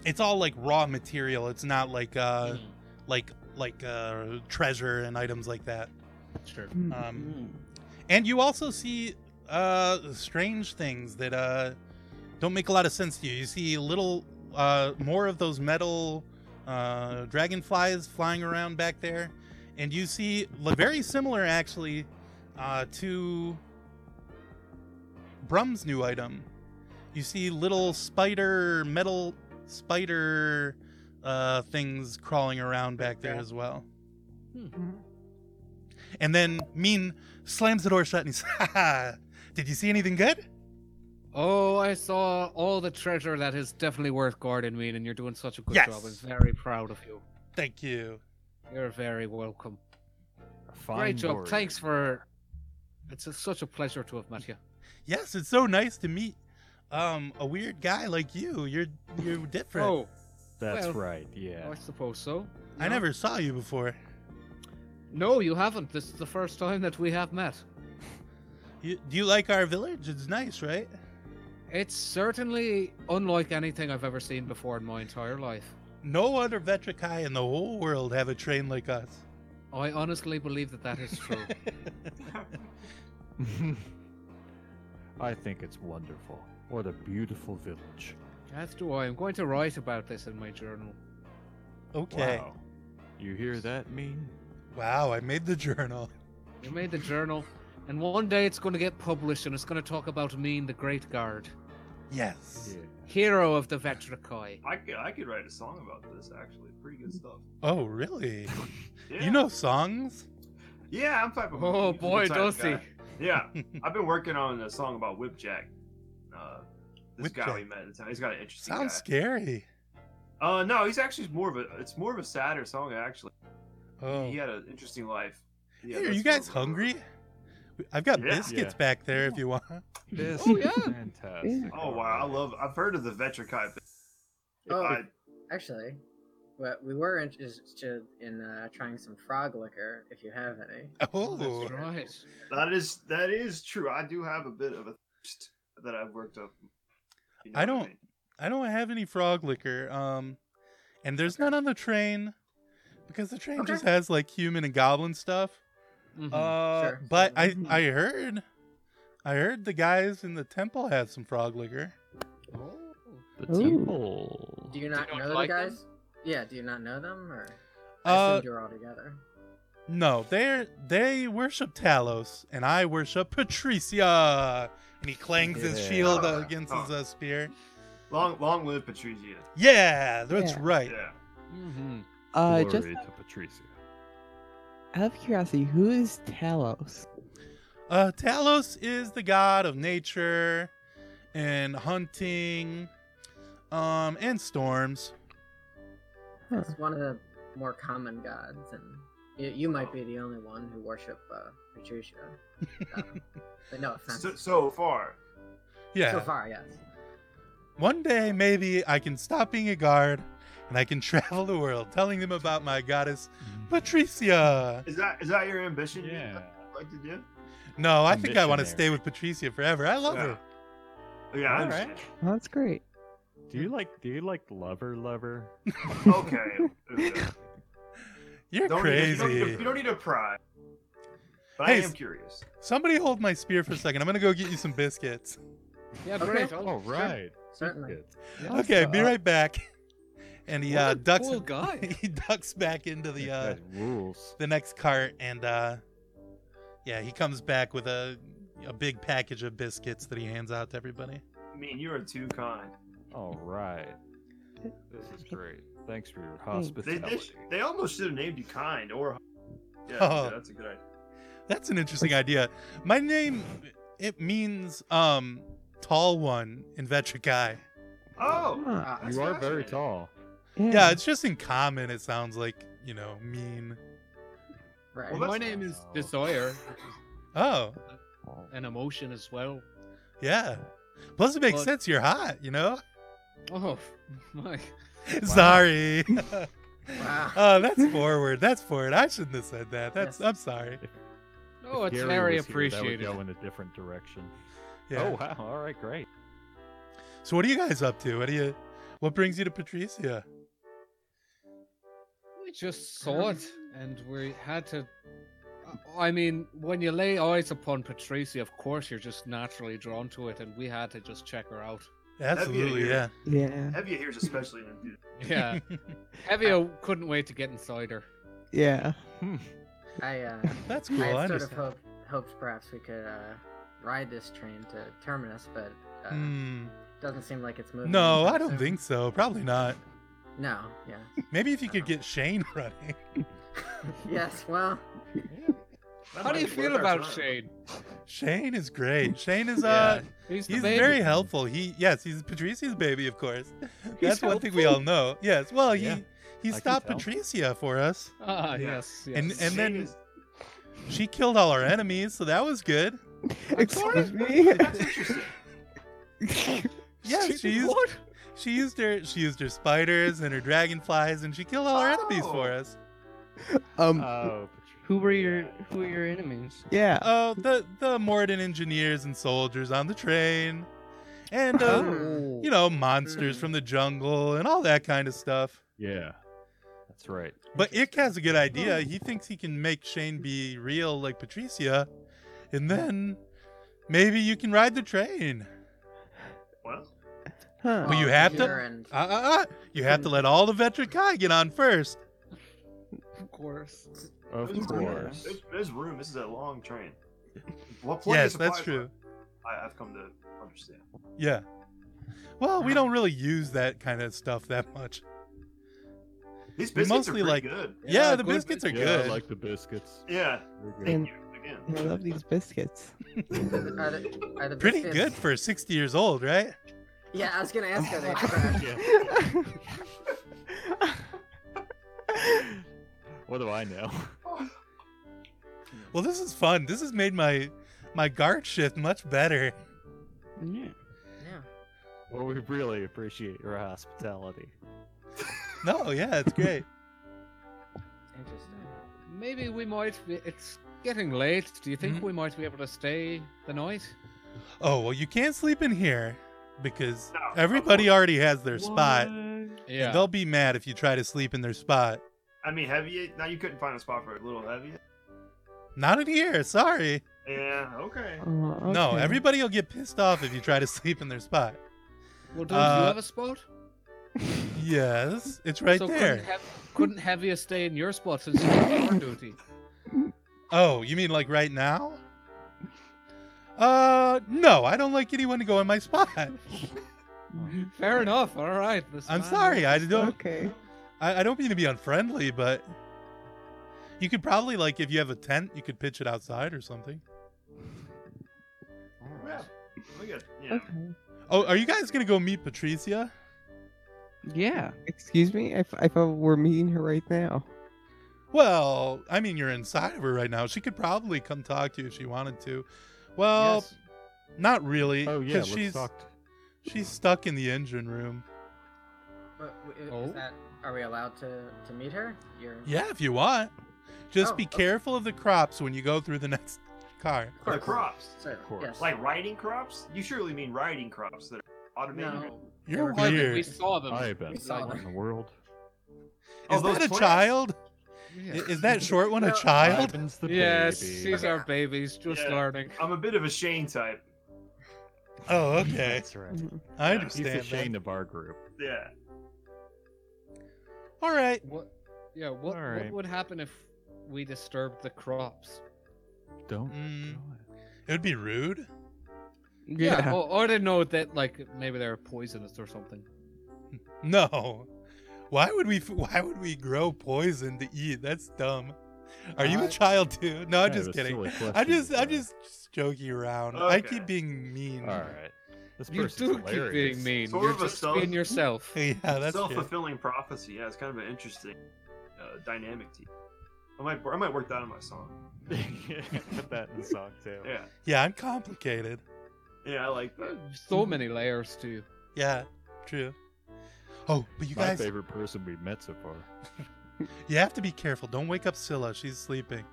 Speaker 1: it's all like raw material. It's not like uh,
Speaker 2: Mm.
Speaker 1: like like uh, treasure and items like that.
Speaker 2: Sure.
Speaker 1: Um,
Speaker 7: Hmm.
Speaker 1: and you also see uh, strange things that uh, don't make a lot of sense to you. You see little uh, more of those metal uh, dragonflies flying around back there, and you see li- very similar actually uh, to Brum's new item. You see little spider metal spider uh, things crawling around back there as well. And then Mean slams the door shut and he's, (laughs) ha ha, did you see anything good?
Speaker 2: Oh, I saw all the treasure that is definitely worth guarding, Mean, and you're doing such a good
Speaker 1: Yes.
Speaker 2: job. I'm very proud of you.
Speaker 1: Thank you.
Speaker 2: You're very welcome.
Speaker 5: A fine
Speaker 2: Great job.
Speaker 5: warrior.
Speaker 2: Thanks for. It's a, such a pleasure to have met you.
Speaker 1: Yes, it's so nice to meet um a weird guy like you. You're you're different.
Speaker 2: Oh,
Speaker 5: That's
Speaker 2: well,
Speaker 5: right. Yeah.
Speaker 2: I suppose so.
Speaker 1: I
Speaker 2: No?
Speaker 1: never saw you before.
Speaker 2: No, you haven't. This is the first time that we have met.
Speaker 1: You, do you like our village? It's nice, right?
Speaker 2: It's certainly unlike anything I've ever seen before in my entire life.
Speaker 1: No other Vetrikai in the whole world have a train like us.
Speaker 2: I honestly believe that that
Speaker 5: (laughs)
Speaker 2: is true.
Speaker 5: I think it's wonderful. What a beautiful village.
Speaker 2: As do I. I'm going to write about this in my journal.
Speaker 1: okay. Wow.
Speaker 5: Wow. You hear that mean?
Speaker 1: I made the journal. (laughs)
Speaker 2: You made the journal, and one day it's going to get published, and it's going to talk about me and the Great Guard,
Speaker 1: Yes.
Speaker 2: hero of the Vetrakoi.
Speaker 4: (laughs) I could, I could write a song about this actually. Pretty good stuff.
Speaker 1: Oh, really?
Speaker 4: Yeah.
Speaker 1: You know songs?
Speaker 4: Yeah, I'm type of.
Speaker 2: Oh
Speaker 4: I'm
Speaker 2: boy,
Speaker 4: the type of
Speaker 2: does he!
Speaker 4: guy.
Speaker 1: (laughs)
Speaker 4: Yeah, I've been working on a song about Whipjack. Uh, this guy
Speaker 1: Whipjack.
Speaker 4: we met in town. He's got an interesting.
Speaker 1: Sounds
Speaker 4: guy.
Speaker 1: scary.
Speaker 4: Uh, no, he's actually more of a. It's more of a sadder song actually.
Speaker 1: Oh.
Speaker 4: He had an interesting life. Yeah,
Speaker 1: Hey, are
Speaker 4: that's
Speaker 1: you guys
Speaker 4: what-
Speaker 1: hungry? I've got
Speaker 4: Yeah.
Speaker 1: biscuits
Speaker 5: Yeah.
Speaker 1: back there if you want. (laughs)
Speaker 5: This
Speaker 2: Oh,
Speaker 5: is
Speaker 2: yeah.
Speaker 5: fantastic.
Speaker 4: Oh wow, I love. I've heard of the Vetrikai. but If
Speaker 6: Oh.
Speaker 4: I,
Speaker 6: Actually, what we were interested in uh, trying some frog liquor, if you have any.
Speaker 1: Oh,
Speaker 2: That's right.
Speaker 4: that is that is true. I do have a bit of a thirst that I've worked up. You know
Speaker 1: I
Speaker 4: what
Speaker 1: don't-
Speaker 4: mean?
Speaker 1: I don't have any frog liquor. Um, and there's none on the train because the train
Speaker 6: Okay. Mm-hmm.
Speaker 1: just has like human and goblin stuff.
Speaker 2: Mhm.
Speaker 1: Uh,
Speaker 6: Sure.
Speaker 1: but I
Speaker 6: Mhm.
Speaker 1: I heard, I heard the guys in the temple had some frog liquor.
Speaker 5: The
Speaker 3: Ooh.
Speaker 5: temple.
Speaker 6: Do you not
Speaker 2: don't
Speaker 6: know the
Speaker 2: like them?
Speaker 6: guys? Yeah, do you not know them, or I
Speaker 1: Uh,
Speaker 6: assumed you were all together.
Speaker 1: no, they they worship Talos and I worship Patricia. And he clangs his
Speaker 5: Yeah.
Speaker 1: shield
Speaker 4: Oh,
Speaker 1: against
Speaker 4: oh.
Speaker 1: his uh,
Speaker 6: (laughs)
Speaker 1: spear.
Speaker 4: Long long live Patricia.
Speaker 1: Yeah, that's
Speaker 3: Yeah.
Speaker 1: right.
Speaker 4: Yeah.
Speaker 2: Mhm.
Speaker 3: Uh, just
Speaker 5: Glory to Patricia.
Speaker 3: out of curiosity, who is Talos?
Speaker 1: Uh, Talos is the god of nature and hunting, um, and storms.
Speaker 3: Huh.
Speaker 6: It's one of the more common gods, and you, you might be the only one who worship uh, Patricia. Uh,
Speaker 1: (laughs)
Speaker 6: but no offense.
Speaker 4: So,
Speaker 6: So,
Speaker 4: so far,
Speaker 1: Yeah.
Speaker 6: far, yes.
Speaker 1: One day, maybe I can stop being a guard and I can (laughs) travel the world telling them about my goddess, Patricia.
Speaker 4: is that is that your ambition? you
Speaker 5: (laughs) Yeah.
Speaker 4: Like to do?
Speaker 1: No, I
Speaker 5: A
Speaker 1: think I want to
Speaker 5: missionary.
Speaker 1: stay with Patricia forever. I love
Speaker 4: Yeah.
Speaker 1: her.
Speaker 4: Yeah, I
Speaker 1: All right.
Speaker 4: understand.
Speaker 3: Oh, that's great.
Speaker 5: Do you like do you like lover lover?
Speaker 1: (laughs)
Speaker 4: okay. okay.
Speaker 1: You're
Speaker 4: Don't
Speaker 1: crazy.
Speaker 4: need- you don't need (laughs) to- you don't need to pry. But
Speaker 1: Hey,
Speaker 4: I am
Speaker 1: s-
Speaker 4: curious.
Speaker 1: Somebody hold my spear for a second. I'm going to go get you some biscuits.
Speaker 2: Yeah,
Speaker 6: Okay.
Speaker 2: great. I'll-
Speaker 5: All right.
Speaker 6: Certainly.
Speaker 5: Good.
Speaker 1: Okay, be
Speaker 3: Uh,
Speaker 1: right back. (laughs) And (laughs) he
Speaker 2: What
Speaker 1: uh,
Speaker 2: a
Speaker 1: ducks
Speaker 2: cool guy.
Speaker 1: he ducks back into the uh,
Speaker 2: (laughs)
Speaker 5: That rules.
Speaker 1: the next cart and uh yeah, he comes back with a a big package of biscuits that he hands out to everybody.
Speaker 4: I mean, you are too kind.
Speaker 5: All right. This is great. Thanks for your
Speaker 4: They, they,
Speaker 5: hospitality.
Speaker 4: they almost should have named you kind or. Yeah,
Speaker 1: Oh.
Speaker 4: yeah, that's a good idea.
Speaker 1: That's an interesting idea. My name it means um tall one in Vetrikai.
Speaker 4: Oh,
Speaker 3: Huh.
Speaker 1: uh,
Speaker 6: Ah,
Speaker 4: That's
Speaker 5: You are very
Speaker 4: fascinating.
Speaker 5: tall.
Speaker 3: Hmm.
Speaker 1: Yeah, it's just in common it sounds like, you know, mean.
Speaker 6: right.
Speaker 4: Well,
Speaker 2: My
Speaker 4: that's
Speaker 2: name is
Speaker 5: Oh.
Speaker 2: Desire,
Speaker 1: Oh,
Speaker 2: an emotion as well.
Speaker 1: yeah. Plus it makes
Speaker 2: Well-
Speaker 1: sense you're hot, you know? (laughs)
Speaker 2: Oh (laughs) my!
Speaker 1: Sorry.
Speaker 6: Wow.
Speaker 1: (laughs) oh, that's forward. That's forward. I shouldn't have said that. That's
Speaker 6: Yes.
Speaker 1: I'm sorry.
Speaker 2: No,
Speaker 5: If
Speaker 2: Oh, it's
Speaker 5: Gary
Speaker 2: very
Speaker 5: was here, that would
Speaker 2: appreciated.
Speaker 5: Go in a different direction.
Speaker 1: Yeah.
Speaker 5: Oh wow! All right, great.
Speaker 1: So what are you guys up to? What do you what brings you to Patricia?
Speaker 2: We just saw it, and we had to. uh, I mean, when you lay eyes upon Patricia, of course you're just naturally drawn to it, and we had to just check her (laughs) out.
Speaker 1: Absolutely, yeah.
Speaker 3: Yeah.
Speaker 4: Heavy ears, especially. dude.
Speaker 2: Yeah, Evia couldn't wait to get inside her.
Speaker 3: Yeah.
Speaker 6: I
Speaker 1: (laughs)
Speaker 6: uh,
Speaker 1: (laughs) That's cool.
Speaker 6: I
Speaker 1: I
Speaker 6: had sort of
Speaker 1: understand.
Speaker 6: hoped, hoped perhaps we could uh, ride this train to terminus, but uh,
Speaker 1: Hmm.
Speaker 6: doesn't seem like it's moving.
Speaker 1: No,
Speaker 6: anytime
Speaker 1: I don't
Speaker 6: soon.
Speaker 1: think so. Probably not.
Speaker 6: No, yeah.
Speaker 1: Maybe if you could get Shane (laughs) running.
Speaker 6: yes, well,
Speaker 2: How
Speaker 4: That might
Speaker 2: do you
Speaker 4: be
Speaker 2: feel
Speaker 4: worth our
Speaker 2: about
Speaker 4: time.
Speaker 2: Shane?
Speaker 1: Shane is great. Shane is uh
Speaker 2: he's the
Speaker 1: He's
Speaker 2: baby.
Speaker 1: very helpful. He yes, he's Patricia's baby, of course. (laughs) That's one thing we all
Speaker 2: helpful.
Speaker 1: know. Yes. Well, he
Speaker 5: Yeah,
Speaker 1: he
Speaker 5: can
Speaker 1: stopped
Speaker 5: tell.
Speaker 1: Patricia for us.
Speaker 2: Ah,
Speaker 4: Yeah.
Speaker 2: yes, yes.
Speaker 1: And- and
Speaker 4: Shane
Speaker 1: then-
Speaker 4: is-
Speaker 1: She killed all our enemies, so that was good.
Speaker 3: Excuse me.
Speaker 4: that's interesting.
Speaker 1: Yes,
Speaker 2: Stupid
Speaker 1: she's-
Speaker 2: what?
Speaker 1: She used her she used her spiders and her dragonflies, and she killed all our enemies for
Speaker 4: Oh.
Speaker 1: us.
Speaker 3: (laughs) Um.
Speaker 5: Oh,
Speaker 7: Who were your Who were your enemies?
Speaker 3: yeah.
Speaker 1: Oh, the the Morden engineers and soldiers on the train, and uh,
Speaker 2: Oh.
Speaker 1: you know monsters from the jungle and all that kind of stuff.
Speaker 5: yeah, that's right.
Speaker 1: But Ick has a good idea. He thinks he can make Shane be real like Patricia, and then maybe you can ride the train.
Speaker 4: Well,
Speaker 3: Huh.
Speaker 1: Well, you
Speaker 6: well,
Speaker 1: have to-
Speaker 6: here And,
Speaker 1: Uh, uh, uh. You have to let all the veteran Kai get on first.
Speaker 7: Of course.
Speaker 5: Of
Speaker 4: there's room.
Speaker 5: course.
Speaker 4: There's, there's room. This is a long train. Well, plenty of
Speaker 1: Yes, that's
Speaker 4: supplies
Speaker 1: true.
Speaker 4: I, I've come to understand.
Speaker 1: Yeah. Well, we don't really use that kind of stuff that much.
Speaker 4: These
Speaker 1: We
Speaker 4: biscuits
Speaker 1: mostly
Speaker 4: are
Speaker 1: like-
Speaker 4: pretty good.
Speaker 1: Yeah,
Speaker 2: Yeah,
Speaker 1: the
Speaker 2: good
Speaker 1: biscuits are
Speaker 5: Yeah,
Speaker 1: good.
Speaker 5: I like the biscuits.
Speaker 4: Yeah.
Speaker 5: They're good.
Speaker 3: And,
Speaker 4: Again.
Speaker 3: and I love these biscuits.
Speaker 6: are the, are the
Speaker 1: Pretty
Speaker 6: biscuits-
Speaker 1: good for 60 years old, right?
Speaker 6: Yeah, I was gonna ask
Speaker 1: (laughs)
Speaker 6: her they fresh.
Speaker 5: what do I know? (laughs)
Speaker 1: Well, this is fun. This has made my my guard shift much better.
Speaker 7: Yeah.
Speaker 6: Yeah.
Speaker 5: Well, we really appreciate your hospitality.
Speaker 1: No, yeah, it's great.
Speaker 6: Interesting.
Speaker 2: Maybe we might. Be, it's getting late. Do you think
Speaker 1: Mhm.
Speaker 2: we might be able to stay the night?
Speaker 1: Oh, well, you can't sleep in here because
Speaker 4: No,
Speaker 1: (laughs)
Speaker 4: of
Speaker 1: everybody
Speaker 4: course.
Speaker 1: already has their spot.
Speaker 2: Yeah.
Speaker 1: They'll be mad if you try to sleep in their spot.
Speaker 4: I mean, heavy. Now you couldn't find a spot for a little heavy.
Speaker 1: Not in here, sorry.
Speaker 4: Yeah. Okay.
Speaker 3: Oh, okay.
Speaker 1: No, everybody will get pissed off if you try to (laughs) sleep in their spot.
Speaker 2: Well, don't you
Speaker 1: Uh,
Speaker 2: have a spot?
Speaker 1: Yes, it's right
Speaker 2: so
Speaker 1: there.
Speaker 2: Couldn't, have, couldn't have you stay in your spot since you're on guard duty?
Speaker 1: Oh, you mean like right now? Uh, no, I don't like anyone to go in my
Speaker 2: (laughs)
Speaker 1: spot.
Speaker 2: (laughs)
Speaker 3: (laughs)
Speaker 2: Fair enough. All right. that's
Speaker 1: I'm
Speaker 2: fine.
Speaker 1: sorry, I don't.
Speaker 3: Okay.
Speaker 1: I, I don't mean to be unfriendly, but you could probably like if you have a tent, you could pitch it outside or something.
Speaker 4: Yeah. Look at yeah.
Speaker 3: Okay.
Speaker 1: Oh, are you guys gonna go meet Patricia?
Speaker 7: Yeah.
Speaker 3: Excuse me. I, f- I thought we're meeting her right now.
Speaker 1: Well, I mean, you're inside of her right now. She could probably come talk to you if she wanted to. Well,
Speaker 2: Yes.
Speaker 1: not really.
Speaker 5: Oh yeah,
Speaker 1: 'cause
Speaker 5: let's
Speaker 1: she's
Speaker 5: talk. t-
Speaker 1: she's stuck in the engine room.
Speaker 6: What, w- is
Speaker 2: Oh.
Speaker 6: that, are we allowed to, to meet her? You're,
Speaker 1: Yeah, if you want. Just
Speaker 6: Oh,
Speaker 1: be
Speaker 6: okay.
Speaker 1: careful of the crops when you go through the (laughs) next car.
Speaker 6: Of
Speaker 4: The
Speaker 6: course.
Speaker 4: crops,
Speaker 6: Sir,
Speaker 5: Of course.
Speaker 6: Yes.
Speaker 4: like riding crops. You surely mean riding crops that are automated.
Speaker 6: no.
Speaker 1: You're
Speaker 6: They were-
Speaker 1: weird.
Speaker 2: We saw them.
Speaker 5: I bet.
Speaker 6: saw
Speaker 5: What in
Speaker 6: them.
Speaker 5: the world?
Speaker 4: Oh,
Speaker 1: Is
Speaker 4: those
Speaker 1: that a
Speaker 4: plants?
Speaker 1: child?
Speaker 2: Yeah.
Speaker 1: I- Is that short one a
Speaker 6: No.
Speaker 5: (laughs)
Speaker 1: child?
Speaker 5: Ivan's the
Speaker 2: yes,
Speaker 5: baby.
Speaker 2: she's (laughs) our babies, just
Speaker 4: Yeah.
Speaker 2: learning.
Speaker 4: I'm a bit of a Shane type.
Speaker 1: Oh, okay.
Speaker 5: That's right.
Speaker 3: Mhm.
Speaker 1: I
Speaker 4: Yeah,
Speaker 5: He's the
Speaker 1: understand. that.
Speaker 5: Shane of our group.
Speaker 4: Yeah.
Speaker 1: All right.
Speaker 2: What? Yeah. What?
Speaker 5: All right.
Speaker 2: What would happen if we disturbed the crops?
Speaker 5: Don't.
Speaker 2: Mm-hmm.
Speaker 1: Mm,
Speaker 5: do it.
Speaker 1: it would be rude.
Speaker 3: Yeah.
Speaker 2: Or, or to know that, like, maybe they're poisonous or something.
Speaker 1: (laughs) No. Why would we? f- Why would we grow poison to eat? That's dumb. Are you a
Speaker 2: I-
Speaker 1: child too? No, I'm
Speaker 5: Kind of
Speaker 1: just
Speaker 5: a
Speaker 1: kidding.
Speaker 5: silly
Speaker 1: I'm
Speaker 5: question,
Speaker 1: just. I'm
Speaker 5: but-
Speaker 1: just joking around. I
Speaker 4: Okay.
Speaker 1: keep being mean.
Speaker 5: All right. This
Speaker 2: Mm-hmm. You
Speaker 5: person's
Speaker 2: do keep
Speaker 5: hilarious.
Speaker 2: being mean.
Speaker 4: Sort
Speaker 2: You're
Speaker 4: of a
Speaker 2: just
Speaker 4: self-
Speaker 2: being yourself.
Speaker 1: (laughs) Yeah, Oh, that's
Speaker 4: Self
Speaker 1: good.
Speaker 4: fulfilling prophecy. Yeah, it's kind of an interesting uh, dynamic to you. I might, I might work that on my song.
Speaker 5: (laughs) Put that in the song too.
Speaker 4: Yeah.
Speaker 1: Yeah, I'm complicated.
Speaker 4: Yeah, I like that.
Speaker 2: So
Speaker 5: Hmm?
Speaker 2: many layers to you.
Speaker 1: Yeah, true. Oh, but you
Speaker 5: My
Speaker 1: guys,
Speaker 5: favorite person we met so far.
Speaker 1: you have to be careful. Don't wake up Scylla. She's sleeping.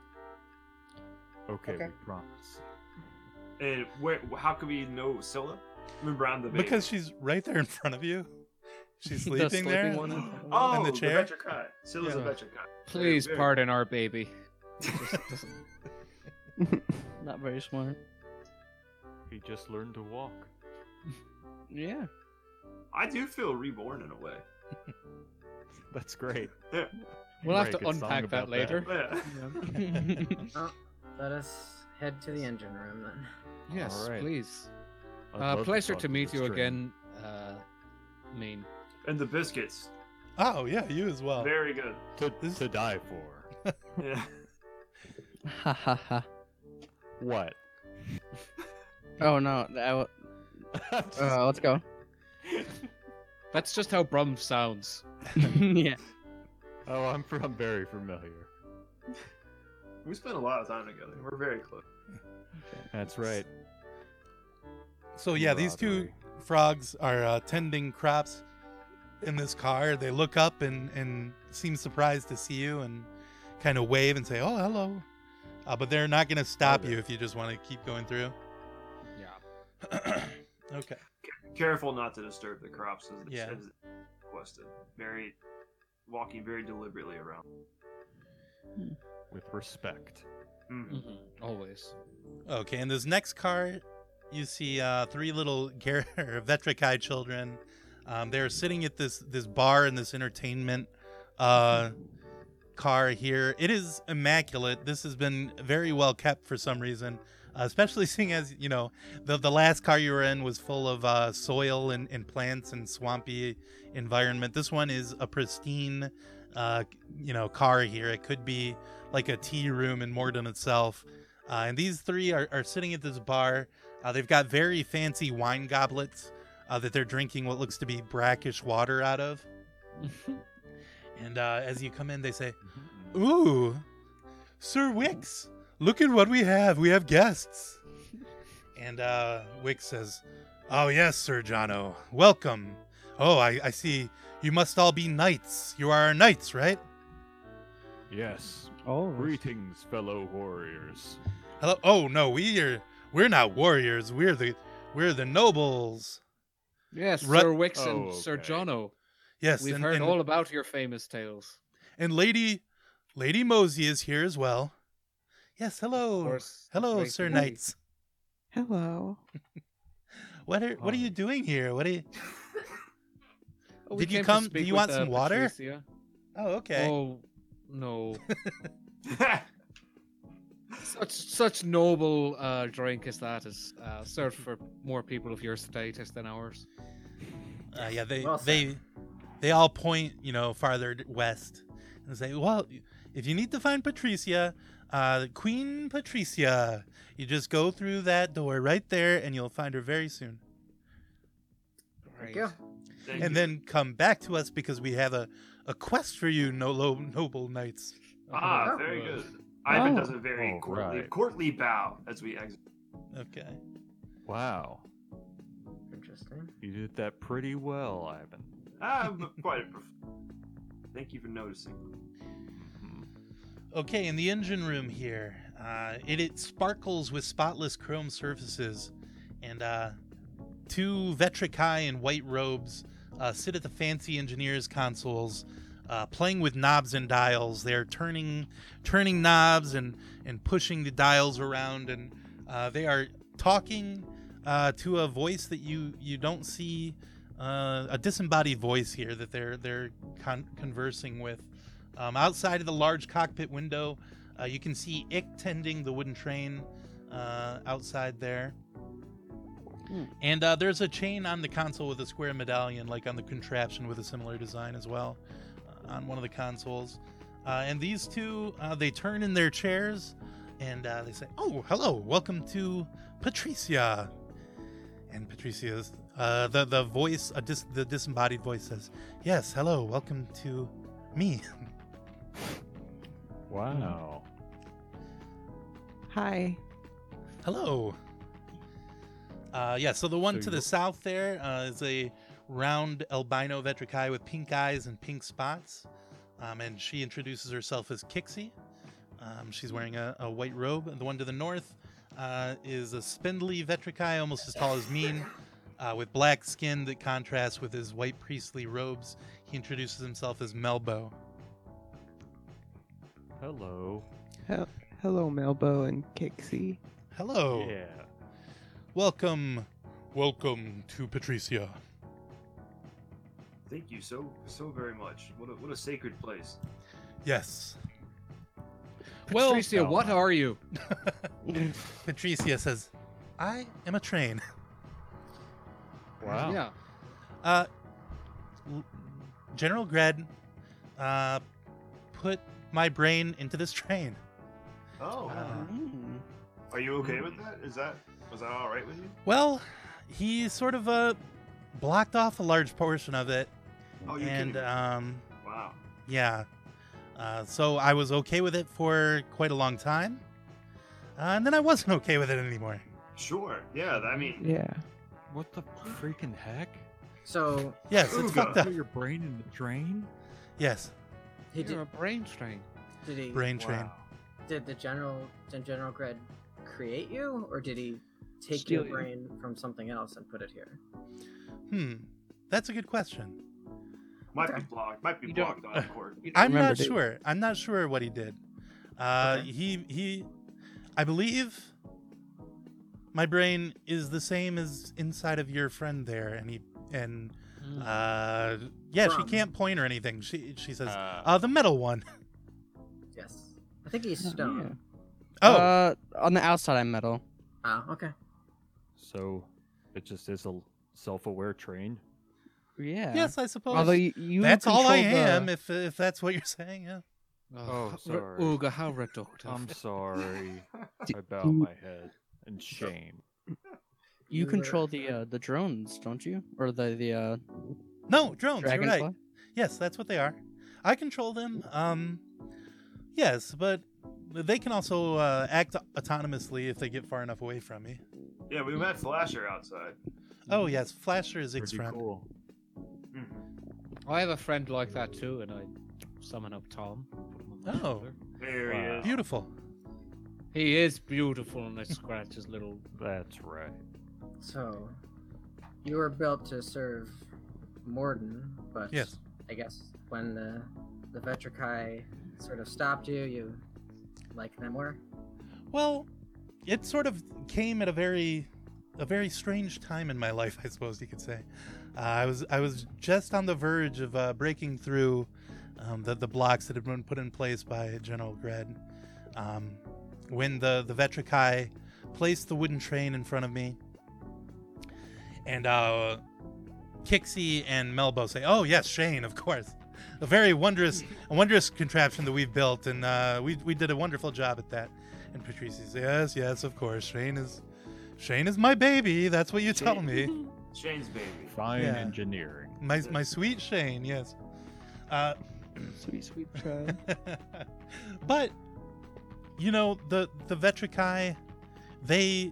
Speaker 5: Okay,
Speaker 6: Okay.
Speaker 5: we promise.
Speaker 4: And where, how could we know Scylla? Remember, I'm the baby.
Speaker 1: Because she's right there in
Speaker 5: (laughs)
Speaker 1: front of you. She's
Speaker 7: The
Speaker 1: sleeping there.
Speaker 4: (gasps)
Speaker 7: sleeping one in front of
Speaker 4: oh,
Speaker 1: in the chair?
Speaker 4: Vetra Kai. Scylla's
Speaker 1: Yeah.
Speaker 4: a Vetra Kai.
Speaker 2: Please
Speaker 4: Very-
Speaker 2: pardon our baby.
Speaker 7: Not very smart.
Speaker 5: He just learned to walk. (laughs)
Speaker 7: Yeah.
Speaker 4: I do feel reborn in a way. (laughs)
Speaker 5: That's great.
Speaker 2: We'll have
Speaker 5: Write
Speaker 2: to
Speaker 5: a song
Speaker 2: unpack that
Speaker 5: about
Speaker 2: later.
Speaker 4: Yeah.
Speaker 6: Let us head to the engine room then.
Speaker 2: Yes,
Speaker 5: Alright.
Speaker 2: please.
Speaker 5: I'd
Speaker 2: Uh,
Speaker 5: love
Speaker 2: pleasure
Speaker 5: talk
Speaker 2: to meet
Speaker 5: this
Speaker 2: you
Speaker 5: dream.
Speaker 2: again. Uh, mean.
Speaker 4: And the biscuits.
Speaker 1: oh yeah, you as well.
Speaker 4: Very good.
Speaker 5: To,
Speaker 1: This-
Speaker 5: to die for.
Speaker 4: Yeah. (laughs)
Speaker 7: Ha ha ha.
Speaker 5: What?
Speaker 7: Oh no. I w- uh, let's go.
Speaker 2: (laughs) That's just how Brum sounds.
Speaker 7: yeah.
Speaker 5: oh, I'm, fr- I'm very familiar.
Speaker 4: We spent a lot of time together. We're very close.
Speaker 5: That's right.
Speaker 1: So yeah, these two frogs are uh, tending crops in this car. They look up and and seem surprised to see you and kind of wave and say, "Oh, hello." Uh, but they're not going to stop
Speaker 5: Okay.
Speaker 1: you if you just want to keep going through.
Speaker 2: Yeah.
Speaker 1: (clears throat) okay.
Speaker 4: Careful not to disturb the crops as,
Speaker 1: Yeah.
Speaker 4: as requested. Very walking very deliberately around.
Speaker 5: With respect.
Speaker 4: Mhm.
Speaker 2: Mm.
Speaker 4: (laughs)
Speaker 2: Always.
Speaker 1: Okay, in this next car, you see uh, three little (laughs) Gar- or Vetrikai children. Um, they're sitting at this this bar in this entertainment uh, car here. It is immaculate. This has been very well kept for some reason, uh, especially (laughs) seeing as you know the the last car you were in was full of uh, soil and, and plants and swampy environment. This one is a pristine, uh, you know, car here. It could be like a tea room in Morden itself. Uh, and these three are, are sitting at this bar. Uh, they've got very fancy wine goblets uh, that they're drinking what looks to be brackish water out of. And uh, as you come in, they say, Ooh, Sir Wix, look at what we have. We have guests. and uh, Wix says, Oh, yes, Sir Jono. Welcome. Oh, I, I see. You must all be knights. You are knights, right?
Speaker 5: Yes.
Speaker 3: Oh,
Speaker 5: Greetings, fellow warriors.
Speaker 1: Hello. Oh no, we are. We're not warriors. We're the. We're the nobles.
Speaker 2: Yes,
Speaker 1: Ru-
Speaker 2: Sir Wix and
Speaker 5: Oh,
Speaker 2: Sir
Speaker 5: okay.
Speaker 2: Jono.
Speaker 1: Yes,
Speaker 2: We've
Speaker 1: and,
Speaker 2: heard
Speaker 1: and,
Speaker 2: all about your famous tales.
Speaker 1: and Lady, Lady Mosey is here as well. Yes. Hello.
Speaker 2: Of course,
Speaker 1: hello,
Speaker 2: great to
Speaker 1: Sir
Speaker 2: meet
Speaker 1: Knights.
Speaker 3: hello.
Speaker 1: (laughs) What are What are you doing here? What are you?
Speaker 2: Oh, we
Speaker 1: Did you
Speaker 2: came to
Speaker 1: come- do
Speaker 2: speak
Speaker 1: you
Speaker 2: with,
Speaker 1: want
Speaker 2: uh,
Speaker 1: some water?
Speaker 2: Patricia.
Speaker 1: Oh, okay.
Speaker 2: Oh,
Speaker 1: (laughs)
Speaker 2: no. such such noble uh, drink as that is uh, served for more people of your status than ours.
Speaker 1: Uh, yeah. They
Speaker 6: Well
Speaker 1: they they all point you know farther d- west and say, well, if you need to find Patricia, uh, Queen Patricia, you just go through that door right there, and you'll find her very soon.
Speaker 6: Thank you.
Speaker 2: Uh-huh.
Speaker 4: Thank
Speaker 1: and
Speaker 4: you.
Speaker 1: then come back to us because we have a, a quest for you, no lo- noble knights.
Speaker 4: Ah,
Speaker 6: Oh.
Speaker 4: very good. Ivan
Speaker 3: Oh.
Speaker 4: does a very
Speaker 5: All
Speaker 4: courtly,
Speaker 5: right.
Speaker 4: courtly bow as we exit.
Speaker 1: Okay.
Speaker 5: Wow.
Speaker 6: Interesting.
Speaker 5: You did that pretty well, Ivan.
Speaker 4: Ah, but (laughs) quite a prof- Thank you for noticing.
Speaker 5: Mm-hmm.
Speaker 1: Okay, in the engine room here, uh, it, it sparkles with spotless chrome surfaces, and uh, two Vetrikai in white robes uh, sit at the fancy engineers' consoles, uh, playing with knobs and dials. They're turning, turning knobs and and pushing the dials around, and uh, they are talking uh, to a voice that you you don't see. Uh, a disembodied voice here that they're they're con- conversing with. Um, outside of the large cockpit window, uh, you can see Ick tending the wooden train uh, outside there.
Speaker 7: Hmm.
Speaker 1: And uh, there's a chain on the console with a square medallion, like on the contraption with a similar design as well, uh, on one of the consoles. Uh, and these two, uh, they turn in their chairs and uh, they say, Oh, hello, welcome to Patricia. And Patricia's, uh, the, the voice, a dis- the disembodied voice says, Yes, hello, welcome to me. (laughs)
Speaker 5: Wow.
Speaker 3: Hi.
Speaker 1: Hello. Uh, yeah, so the one
Speaker 5: So
Speaker 1: to
Speaker 5: you-
Speaker 1: the south there uh, is a round albino vetrikai with pink eyes and pink spots. Um, and she introduces herself as Kixie. Um, she's wearing a, a white robe. And the one to the north uh, is a spindly vetrikai, almost as tall as Mean, uh, with black skin that contrasts with his white priestly robes. He introduces himself as Melbo.
Speaker 5: Hello.
Speaker 3: Hello, Melbo and
Speaker 1: (laughs)
Speaker 3: Kixie.
Speaker 1: Hello.
Speaker 5: Yeah.
Speaker 1: Welcome. Welcome to Patricia.
Speaker 4: Thank you so so very much. What a, what a sacred place.
Speaker 1: Yes.
Speaker 2: Well,
Speaker 1: Well-
Speaker 2: Patricia, what are you?
Speaker 1: Patricia says, I am a train. (laughs)
Speaker 5: Wow.
Speaker 2: Yeah.
Speaker 1: Uh, l- General Gred uh, put my brain into this (laughs) train.
Speaker 4: Oh,
Speaker 1: Uh, hmm.
Speaker 7: Mm.
Speaker 4: are you okay with that? Is that was that all right with you?
Speaker 1: well, he sort of uh, blocked off a large portion of it.
Speaker 4: Oh, you
Speaker 1: and um,
Speaker 4: Wow.
Speaker 1: yeah. Uh, so I was okay with it for quite a long time. Uh, and then I wasn't (laughs) okay with it anymore.
Speaker 4: Sure. Yeah. that- I mean,
Speaker 3: Yeah.
Speaker 5: What the freaking heck?
Speaker 6: So
Speaker 1: Yes, it's
Speaker 4: Ooga.
Speaker 1: fucked up.
Speaker 4: (laughs)
Speaker 5: Put your brain in the drain?
Speaker 1: Yes,
Speaker 6: he
Speaker 2: You're
Speaker 6: did.
Speaker 2: a brain strain.
Speaker 6: Did he?
Speaker 1: brain train.
Speaker 4: wow.
Speaker 6: Did the general? Did General Gred create you, or did he take
Speaker 3: Steal you.
Speaker 6: your brain from something else and put it here?
Speaker 1: Hmm. That's a good question.
Speaker 4: Might
Speaker 6: Okay.
Speaker 4: be blocked. Might be
Speaker 7: (laughs) You don't-
Speaker 4: blocked on court.
Speaker 1: I'm
Speaker 3: Remember,
Speaker 1: not
Speaker 3: Dave.
Speaker 1: sure. I'm not sure what he did. Uh, He he, I believe. My brain is the same as inside of your friend there, and he and
Speaker 7: Hmm.
Speaker 1: uh, yeah, she
Speaker 6: From.
Speaker 1: can't point or anything. She she says, uh,
Speaker 5: Uh,
Speaker 1: the metal one. (laughs)
Speaker 6: Yes. I think he's
Speaker 3: Yeah.
Speaker 6: stone.
Speaker 1: Oh,
Speaker 7: Uh, on the outside, I'm metal.
Speaker 6: Oh, okay.
Speaker 5: so it just is a self-aware train.
Speaker 7: Yeah.
Speaker 1: yes, I suppose.
Speaker 7: Although you, you
Speaker 1: that's all I
Speaker 7: control the-
Speaker 1: am. If if that's what you're (laughs) saying, yeah. (laughs)
Speaker 5: Oh,
Speaker 2: how-
Speaker 5: sorry.
Speaker 2: Uh-huh. Uga, how reductive.
Speaker 1: Um,
Speaker 5: I'm sorry.
Speaker 3: D-
Speaker 5: I bow
Speaker 3: do-
Speaker 5: my head in shame.
Speaker 7: You
Speaker 6: were-
Speaker 7: control the uh, the drones, don't you? Or the the uh,
Speaker 1: No, drones. You're
Speaker 7: dragonfly?
Speaker 1: right. Yes, that's what they are. I control them. Um, yes, but they can also uh, act autonomously if they get far enough away from me.
Speaker 4: Yeah, we met Flasher outside.
Speaker 1: Oh yes, Flasher is Zig's
Speaker 5: Mm. Pretty
Speaker 1: friend.
Speaker 5: cool.
Speaker 4: Mhm.
Speaker 2: I have a friend like that too, and I summon up Tom. put him on my
Speaker 1: Oh.
Speaker 2: shoulder.
Speaker 4: There he
Speaker 5: Wow.
Speaker 4: is.
Speaker 1: Beautiful.
Speaker 2: He is beautiful, and I scratch his little.
Speaker 5: That's right.
Speaker 6: So, you were built to serve Morden, but
Speaker 1: Yes.
Speaker 6: I guess when the the Vetrakai sort of stopped you, you liked them more.
Speaker 1: Well, it sort of came at a very, a very strange time in my life, I suppose you could say. Uh, I was I was just on the verge of uh, breaking through um, the the blocks that had been put in place by General Gred um, when the the Vetrakai placed the wooden train in front of me, and uh, Kixie and Melbo say, "Oh yes, Shane, of course." A very wondrous, a wondrous contraption that we've built, and uh, we, we did a wonderful job at that. And Patrice says, "Yes, yes, of course. Shane is, Shane is my baby. That's what you tell me.
Speaker 4: Shane's baby.
Speaker 5: Fine
Speaker 1: Yeah.
Speaker 5: engineering.
Speaker 1: (laughs) My my sweet Shane. Yes." Uh, (laughs)
Speaker 3: Sweet, sweet (laughs) child.
Speaker 1: but you know the the Vetrikai, they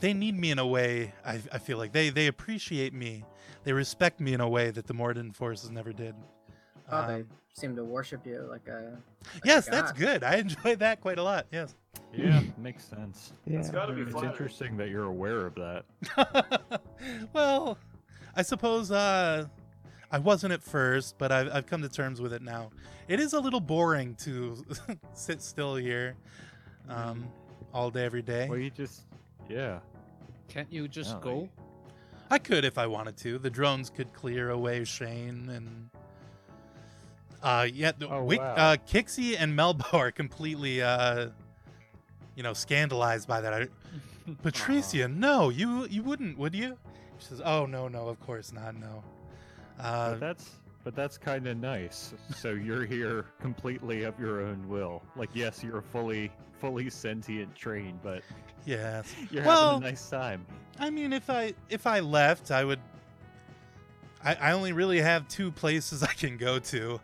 Speaker 1: they need me in a way. I, I feel like they they appreciate me. They respect me in a way that the Morden forces never did.
Speaker 6: Oh,
Speaker 1: Um,
Speaker 6: they seem to worship you like a. like a
Speaker 1: yes, that's
Speaker 6: god.
Speaker 1: good. I enjoyed that quite a lot. Yes. (laughs)
Speaker 5: Yeah, makes sense.
Speaker 4: It's
Speaker 3: Yeah.
Speaker 4: gotta be
Speaker 5: It's
Speaker 4: Flasher.
Speaker 5: interesting that you're aware of that.
Speaker 1: (laughs) well, I suppose uh, I wasn't at first, but I've, I've come to terms with it now. It is a little boring to (laughs) sit still here um, all day, every day.
Speaker 5: Well, you just, yeah.
Speaker 2: Can't you just
Speaker 5: No,
Speaker 2: go?
Speaker 1: I could if I wanted to. The drones could clear away Shane and. Uh, yeah, the,
Speaker 5: Oh,
Speaker 1: Wick,
Speaker 5: wow.
Speaker 1: uh, Kixie and Melbo (laughs) are completely, uh, you know, scandalized by that.
Speaker 5: (laughs)
Speaker 1: I, Patricia, no, you you wouldn't, would you? She says, "Oh no, no, of course not, no."
Speaker 5: But
Speaker 1: Uh,
Speaker 5: that's, but that's kind of nice. So you're here completely of your own will. Like, yes, you're a fully, fully sentient train, but
Speaker 1: yes,
Speaker 5: you're
Speaker 1: Well-
Speaker 5: having a nice time.
Speaker 1: I mean, if I if I left, I would. I, I only really have two places (laughs) I can go to,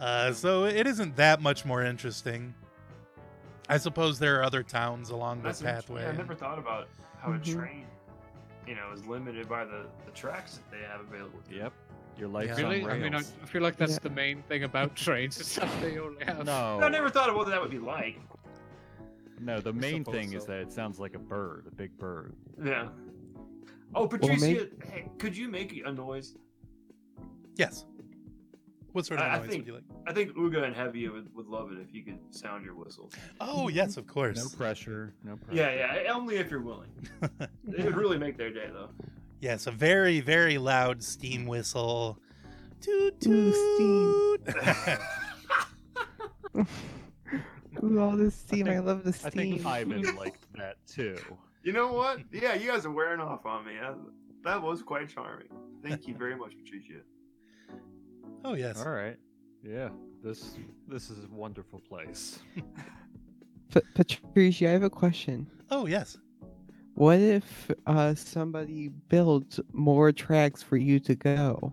Speaker 1: uh, so it isn't that much more interesting. I suppose there are other towns along the
Speaker 4: That's interesting.
Speaker 1: pathway.
Speaker 4: I never thought about how a
Speaker 3: Mhm.
Speaker 7: Mm-hmm.
Speaker 4: train, you know, is limited by the, the tracks that they have available. to them.
Speaker 5: Yep. Your life's
Speaker 1: Yeah.
Speaker 2: Really?
Speaker 5: on
Speaker 2: I
Speaker 5: rails.
Speaker 2: mean, I, I feel like that's
Speaker 3: Yeah.
Speaker 2: the main thing about (laughs) trains is that they only have.
Speaker 5: No,
Speaker 4: I never thought of what that would be like.
Speaker 5: no. The main
Speaker 2: suppose
Speaker 5: thing is
Speaker 2: so.
Speaker 5: that it sounds like a bird, a big bird.
Speaker 4: Yeah. Oh,
Speaker 3: may-
Speaker 4: Patricia, hey, could you make a noise?
Speaker 1: Yes. What sort
Speaker 4: I- I
Speaker 1: of noise
Speaker 4: think-
Speaker 1: would you like?
Speaker 4: I think Uga and Heavy would, would love it if you could sound your whistle.
Speaker 1: Oh yes, of course.
Speaker 5: No pressure. No pressure.
Speaker 4: Yeah, yeah, only if you're willing. it would really make their day, though.
Speaker 1: Yes, a very, very loud steam whistle. Toot toot.
Speaker 3: Ooh,
Speaker 1: steam.
Speaker 3: Ooh, all this steam. I,
Speaker 5: think-
Speaker 3: love the
Speaker 5: I
Speaker 3: steam.
Speaker 5: think Ivan liked that too.
Speaker 4: You know what? Yeah, you guys are wearing off on me. I, that was quite charming. Thank you very much, Patricia.
Speaker 1: (laughs) oh yes.
Speaker 5: All right. Yeah. This this is a wonderful place.
Speaker 3: P- Patricia, I have a question.
Speaker 1: Oh yes.
Speaker 3: What if uh, somebody builds more tracks for you to go?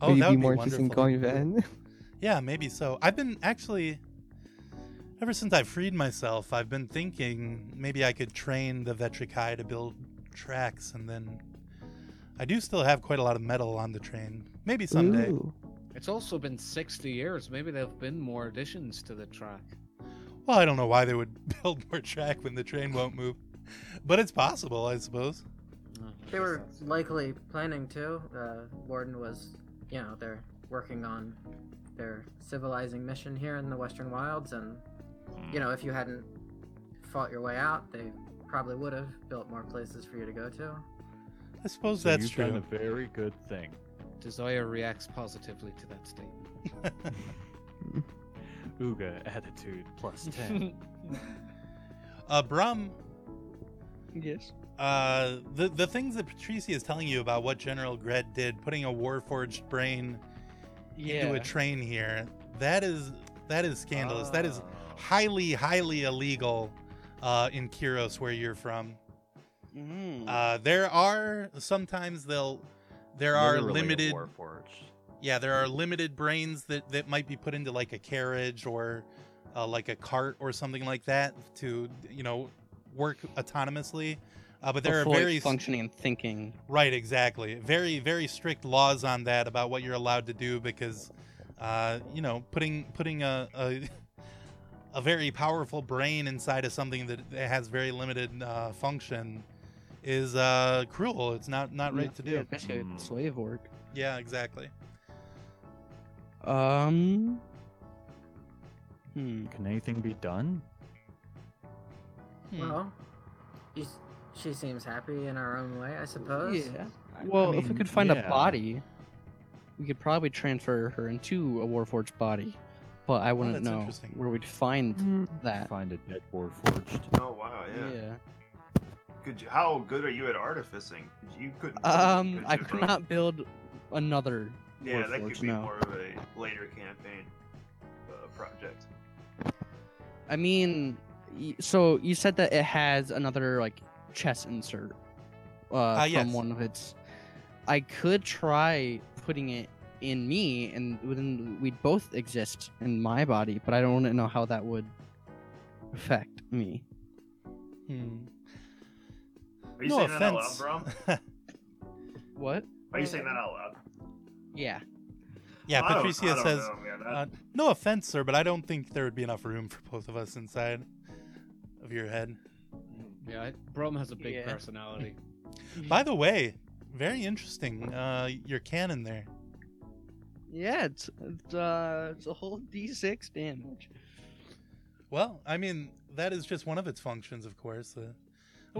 Speaker 1: Oh,
Speaker 3: Would you
Speaker 1: that
Speaker 3: be
Speaker 1: would
Speaker 3: more
Speaker 1: be
Speaker 3: interested
Speaker 1: wonderful.
Speaker 3: in going then?
Speaker 1: Yeah, maybe so. I've been actually, ever since I freed myself, I've been thinking maybe I could train the Vetrikai to build tracks, and then I do still have quite a lot of metal on the train. Maybe someday.
Speaker 3: Ooh.
Speaker 2: It's also been 60 years. Maybe there have been more additions to the track.
Speaker 1: Well, I don't know why they would (laughs) build more track when the train won't move, but it's possible, I suppose.
Speaker 2: Oh, I
Speaker 6: They
Speaker 2: guess
Speaker 6: were
Speaker 2: that's-
Speaker 6: likely planning to. Uh, Warden was, you know, they're working on their civilizing mission here in the Western Wilds, and you know, if you hadn't fought your way out, they probably would have built more places for you to go to.
Speaker 1: I suppose
Speaker 5: So
Speaker 1: that's
Speaker 5: you've
Speaker 1: true.
Speaker 5: done a very good thing.
Speaker 2: Desire reacts positively to that statement.
Speaker 5: Uga attitude
Speaker 7: (laughs)
Speaker 5: plus
Speaker 3: (laughs)
Speaker 5: ten.
Speaker 1: Uh, Brum,
Speaker 7: Yes.
Speaker 1: uh, the the things that Patricia is telling you about what General Gret did, putting a warforged brain into a train here, that is that is scandalous. That is
Speaker 5: Oh.
Speaker 7: Ah.
Speaker 1: highly highly illegal uh, in Kiros where you're from.
Speaker 7: Mm-hmm.
Speaker 1: Uh, there are sometimes they'll there are
Speaker 5: Literally a
Speaker 1: limited
Speaker 5: Warforged.
Speaker 1: yeah there are limited brains that that might be put into like a carriage or uh, like a cart or something like that to you know work autonomously. Uh, but there
Speaker 7: Before
Speaker 1: are
Speaker 7: it's
Speaker 1: very s-
Speaker 7: functioning and thinking.
Speaker 1: Right, exactly. Very, very strict laws on that about what you're allowed to do because, uh, you know, putting putting a, a (laughs) a very powerful brain inside of something that that has very limited uh, function is uh, cruel. It's not not right to do.
Speaker 7: Basically,
Speaker 5: Hmm.
Speaker 7: slave work.
Speaker 1: Yeah, exactly.
Speaker 7: Um. Hmm.
Speaker 5: Can anything be done?
Speaker 1: Hmm.
Speaker 7: Mm.
Speaker 6: Well, you, s- she seems happy in her own way, I suppose.
Speaker 7: Yeah.
Speaker 5: I- I
Speaker 7: Well, if we
Speaker 5: mean,
Speaker 7: could find
Speaker 5: yeah.
Speaker 7: a body, we could probably transfer her into a Warforged body, but I wouldn't
Speaker 1: Oh, that's
Speaker 7: know
Speaker 1: interesting.
Speaker 7: where we'd find that.
Speaker 5: find a dead warforged.
Speaker 4: Oh wow, yeah.
Speaker 7: yeah.
Speaker 4: Could you? How good are you at artificing? You couldn't.
Speaker 7: Um,
Speaker 4: could
Speaker 7: I
Speaker 4: you,
Speaker 7: could
Speaker 4: bro?
Speaker 7: not build another.
Speaker 4: Yeah, that
Speaker 7: Warforged,
Speaker 4: could be
Speaker 7: no.
Speaker 4: more of a later campaign uh, project.
Speaker 7: I mean, y- so you said that it has another like chess insert uh,
Speaker 4: Ah,
Speaker 7: from
Speaker 1: yes.
Speaker 7: one of its. I could try putting it in me, and then we'd both exist in my body, but I don't know how that would affect me.
Speaker 1: Hmm.
Speaker 4: Are you
Speaker 1: no
Speaker 4: saying that out
Speaker 1: offense.
Speaker 4: loud, bro?
Speaker 7: What?
Speaker 4: Are you saying that out loud?
Speaker 7: Yeah.
Speaker 1: yeah,
Speaker 4: I don't-
Speaker 1: Patricia
Speaker 4: I don't
Speaker 1: says,
Speaker 4: know, man. That-
Speaker 1: uh, "No offense, sir, but I don't think there would be enough room for both of us inside of your head."
Speaker 2: Yeah, I- Brum has a big
Speaker 7: Yeah.
Speaker 1: (laughs)
Speaker 2: personality.
Speaker 1: By the way, very interesting. Uh, your cannon there.
Speaker 7: Yeah, it's it's, uh, it's a whole d6 damage.
Speaker 1: Well, I mean, that is just one of its functions, of course. Uh,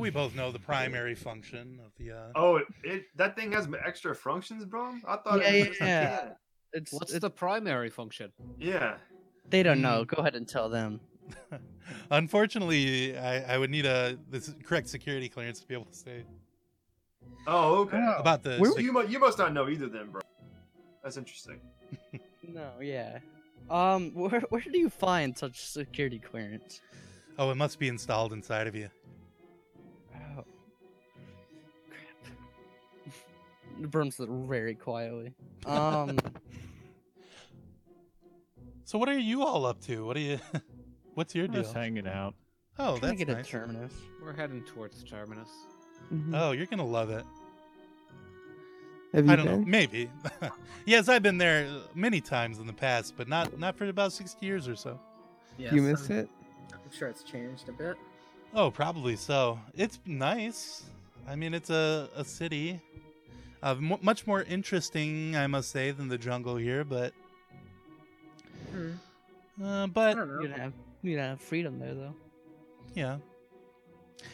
Speaker 1: we both know the primary function of the. Uh...
Speaker 4: Oh, it, it that thing has extra functions, bro. I thought.
Speaker 7: Yeah,
Speaker 4: it
Speaker 7: yeah,
Speaker 4: was just a
Speaker 7: yeah.
Speaker 4: cannon.
Speaker 7: It's,
Speaker 2: What's
Speaker 7: it's
Speaker 2: the primary function?
Speaker 4: (laughs) Yeah.
Speaker 7: they don't know. Go ahead and tell them.
Speaker 1: Unfortunately, I, I would need a this correct security clearance to be able to say
Speaker 4: Oh, okay.
Speaker 1: about the.
Speaker 4: So
Speaker 1: sec-
Speaker 4: you must you must not know either, then, bro. That's interesting.
Speaker 7: No, yeah. Um, (laughs) where where do you find such security clearance?
Speaker 1: Oh, it must be installed inside of you.
Speaker 7: Oh, (laughs) crap. Burns very quietly. (laughs) Um,
Speaker 1: So, what are you all up to? What are you? (laughs) What's your
Speaker 5: Just
Speaker 1: deal?
Speaker 5: hanging out.
Speaker 1: Oh, that's
Speaker 7: trying to get
Speaker 1: nice.
Speaker 7: a terminus.
Speaker 2: We're heading towards Terminus.
Speaker 3: Mhm.
Speaker 1: Oh, you're gonna love it.
Speaker 3: Have you
Speaker 1: I don't know.
Speaker 3: been?
Speaker 1: Maybe. (laughs) yes, I've been there uh, many times in the past, but not not for about sixty years or so.
Speaker 6: Yes,
Speaker 3: Do you miss
Speaker 6: I'm,
Speaker 3: it?
Speaker 6: I'm sure it's changed a bit.
Speaker 1: Oh, probably so. It's nice. I mean, it's a, a city. Uh, m- much more interesting, I must say, than the jungle here, but
Speaker 7: Mm.
Speaker 1: Uh,
Speaker 6: I
Speaker 1: but
Speaker 6: don't know.
Speaker 7: You'd have you'd have freedom there though.
Speaker 1: yeah.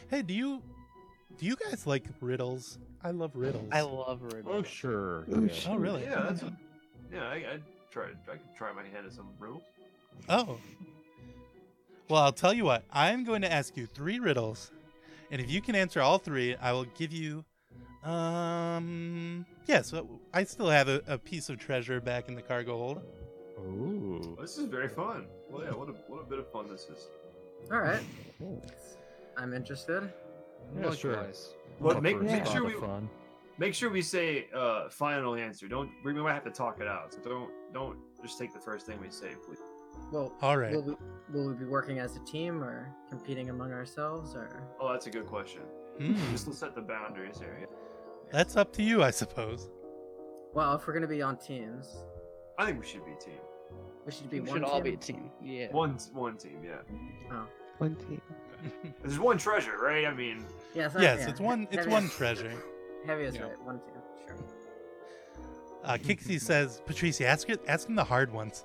Speaker 1: Hey, do you do you guys like riddles? I love riddles.
Speaker 7: I love riddles.
Speaker 5: Oh sure.
Speaker 3: Oh,
Speaker 5: yeah.
Speaker 3: sh-
Speaker 1: Oh really?
Speaker 4: Yeah, that's. Yeah, I, I tried. I could try my hand at some riddles.
Speaker 1: Oh. Well, I'll tell you what. I'm going to ask you three riddles, and if you can answer all three, I will give you. Um. Yes, yeah, so I still have a, a piece of treasure back in the cargo hold.
Speaker 5: Ooh.
Speaker 4: This is very fun. Well, yeah, what a what a bit of fun this is.
Speaker 6: All right. I'm interested.
Speaker 5: Yeah, sure.
Speaker 2: Likewise.
Speaker 4: Well,
Speaker 5: Up
Speaker 4: make
Speaker 5: for a
Speaker 4: make
Speaker 5: spot
Speaker 4: sure
Speaker 5: of
Speaker 4: we
Speaker 5: fun.
Speaker 4: make sure we say uh, final answer. Don't we might have to talk it out. So don't don't just take the first thing we say, please.
Speaker 6: Well,
Speaker 1: All right.
Speaker 6: will we will we be working as a team or competing among ourselves or?
Speaker 4: Oh, that's a good question.
Speaker 1: Hmm,
Speaker 4: Just let's set the boundaries here. yeah.
Speaker 1: that's up to you, I suppose.
Speaker 6: Well, if we're gonna be on teams,
Speaker 4: I think we should be a team.
Speaker 6: we should be
Speaker 7: We
Speaker 6: one
Speaker 7: should all be a
Speaker 6: team.
Speaker 7: team. Yeah.
Speaker 4: One one team, yeah.
Speaker 3: One team.
Speaker 4: There's one treasure, right? I mean,
Speaker 6: Yeah, it's not-
Speaker 1: Yes,
Speaker 6: yeah.
Speaker 1: it's one. It's
Speaker 6: Heavy
Speaker 1: one
Speaker 6: is-
Speaker 1: treasure.
Speaker 6: (laughs) Heavy is
Speaker 2: Yeah.
Speaker 6: right. One team. Sure.
Speaker 1: Uh, Kixie says, Patricia, ask it, ask him the hard ones.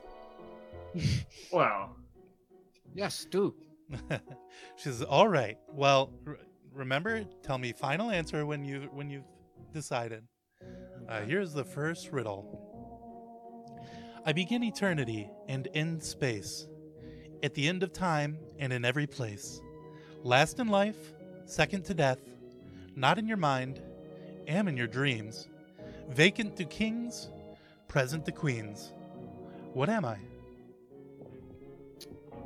Speaker 4: wow.
Speaker 2: Yes, do.
Speaker 1: (laughs) she says, "All right. Well, re- remember, tell me final answer when you when you've decided." Uh, here's the first riddle. I begin eternity and end space, at the end of time and in every place, last in life, second to death, not in your mind, am in your dreams, vacant to kings, present to queens. What am I?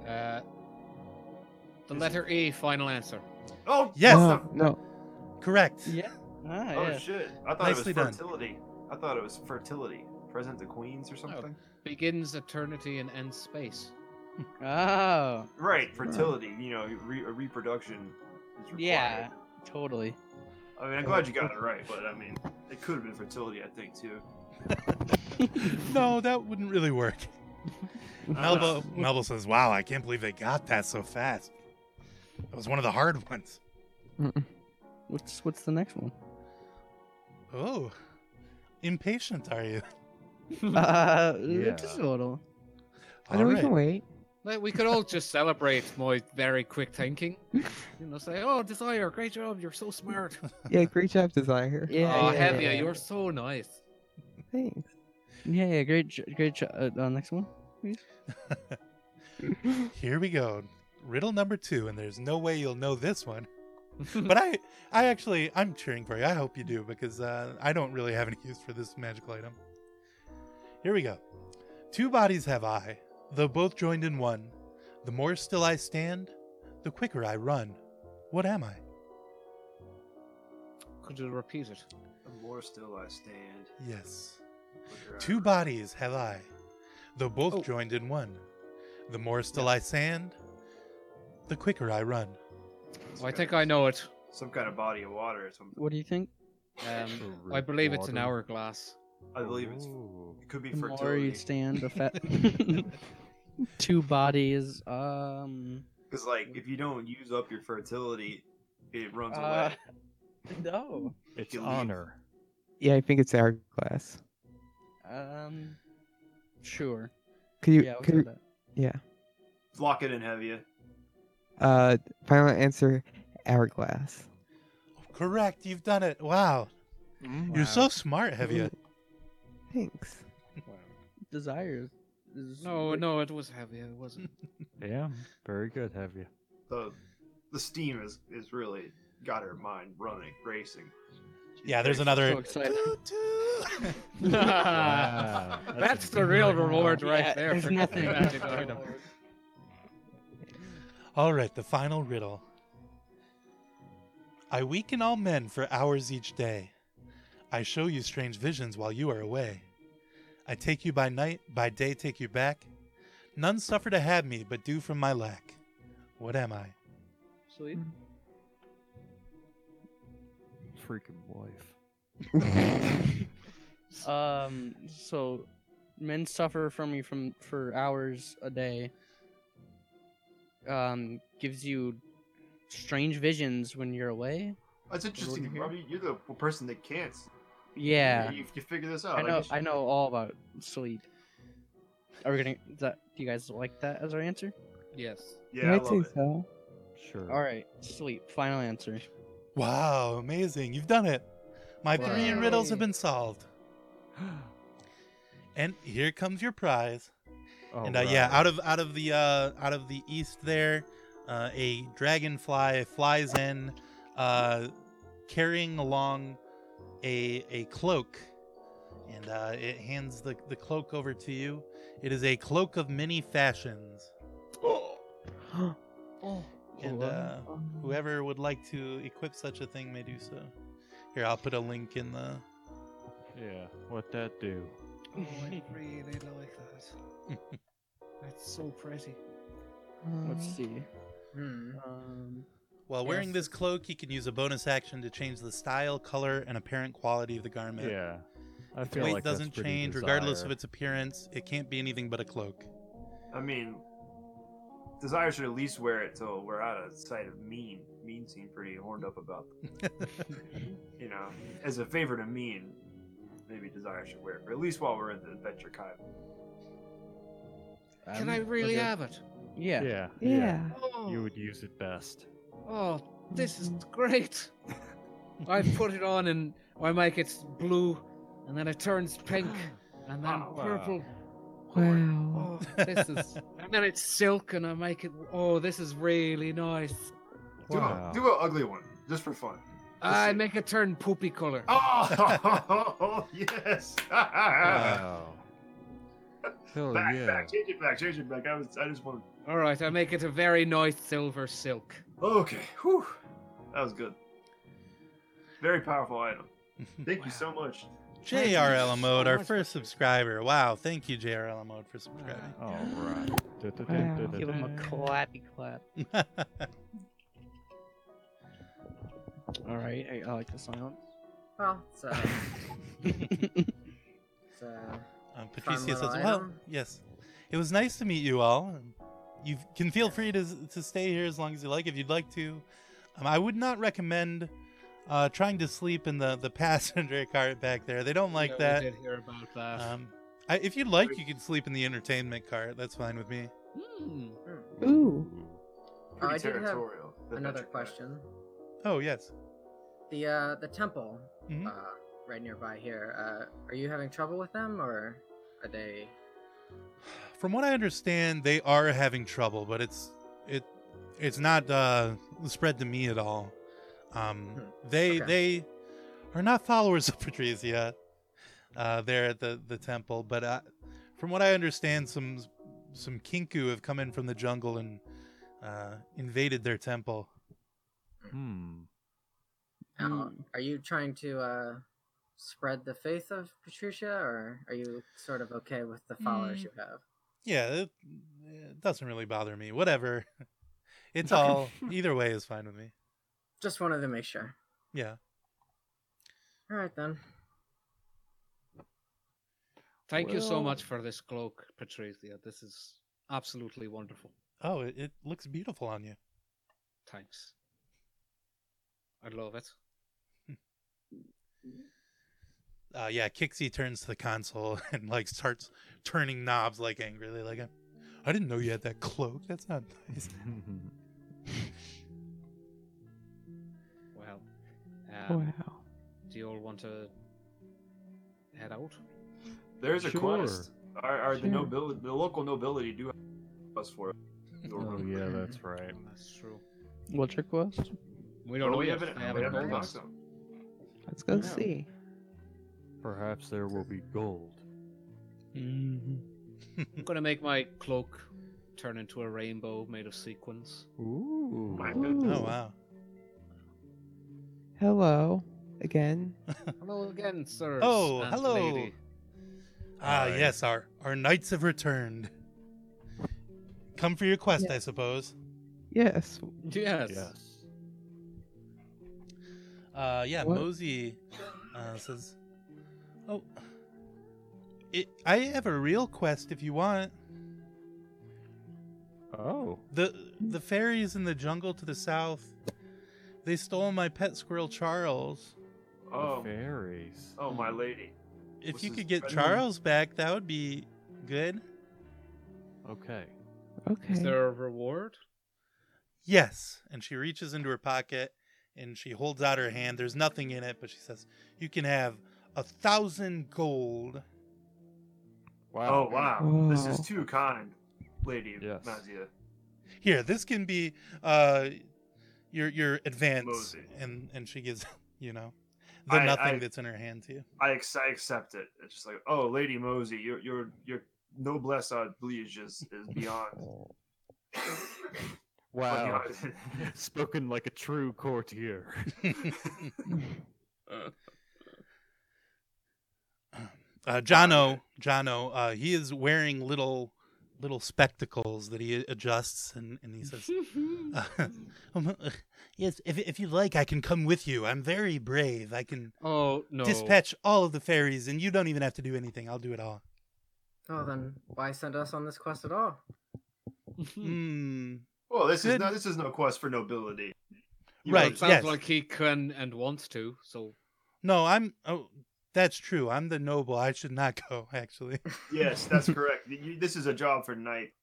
Speaker 2: Uh, the letter E, final answer.
Speaker 4: Oh
Speaker 1: Yes.
Speaker 4: what
Speaker 3: No, no.
Speaker 1: Correct.
Speaker 7: Yeah. Ah,
Speaker 4: the- Oh
Speaker 7: yeah.
Speaker 4: shit! I thought
Speaker 1: Nicely
Speaker 4: it
Speaker 1: done.
Speaker 4: was fertility. I thought it was fertility. Present to queens or something.
Speaker 2: Begins eternity and ends space.
Speaker 7: Oh,
Speaker 2: Hmm.
Speaker 4: Right, fertility. You know, re- a reproduction is required.
Speaker 7: yeah. Totally.
Speaker 4: I mean, I'm glad you got it right, but I mean, it could have been fertility, I think, too.
Speaker 1: (laughs) no, that wouldn't really work.
Speaker 4: Elbow.
Speaker 1: Melba, Melba says, "Wow, I can't believe they got that so fast. That was one of the hard ones."
Speaker 7: What's what's the next (laughs) one?
Speaker 1: Oh, impatient are you?
Speaker 7: Uh,
Speaker 5: Yeah.
Speaker 7: just a little.
Speaker 3: (laughs) I know we can
Speaker 1: Alright.
Speaker 3: wait.
Speaker 2: Like, we could all just celebrate my very quick thinking. You know, say, oh, Desire, great job, you're so smart.
Speaker 7: (laughs)
Speaker 3: Yeah, great job, Desire.
Speaker 7: Yeah,
Speaker 2: oh,
Speaker 7: yeah,
Speaker 2: Hevia,
Speaker 7: yeah.
Speaker 2: you're so nice.
Speaker 3: Thanks.
Speaker 7: Yeah, yeah. Great, jo- great. jo- Uh, uh, next one.
Speaker 1: Here we go. Riddle number two, and there's no way you'll know this
Speaker 3: (laughs)
Speaker 1: one. but I, I actually, I'm cheering for you. I hope you do because uh, I don't really have any use for this magical item. Here we go. Two bodies have I, though both joined in one. The more still I stand, the quicker I run. What am I?
Speaker 2: Could you repeat it?
Speaker 4: The more still I stand.
Speaker 1: Yes.
Speaker 4: quicker I
Speaker 1: Two
Speaker 4: run.
Speaker 1: bodies have I, though both
Speaker 2: Oh.
Speaker 1: joined in one. The more still I sand, the quicker I run.
Speaker 2: Oh, I think I know it.
Speaker 4: Some kind of body of water or something.
Speaker 7: What do you think?
Speaker 2: Um,
Speaker 5: Sure,
Speaker 2: I believe it's an
Speaker 5: water.
Speaker 2: hourglass.
Speaker 4: I believe it's.
Speaker 5: Ooh.
Speaker 4: It could be
Speaker 7: The more you
Speaker 4: fertility.
Speaker 7: stand, the fat.
Speaker 1: (laughs)
Speaker 7: (laughs) Two bodies. Um.
Speaker 4: Because, like, if you don't use up your fertility, it runs
Speaker 7: uh,
Speaker 4: away.
Speaker 7: (laughs) no.
Speaker 5: It's
Speaker 4: You leave.
Speaker 5: honor.
Speaker 3: Yeah, I think it's our class.
Speaker 7: Um. Sure.
Speaker 3: Could you?
Speaker 7: yeah. I'll
Speaker 3: could
Speaker 7: try
Speaker 3: you-
Speaker 7: that.
Speaker 3: yeah.
Speaker 4: Lock it in, Hevia.
Speaker 3: Uh, final answer, hourglass.
Speaker 1: Oh, Correct, you've done it. Wow. You're so smart,
Speaker 7: (laughs)
Speaker 1: Hevia.
Speaker 3: Thanks.
Speaker 7: Desires. is-
Speaker 2: No, no, it was Hevia, it (laughs) wasn't.
Speaker 5: Yeah, very good.
Speaker 1: (laughs)
Speaker 5: Have you?
Speaker 4: The, the steam is, is really got her mind running, racing. She's
Speaker 1: Yeah, there's
Speaker 4: very-
Speaker 1: (laughs) another.
Speaker 7: So excited.
Speaker 1: Toot, toot.
Speaker 5: Wow,
Speaker 2: that's
Speaker 5: that's
Speaker 2: the real
Speaker 5: incredible.
Speaker 2: reward right
Speaker 7: (laughs) Yeah,
Speaker 2: there.
Speaker 7: There's
Speaker 2: for
Speaker 7: nothing.
Speaker 2: the magic item.
Speaker 1: all right, the final riddle. I weaken all men for hours each day. I show you strange visions while you are away. I take you by night, by day take you back. None suffer to have me, but do from my lack. What am I?
Speaker 7: Sweet.
Speaker 5: (laughs) Freaking wife.
Speaker 1: (laughs)
Speaker 2: (laughs)
Speaker 7: Um. So, men suffer from you from for hours a day. Um. Gives you strange visions when you're away.
Speaker 4: That's interesting,
Speaker 7: here.
Speaker 4: Robbie. You're the person that can't.
Speaker 7: Yeah.
Speaker 4: You, you figure this out.
Speaker 7: I
Speaker 4: like,
Speaker 7: know.
Speaker 4: you
Speaker 7: I know all about sleep. Are we gonna? Is that do you guys like that as our answer?
Speaker 2: Yes.
Speaker 4: Yeah, I
Speaker 3: I'd say
Speaker 4: love it.
Speaker 3: so.
Speaker 5: Sure.
Speaker 7: All right, sweet. Final answer.
Speaker 1: Wow, amazing. You've done it. My three
Speaker 6: Wow.
Speaker 1: riddles have been solved.
Speaker 5: (gasps)
Speaker 1: And here comes your prize.
Speaker 5: Oh,
Speaker 1: and uh, yeah, out of out of the uh, out of the east there, uh, a dragonfly flies in, uh, carrying along a a cloak, and uh, it hands the the cloak over to you. It is a cloak of many fashions, (gasps) and uh, whoever would like to equip such a thing may do so. Here, I'll put a link in the.
Speaker 5: Yeah. What that do?
Speaker 2: Oh, I really like that. (laughs) That's so pretty.
Speaker 7: Let's see.
Speaker 6: Hmm.
Speaker 7: Um,
Speaker 1: While wearing
Speaker 6: Yes.
Speaker 1: this cloak, you can use a bonus action to change the style, color, and apparent quality of the garment.
Speaker 5: Yeah. I
Speaker 1: The
Speaker 5: feel
Speaker 1: weight
Speaker 5: like that's
Speaker 1: doesn't
Speaker 5: pretty
Speaker 1: change regardless of
Speaker 5: desire.
Speaker 1: its appearance. It can't be anything but a
Speaker 5: (laughs)
Speaker 1: cloak.
Speaker 4: I mean, Desire should at least wear it till we're out of sight of Mean. Mean seemed pretty horned up about, you know, as a favor to Mean. Maybe Desire should wear it, for at least while we're in the Adventure Cave.
Speaker 2: Can I
Speaker 7: um,
Speaker 2: really
Speaker 7: okay.
Speaker 2: have it?
Speaker 7: Yeah.
Speaker 5: Yeah.
Speaker 3: Yeah.
Speaker 2: Oh,
Speaker 5: You would use it best.
Speaker 2: oh, this is great. I put it on and I make it blue, and then it turns pink, and then
Speaker 4: Wow.
Speaker 2: purple.
Speaker 3: Wow.
Speaker 2: Oh, this is, and then it's silk, and I make it. Oh, this is really nice.
Speaker 4: Do, a,
Speaker 5: Wow.
Speaker 4: do a ugly one, just for fun.
Speaker 2: I make it turn poopy color.
Speaker 4: Oh, (laughs) yes! back,
Speaker 1: (laughs)
Speaker 5: Wow. Hell Uh, oh, yeah.
Speaker 4: back, change it back, change it back. I, was, I just wanted.
Speaker 2: All right, I make it a very nice silver silk.
Speaker 4: Okay, whew. That was good. Very powerful item. Thank you so much.
Speaker 1: JRL Mode, our
Speaker 2: much.
Speaker 1: first subscriber. Wow, thank you, JRL Mode, for subscribing.
Speaker 5: All right.
Speaker 3: Wow.
Speaker 7: Give him a
Speaker 5: Uh,
Speaker 7: clappy clap.
Speaker 1: (laughs)
Speaker 7: All right. I, I like the silence.
Speaker 6: Well,
Speaker 7: (laughs)
Speaker 6: it's, uh,
Speaker 7: Um,
Speaker 6: it's, uh,
Speaker 1: um, Patricia
Speaker 6: little
Speaker 1: says, "Well,
Speaker 6: item.
Speaker 1: yes, it was nice to meet you all. You can feel free to to stay here as long as you like if you'd like to. Um, I would not recommend." Uh, trying to sleep in the, (laughs) the passenger cart back there. They don't like
Speaker 2: Yeah,
Speaker 1: that.
Speaker 2: We did hear about that.
Speaker 1: Um, I, if you'd like, you can sleep in the entertainment cart. That's fine with me.
Speaker 2: Hmm.
Speaker 3: Ooh.
Speaker 6: oh, I
Speaker 4: Pretty
Speaker 6: did have
Speaker 4: territorial. the
Speaker 6: another
Speaker 4: Adventure Cave.
Speaker 6: question.
Speaker 1: Oh yes.
Speaker 6: The uh, the temple
Speaker 1: Mhm.
Speaker 6: uh, right nearby here. Uh, are you having trouble with them, or are they?
Speaker 1: From what I understand, they are having trouble, but it's it it's not uh, spread to me at all. Um, they
Speaker 6: okay.
Speaker 1: they are not followers (laughs) of Patrizia. Uh, there at the the temple, but uh, from what I understand, some some kinku have come in from the jungle and uh, invaded their temple.
Speaker 5: Hmm. (laughs)
Speaker 6: Uh, are you trying to uh, spread the faith of Patricia, or are you sort of okay with the followers you have?
Speaker 1: Yeah, it, it doesn't really bother me. Whatever. (laughs) It's all either way is fine with me.
Speaker 6: Just wanted to make sure.
Speaker 1: Yeah.
Speaker 6: All right then.
Speaker 2: Thank you so
Speaker 5: Well-
Speaker 2: much for this cloak, Patrizia. This is absolutely wonderful.
Speaker 1: Oh, it, it looks beautiful on you.
Speaker 2: Thanks. I love it.
Speaker 1: Uh, yeah, Kixie turns to the console (laughs) and like starts turning knobs like angrily, like I didn't know you had that cloak. That's not nice.
Speaker 2: Well, um,
Speaker 3: Wow.
Speaker 2: do you all want to head out?
Speaker 4: There's a
Speaker 5: Sure.
Speaker 4: quest. Our, our the
Speaker 3: Sure.
Speaker 4: nobility, the local nobility, do have a quest for it. You'll
Speaker 5: Oh
Speaker 4: remember.
Speaker 5: yeah, that's right.
Speaker 2: That's true.
Speaker 7: What's your quest?
Speaker 2: We don't
Speaker 4: But
Speaker 2: know
Speaker 4: Oh, we
Speaker 2: yet.
Speaker 4: haven't,
Speaker 2: I
Speaker 4: we
Speaker 2: haven't
Speaker 4: haven't
Speaker 2: told
Speaker 4: talked
Speaker 2: us.
Speaker 4: to him.
Speaker 3: Let's go see.
Speaker 5: Perhaps there will be gold.
Speaker 2: I'm gonna make my cloak turn into a rainbow made of sequins.
Speaker 5: Ooh.
Speaker 4: My goodness.
Speaker 1: Oh wow.
Speaker 3: Hello again.
Speaker 2: Hello again, sir.
Speaker 1: Oh, hello. Ah,
Speaker 5: Hi.
Speaker 1: yes, our our knights have returned. Come for your quest,
Speaker 3: Yeah.
Speaker 1: I suppose.
Speaker 3: Yes.
Speaker 2: Yes.
Speaker 5: Yes.
Speaker 1: Uh, yeah,
Speaker 3: What?
Speaker 1: Mosey uh, says, "Oh, it, I have a real quest if you want.
Speaker 5: Oh.
Speaker 1: the The fairies in the jungle to the south, they stole my pet squirrel Charles.
Speaker 5: Oh.
Speaker 4: Oh,
Speaker 5: Fairies.
Speaker 4: oh, my lady.
Speaker 1: If
Speaker 4: What's
Speaker 1: you
Speaker 4: his
Speaker 1: could get
Speaker 4: friend name?
Speaker 1: Charles back, that would be good.
Speaker 5: Okay.
Speaker 4: Oh,
Speaker 3: Okay.
Speaker 2: Is there a reward?
Speaker 1: Yes. And she reaches into her pocket and she holds out her hand. There's nothing in it, but she says, You can have a thousand gold.
Speaker 4: Oh wow, this is
Speaker 3: Wow.
Speaker 4: too kind, Lady
Speaker 5: Yes.
Speaker 4: Nazia.
Speaker 1: Here, this can be uh your your advance.
Speaker 4: Mosey.
Speaker 1: And and she gives (laughs) you know the
Speaker 4: I-
Speaker 1: nothing
Speaker 4: I-
Speaker 1: that's in her hand to you.
Speaker 4: I, ex- I accept it. It's just like, oh, Lady Mosey, your your your noblesse oblige is, is
Speaker 1: (laughs)
Speaker 4: beyond.
Speaker 5: Wow. (laughs)
Speaker 4: (laughs)
Speaker 5: Spoken like a true courtier.
Speaker 1: uh, Jono, Jono, uh, he is wearing little little spectacles that he adjusts, and, and he
Speaker 4: (laughs)
Speaker 1: says, uh, (laughs) um, uh, "Yes, if if you like, I can come with you. I'm very brave. I can
Speaker 2: Oh no.
Speaker 1: dispatch all of the fairies, and you don't even have to do anything. I'll do it all."
Speaker 6: Oh, then why send us on this quest at all?
Speaker 2: (laughs)
Speaker 4: Hmm.
Speaker 1: Mm.
Speaker 4: well, this is
Speaker 1: Good.
Speaker 4: no, this is no quest for nobility. You
Speaker 1: Right,
Speaker 2: It
Speaker 4: know,
Speaker 2: sounds
Speaker 1: yes.
Speaker 2: like he can and wants to. So
Speaker 1: No, I'm. Oh, that's true. I'm the noble. I should not go. (laughs) Actually,
Speaker 4: yes, that's correct. You, this is a job for knight.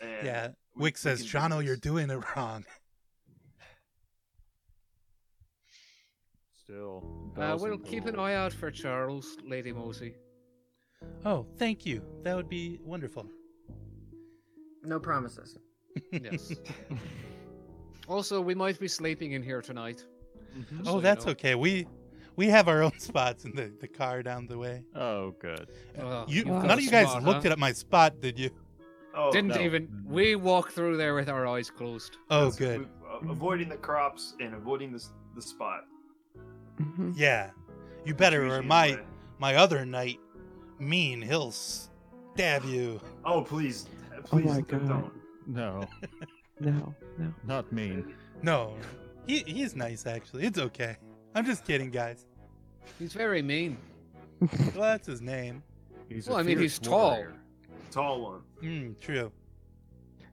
Speaker 4: And
Speaker 1: yeah.
Speaker 4: we-
Speaker 1: Wick
Speaker 4: we
Speaker 1: says,
Speaker 4: can do
Speaker 1: "Jono, you're
Speaker 4: this."
Speaker 1: doing it wrong."
Speaker 5: Still.
Speaker 2: uh,
Speaker 5: bells
Speaker 2: we'll
Speaker 5: and
Speaker 2: keep an
Speaker 5: gold.
Speaker 2: eye out for Charles, Lady Mosey.
Speaker 1: Oh, thank you. That would be wonderful.
Speaker 6: No promises.
Speaker 2: Yes. also, we might be sleeping in here tonight.
Speaker 5: Mhm.
Speaker 4: Mm-hmm.
Speaker 2: So
Speaker 1: Oh,
Speaker 2: you
Speaker 1: that's
Speaker 2: know.
Speaker 1: okay. We we have our own (laughs) spots in the, the car down the way.
Speaker 5: Oh, good.
Speaker 2: Oh,
Speaker 1: Uh, You
Speaker 3: Wow.
Speaker 1: none of you guys
Speaker 2: Smart,
Speaker 1: looked
Speaker 2: huh?
Speaker 1: at my spot, did you?
Speaker 4: Oh,
Speaker 2: Didn't
Speaker 5: no.
Speaker 2: even. We walked through there with our eyes closed.
Speaker 1: Oh,
Speaker 4: that's-
Speaker 1: good.
Speaker 4: we- uh, avoiding the crops and avoiding the s- the spot.
Speaker 3: Mhm.
Speaker 1: Yeah, you better,
Speaker 4: Choosing
Speaker 1: or
Speaker 4: a
Speaker 1: my
Speaker 4: way.
Speaker 1: my other knight, mean, he'll stab you.
Speaker 4: Oh please, please
Speaker 3: my
Speaker 4: don't.
Speaker 3: God.
Speaker 5: No,
Speaker 3: No,
Speaker 4: (laughs)
Speaker 3: no.
Speaker 5: not mean.
Speaker 1: No, he he's nice actually. It's okay. I'm just kidding, guys.
Speaker 2: He's very mean.
Speaker 1: Well, that's his name.
Speaker 5: He's a
Speaker 2: Well, I mean, he's
Speaker 5: fierce
Speaker 2: tall.
Speaker 5: warrior.
Speaker 4: Tall one.
Speaker 1: Mm, true.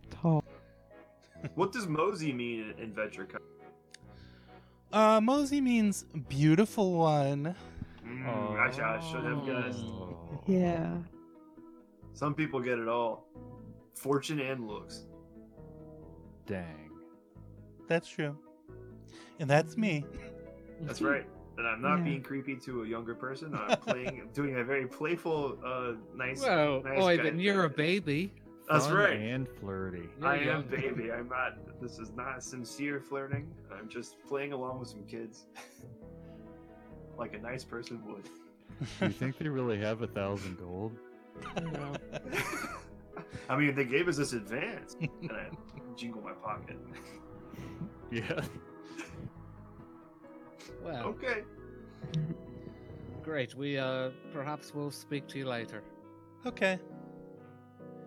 Speaker 3: Tall.
Speaker 4: What does Mosey mean in, in Venture Cup?
Speaker 1: Uh, Mosey means beautiful one.
Speaker 4: Mm, Actually, I should have guessed.
Speaker 5: Oh.
Speaker 3: Yeah.
Speaker 4: Some people get it all. Fortune and looks.
Speaker 5: Dang.
Speaker 1: That's true. And that's
Speaker 2: (laughs)
Speaker 1: me.
Speaker 4: That's right. And I'm not
Speaker 3: Yeah.
Speaker 4: being creepy to a younger person. I'm playing, doing a very playful, uh, nice.
Speaker 2: Well,
Speaker 4: nice
Speaker 2: boy,
Speaker 4: guy.
Speaker 2: but you're a baby.
Speaker 4: That's
Speaker 5: Fun
Speaker 4: right.
Speaker 5: And flirty.
Speaker 2: You're
Speaker 4: I am
Speaker 2: young.
Speaker 4: baby. I'm not. This is not sincere flirting. I'm just playing along with some kids, like a nice person would.
Speaker 5: Do you think they really have a thousand gold? (laughs)
Speaker 4: I mean, they gave us this advance, and I jingle my pocket.
Speaker 5: Yeah.
Speaker 2: Well,
Speaker 4: Okay. Oh.
Speaker 2: great. We uh, perhaps we'll speak to you later.
Speaker 1: Okay.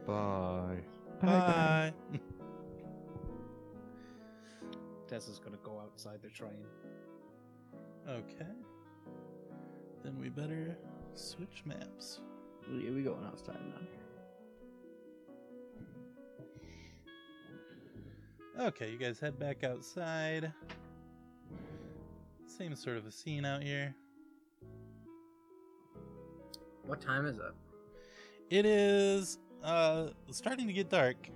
Speaker 5: Bye.
Speaker 3: Bye. guys.
Speaker 1: Bye.
Speaker 2: Tessa's gonna go outside the train.
Speaker 1: Okay. Then we better switch maps.
Speaker 7: Yeah, we going outside now.
Speaker 1: Okay, you guys head back outside. Same sort of a scene out here.
Speaker 6: What time is it?
Speaker 1: It is uh starting to get dark.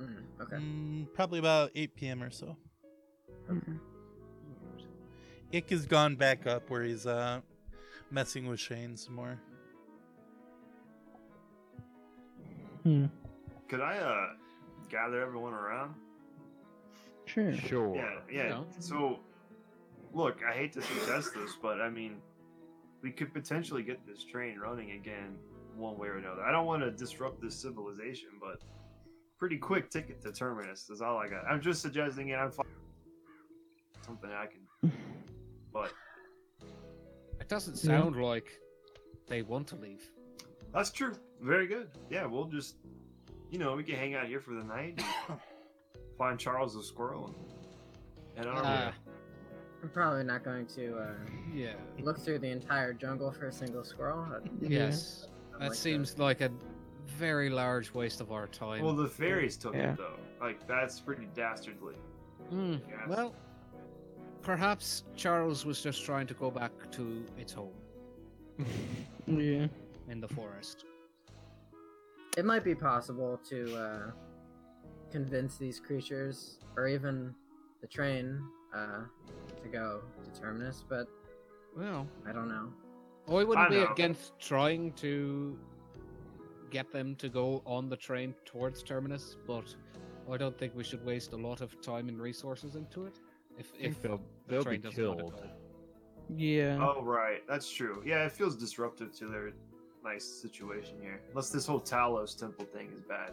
Speaker 6: Mm, okay.
Speaker 1: Mm, probably about 8 p.m. or so.
Speaker 3: Mhm.
Speaker 1: Ick has gone back up where he's uh messing with Shane some more.
Speaker 4: Could I uh gather everyone around?
Speaker 3: Sure.
Speaker 5: Sure.
Speaker 4: Yeah, yeah.
Speaker 2: No.
Speaker 4: So, look, I hate to suggest this, but I mean, we could potentially get this train running again one way or another. I don't want to disrupt this civilization, but pretty quick ticket to terminus is all I got. I'm just suggesting it. I'm fine. something I can. But
Speaker 2: It doesn't
Speaker 3: Yeah.
Speaker 2: sound like they want to leave.
Speaker 4: that's true. Very good. Yeah, we'll just, you know, we can hang out here for the night. And find Charles the squirrel. And, and
Speaker 1: Oh,
Speaker 4: I don't
Speaker 2: Uh,
Speaker 6: I'm probably not going to uh,
Speaker 2: yeah.
Speaker 6: look through the entire jungle for a single squirrel. I-
Speaker 3: Yeah.
Speaker 2: Yes.
Speaker 6: I
Speaker 2: That
Speaker 6: like
Speaker 2: seems like a very large waste of our time.
Speaker 4: Well, the fairies took
Speaker 3: Yeah.
Speaker 4: it though. Like that's pretty dastardly.
Speaker 2: Mm,
Speaker 4: Yes.
Speaker 2: Well, perhaps Charles was just trying to go back to its home
Speaker 7: Yeah.
Speaker 2: in the forest.
Speaker 6: It might be possible to uh, convince these creatures, or even the train, uh, to go to Terminus, but
Speaker 7: Well,
Speaker 6: I don't know.
Speaker 2: I wouldn't
Speaker 4: I
Speaker 2: be
Speaker 4: know.
Speaker 2: against trying to get them to go on the train towards Terminus, but I don't think we should waste a lot of time and resources into it. If,
Speaker 5: I think
Speaker 2: if
Speaker 5: they'll,
Speaker 2: the
Speaker 5: they'll be
Speaker 2: train doesn't wanna
Speaker 5: killed.
Speaker 2: go.
Speaker 7: yeah.
Speaker 4: Oh right, that's true. Yeah, it feels disruptive to their nice situation here. Unless this whole Talos temple thing is bad.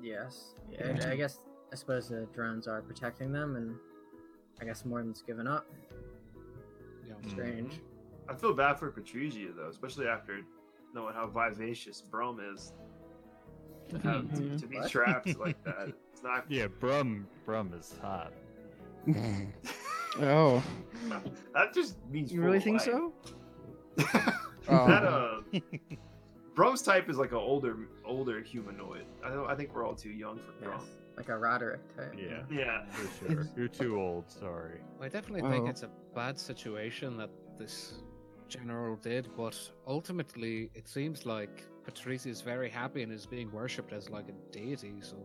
Speaker 6: Yes. Yeah, I, I guess I suppose the drones are protecting them, and I guess Morden's given up.
Speaker 2: Yeah.
Speaker 6: Hmm.
Speaker 4: Mm-hmm.
Speaker 6: Strange.
Speaker 4: I feel bad for Petrugia though, especially after knowing how vivacious Brom is. To, have,
Speaker 7: Mm-hmm.
Speaker 4: to, to be
Speaker 6: What?
Speaker 4: trapped like that, it's not.
Speaker 5: Yeah, Brum Brum is hot.
Speaker 7: oh.
Speaker 4: (laughs) That just means
Speaker 7: You
Speaker 4: full
Speaker 7: really
Speaker 4: of
Speaker 7: think
Speaker 4: life.
Speaker 7: so? (laughs)
Speaker 4: that
Speaker 7: Oh.
Speaker 4: uh, Brom's type is like an older older humanoid. I don't. I think we're all too young for Brom.
Speaker 6: Yes. Like a Roderick type.
Speaker 5: Yeah,
Speaker 4: Yeah.
Speaker 5: (laughs) for sure. You're too old. Sorry.
Speaker 2: I definitely think
Speaker 7: Well-
Speaker 2: it's a bad situation that this general did, but ultimately it seems like Patrice is very happy and is being worshipped as like a deity. So,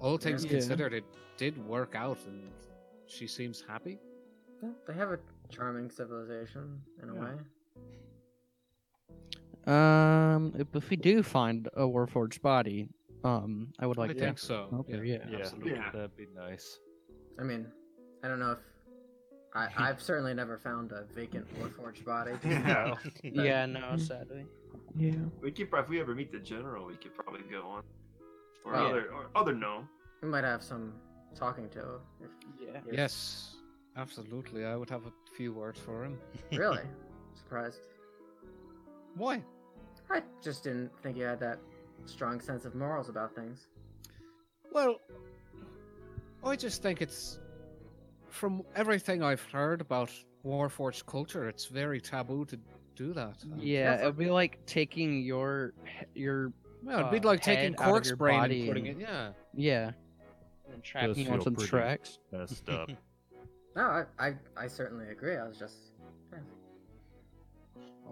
Speaker 2: all things
Speaker 7: Yeah.
Speaker 2: considered, it did work out, and she seems happy.
Speaker 6: Well, They have a charming civilization in a way.
Speaker 7: Um, if- if we do find a Warforged body, um, I would like
Speaker 2: I
Speaker 7: to.
Speaker 2: think so.
Speaker 7: help her, yeah.
Speaker 5: Yeah,
Speaker 2: absolutely.
Speaker 4: Yeah.
Speaker 5: that'd be nice.
Speaker 6: I mean, I don't know if I, I've certainly never found a vacant Warforged body.
Speaker 4: Yeah.
Speaker 7: Yeah, no, sadly.
Speaker 3: Yeah.
Speaker 4: we could. prob- If we ever meet the general, we could probably go on. Or
Speaker 6: Oh, yeah.
Speaker 4: other or other gnome.
Speaker 6: We might have some talking to. If,
Speaker 7: Yeah.
Speaker 2: Yes, absolutely. I would have a few words for him.
Speaker 6: really? Surprised.
Speaker 2: Why?
Speaker 6: I just didn't think you had that strong sense of morals about things.
Speaker 2: Well, I just think it's from everything I've heard about Warforged culture, it's very taboo to do that. And-
Speaker 7: Yeah, it'd be like taking your your
Speaker 2: Well, it'd be
Speaker 7: uh,
Speaker 2: like taking
Speaker 7: head out of
Speaker 2: cork's
Speaker 7: your
Speaker 2: brain
Speaker 7: body
Speaker 2: and putting it.
Speaker 7: and-
Speaker 2: Yeah.
Speaker 7: yeah, and tracking you on
Speaker 5: feel
Speaker 7: some
Speaker 5: pretty-
Speaker 7: tracks.
Speaker 2: (laughs)
Speaker 5: Messed up.
Speaker 6: No, I, I, I certainly agree. I was just.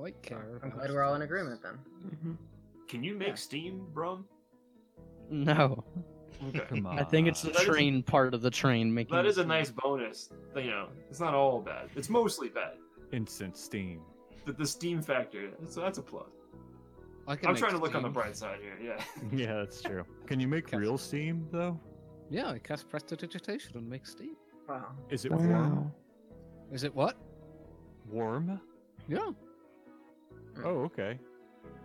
Speaker 2: I care.
Speaker 6: I'm
Speaker 2: about
Speaker 6: glad we're all in
Speaker 2: things.
Speaker 6: agreement then.
Speaker 4: Can you make
Speaker 6: Yeah.
Speaker 4: steam, Brom?
Speaker 7: No,
Speaker 5: Come on.
Speaker 7: I think it's the
Speaker 4: That is-
Speaker 7: train part of the train making.
Speaker 4: That
Speaker 7: it
Speaker 4: is a
Speaker 7: seem-
Speaker 4: nice bonus. You know, it's not all bad. It's mostly bad.
Speaker 5: instant steam.
Speaker 4: The, the steam factor. So that's a plus.
Speaker 2: I can
Speaker 4: I'm
Speaker 2: make
Speaker 4: trying to look on the
Speaker 2: steam.
Speaker 4: bright side here. Yeah.
Speaker 5: (laughs) Yeah, that's true. Can you make
Speaker 2: Cast-
Speaker 5: real steam though?
Speaker 2: Yeah, I cast prestidigitation and make steam.
Speaker 6: Wow.
Speaker 5: Is it warm?
Speaker 3: Wow.
Speaker 2: Is it what?
Speaker 5: Warm?
Speaker 2: Yeah.
Speaker 5: Oh, okay.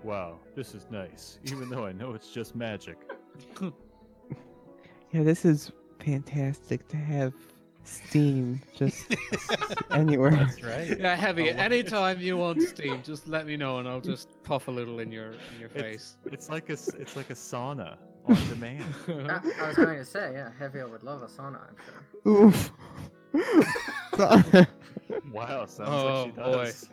Speaker 5: Wow, this is nice. (laughs) Even though I know it's just magic.
Speaker 3: Yeah, this is fantastic to have steam
Speaker 4: (laughs)
Speaker 3: just anywhere.
Speaker 1: That's right.
Speaker 2: Yeah, heavy.
Speaker 5: Oh, wow.
Speaker 2: Anytime you want steam, just let me know and I'll just puff a little in your (laughs) in your face.
Speaker 5: It's, it's like a s-
Speaker 2: (laughs)
Speaker 5: it's like a sauna on demand.
Speaker 6: I, I was going to say, yeah, Hevia would love a sauna, I'm sure.
Speaker 4: (laughs)
Speaker 3: Oof. (laughs)
Speaker 5: Wow, sounds like she
Speaker 2: Oh, boy.
Speaker 5: does.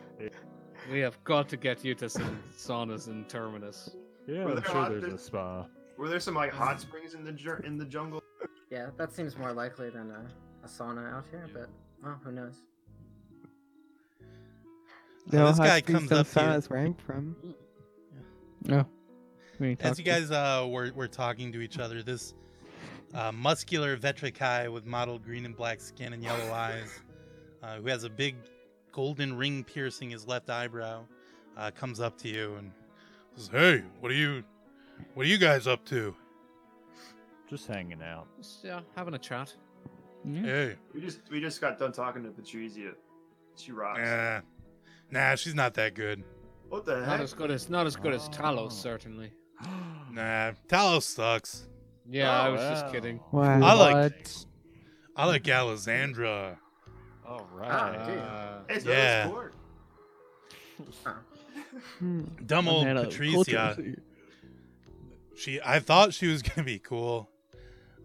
Speaker 2: we have got to get you to some saunas in Terminus.
Speaker 5: Yeah,
Speaker 4: Were
Speaker 5: I'm
Speaker 4: there
Speaker 5: sure
Speaker 4: hot-
Speaker 5: there's a spa.
Speaker 4: (laughs) Were there some like (laughs) hot springs in the jur- in the jungle?
Speaker 6: Yeah, that seems more likely than a, a sauna out here, but, well, who knows?
Speaker 1: Now,
Speaker 3: no
Speaker 1: this
Speaker 3: hot
Speaker 1: guy
Speaker 3: springs,
Speaker 1: comes
Speaker 3: no
Speaker 1: up to you.
Speaker 3: saunas where I'm from.
Speaker 7: When you talk
Speaker 1: As you
Speaker 7: to-
Speaker 1: guys uh, were, were talking to each other, this uh, muscular vetrikai with mottled green and black skin and
Speaker 7: (laughs)
Speaker 1: yellow eyes, uh, who has a big golden ring piercing his left eyebrow, uh, comes up to you and says, "Hey, what are you, what are you guys up to?
Speaker 5: Just hanging out. (gasps)
Speaker 2: Just, yeah, uh, having a chat.
Speaker 1: Hey,
Speaker 4: We just we just got done talking to Patrizia. She rocks.
Speaker 1: eh, nah, she's not that good.
Speaker 4: What the
Speaker 2: Not
Speaker 4: heck?
Speaker 2: as good as not as good as
Speaker 5: Oh.
Speaker 2: Talos, certainly.
Speaker 1: Nah, Talos sucks.
Speaker 2: Yeah, I
Speaker 5: Oh,
Speaker 2: was just
Speaker 5: wow.
Speaker 2: kidding.
Speaker 3: Wow.
Speaker 1: I like, I
Speaker 7: Mm-hmm.
Speaker 1: like Alessandra.
Speaker 5: All
Speaker 6: Ah,
Speaker 5: right.
Speaker 6: dude.
Speaker 2: Uh,
Speaker 4: Hey, so
Speaker 1: Yeah.
Speaker 4: that's court.
Speaker 3: Hmm.
Speaker 1: Dumb old
Speaker 7: Banana
Speaker 1: Patricia. She, I thought she was gonna be cool,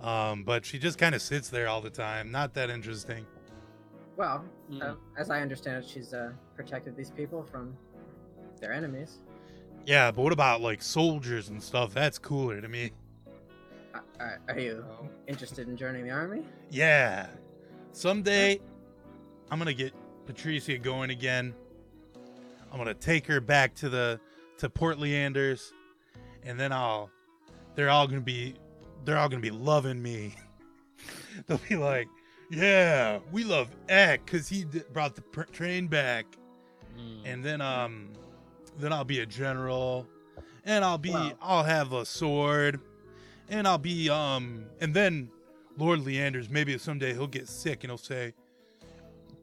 Speaker 1: um, but she just kind of sits there all the time. Not that interesting.
Speaker 6: Well, uh,
Speaker 2: mm.
Speaker 6: as I understand it, she's uh, protected these people from their enemies.
Speaker 1: Yeah, but what about like soldiers and stuff? That's cooler to me.
Speaker 6: Uh, uh, are you
Speaker 2: Oh.
Speaker 6: interested in joining the army?
Speaker 1: Yeah, someday I'm gonna get Patricia going again. I'm gonna take her back to the to Port Leanders, and then I'll they're all gonna be they're all gonna be loving me. (laughs) They'll be like, "Yeah, we love Eck because he d- brought the pr- train back."
Speaker 2: Mm.
Speaker 1: And then um, then I'll be a general, and I'll be
Speaker 6: Wow.
Speaker 1: I'll have a sword, and I'll be um, and then Lord Leander's maybe someday he'll get sick and he'll say,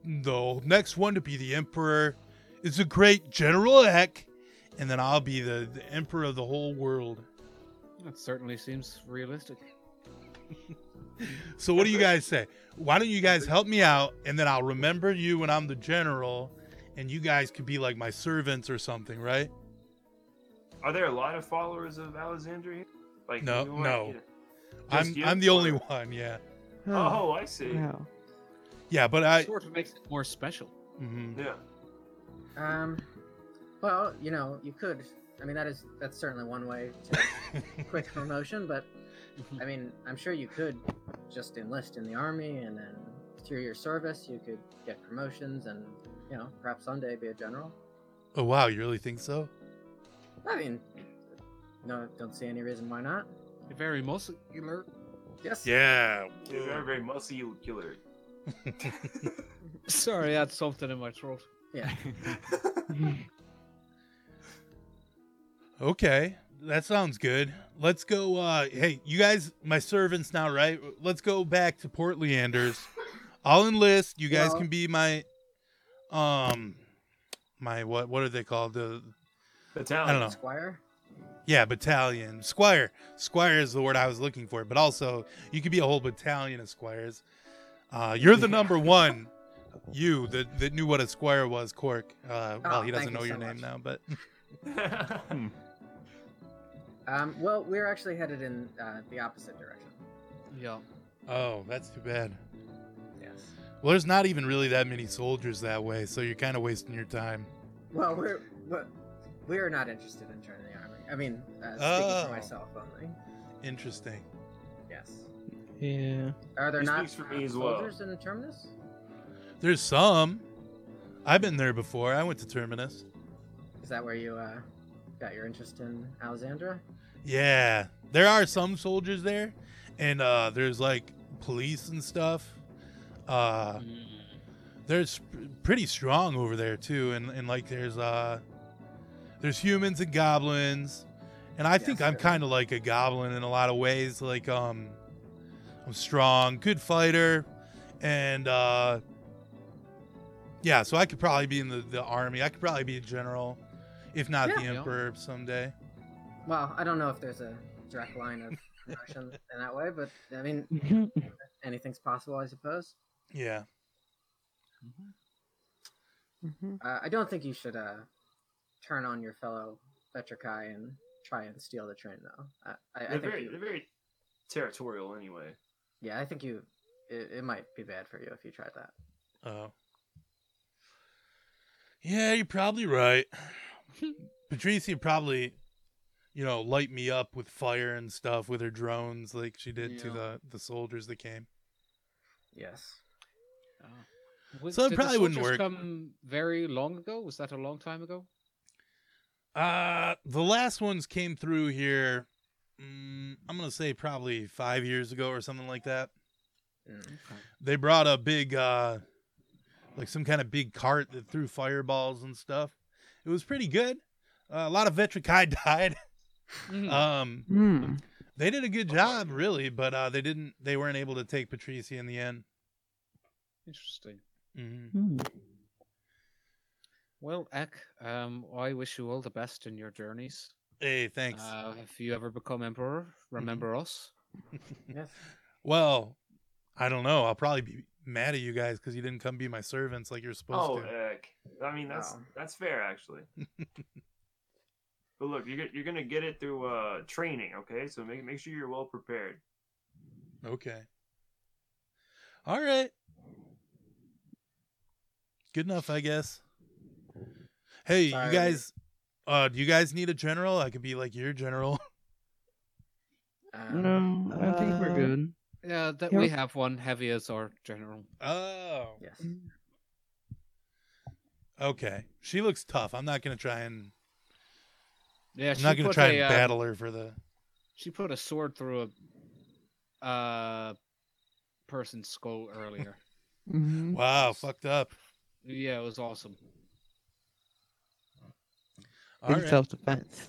Speaker 1: "The next one to be the emperor is the great General Eck," and then I'll be the, the emperor of the whole world.
Speaker 2: That certainly seems realistic.
Speaker 1: (laughs) So what do you guys say? Why don't you guys help me out and then I'll remember you when I'm the general and you guys could be like my servants or something, right?
Speaker 4: Are there a lot of followers of Alexandria? Like
Speaker 1: No,
Speaker 4: you know what?
Speaker 1: no.
Speaker 4: Yeah.
Speaker 1: I'm
Speaker 4: Just you?
Speaker 1: I'm the only one, yeah.
Speaker 4: Oh, I see.
Speaker 3: wow.
Speaker 1: Yeah, but I
Speaker 2: sort of makes it more special.
Speaker 1: mhm.
Speaker 4: Yeah.
Speaker 6: Um, well, you know, you could. I mean, that is that's certainly one way
Speaker 1: (laughs)
Speaker 6: to quick promotion, but
Speaker 1: Mm-hmm.
Speaker 6: I mean, I'm sure you could just enlist in the army, and then through your service, you could get promotions, and you know, perhaps someday be a general.
Speaker 1: Oh wow, you really think so?
Speaker 6: I mean, no, don't see any reason why not.
Speaker 2: You're very muscular.
Speaker 6: Yes.
Speaker 1: Yeah.
Speaker 4: You're very, very musty killer.
Speaker 2: Sorry, I had something in my throat.
Speaker 6: Yeah.
Speaker 1: (laughs) Okay. That sounds good. Let's go uh hey, you guys my servants now, right? Let's go back to Port Leander's. I'll enlist. You guys
Speaker 6: Well-
Speaker 1: can be my um my what what are they called? The
Speaker 4: The town.
Speaker 1: I don't know.
Speaker 4: (laughs)
Speaker 6: Squire.
Speaker 1: Yeah, battalion. Squire. Squire is the word I was looking for, but also you could be a whole battalion of squires. Uh, you're the
Speaker 6: (laughs)
Speaker 1: number one. You that, that knew what a squire was, Cork. Uh, well,
Speaker 6: Oh,
Speaker 1: he
Speaker 6: thank
Speaker 1: doesn't
Speaker 6: you
Speaker 1: know
Speaker 6: so
Speaker 1: your
Speaker 6: much.
Speaker 1: name now, but (laughs)
Speaker 6: Um, well, we're actually headed in uh, the opposite direction.
Speaker 2: Yeah.
Speaker 1: oh, that's too bad.
Speaker 6: Yes.
Speaker 1: Well, there's not even really that many soldiers that way, so you're kind of wasting your time.
Speaker 6: Well, we're but we're not interested in joining the army. I mean, uh, speaking
Speaker 1: Oh.
Speaker 6: for myself only.
Speaker 1: Interesting.
Speaker 6: Yes.
Speaker 7: Yeah.
Speaker 6: Are there
Speaker 4: He
Speaker 6: not
Speaker 4: speaks for me
Speaker 6: uh,
Speaker 4: as well.
Speaker 6: soldiers in Terminus?
Speaker 1: There's some. I've been there before. I went to Terminus.
Speaker 6: Is that where you uh, got your interest in Alexandra?
Speaker 1: Yeah, there are some soldiers there, and uh, there's like police and stuff. Uh,
Speaker 2: Hmm.
Speaker 1: they're sp- pretty strong over there too, and, and like there's uh, there's humans and goblins, and I think
Speaker 6: Yes,
Speaker 1: I'm
Speaker 6: there
Speaker 1: kind of like a goblin in a lot of ways. Like um, I'm strong, good fighter, and uh, yeah, so I could probably be in the, the army. I could probably be a general, if not
Speaker 6: Yeah.
Speaker 1: the
Speaker 2: Yeah.
Speaker 1: emperor someday.
Speaker 6: Well, I don't know if there's a direct line
Speaker 4: (laughs)
Speaker 6: of promotion in that way, but I mean, anything's possible, I suppose.
Speaker 1: Yeah.
Speaker 3: Mhm.
Speaker 6: Uh, I don't think you should uh, turn on your fellow Vetrikai and try and steal the train, though. I, I, I
Speaker 4: They're
Speaker 6: think
Speaker 4: very,
Speaker 6: you-
Speaker 4: they're very territorial anyway.
Speaker 6: yeah, I think you. It, it might be bad for you if you tried that.
Speaker 1: Oh. Yeah, you're probably
Speaker 2: (laughs)
Speaker 1: right. Patricia probably, you know, light me up with fire and stuff with her drones like she did to
Speaker 2: Yeah.
Speaker 1: the, the soldiers that came.
Speaker 6: Yes.
Speaker 2: Was-
Speaker 1: So it
Speaker 2: did the
Speaker 1: probably wouldn't work.
Speaker 2: soldiers Come very long ago. Was that a long time ago?
Speaker 1: Uh the last ones came through here mm, I'm going to say probably 5 years ago or something like that.
Speaker 6: Mm.
Speaker 1: They brought a big uh like some kind of big cart that threw fireballs and stuff. It was pretty good. Uh, a lot of Vetrikai (laughs) died. (laughs) um
Speaker 3: Hmm.
Speaker 1: They did a good job, really, but uh, they didn't. They weren't able to take Patricia in the end.
Speaker 2: Interesting.
Speaker 1: hmm
Speaker 3: Hmm.
Speaker 2: Well, Ek, um, I wish you all the best in your journeys.
Speaker 1: Hey, thanks.
Speaker 2: Uh, if you ever become emperor, remember us.
Speaker 6: Yes.
Speaker 1: (laughs) well, I don't know. I'll probably be mad at you guys because you didn't come be my servants like you're supposed
Speaker 4: Oh,
Speaker 1: to.
Speaker 4: heck. I mean, that's
Speaker 1: Um.
Speaker 6: Wow.
Speaker 4: that's fair actually.
Speaker 1: (laughs)
Speaker 4: but look, you're go- you're gonna get it through uh training, okay? So make make sure you're well prepared.
Speaker 1: Okay. All right. Good enough, I guess. Hey,
Speaker 6: Sorry.
Speaker 1: you guys. Uh, do you guys need a general? I could be like your general. (laughs)
Speaker 6: Um,
Speaker 7: No, I think we're
Speaker 3: Uh,
Speaker 7: good.
Speaker 2: Yeah, that
Speaker 3: Yeah.
Speaker 2: we have one heavy as our general.
Speaker 1: Oh.
Speaker 6: Yes.
Speaker 1: Okay. She looks tough. I'm not gonna try and.
Speaker 2: Yeah,
Speaker 1: I'm not
Speaker 2: she
Speaker 1: gonna
Speaker 2: put
Speaker 1: try
Speaker 2: a,
Speaker 1: and
Speaker 2: uh,
Speaker 1: battle her for the.
Speaker 2: She put a sword through a uh, person's skull earlier. Mm-hmm.
Speaker 3: Mhm.
Speaker 1: Wow, fucked up.
Speaker 2: yeah, it was awesome.
Speaker 1: All
Speaker 3: In
Speaker 1: right.
Speaker 3: self-defense.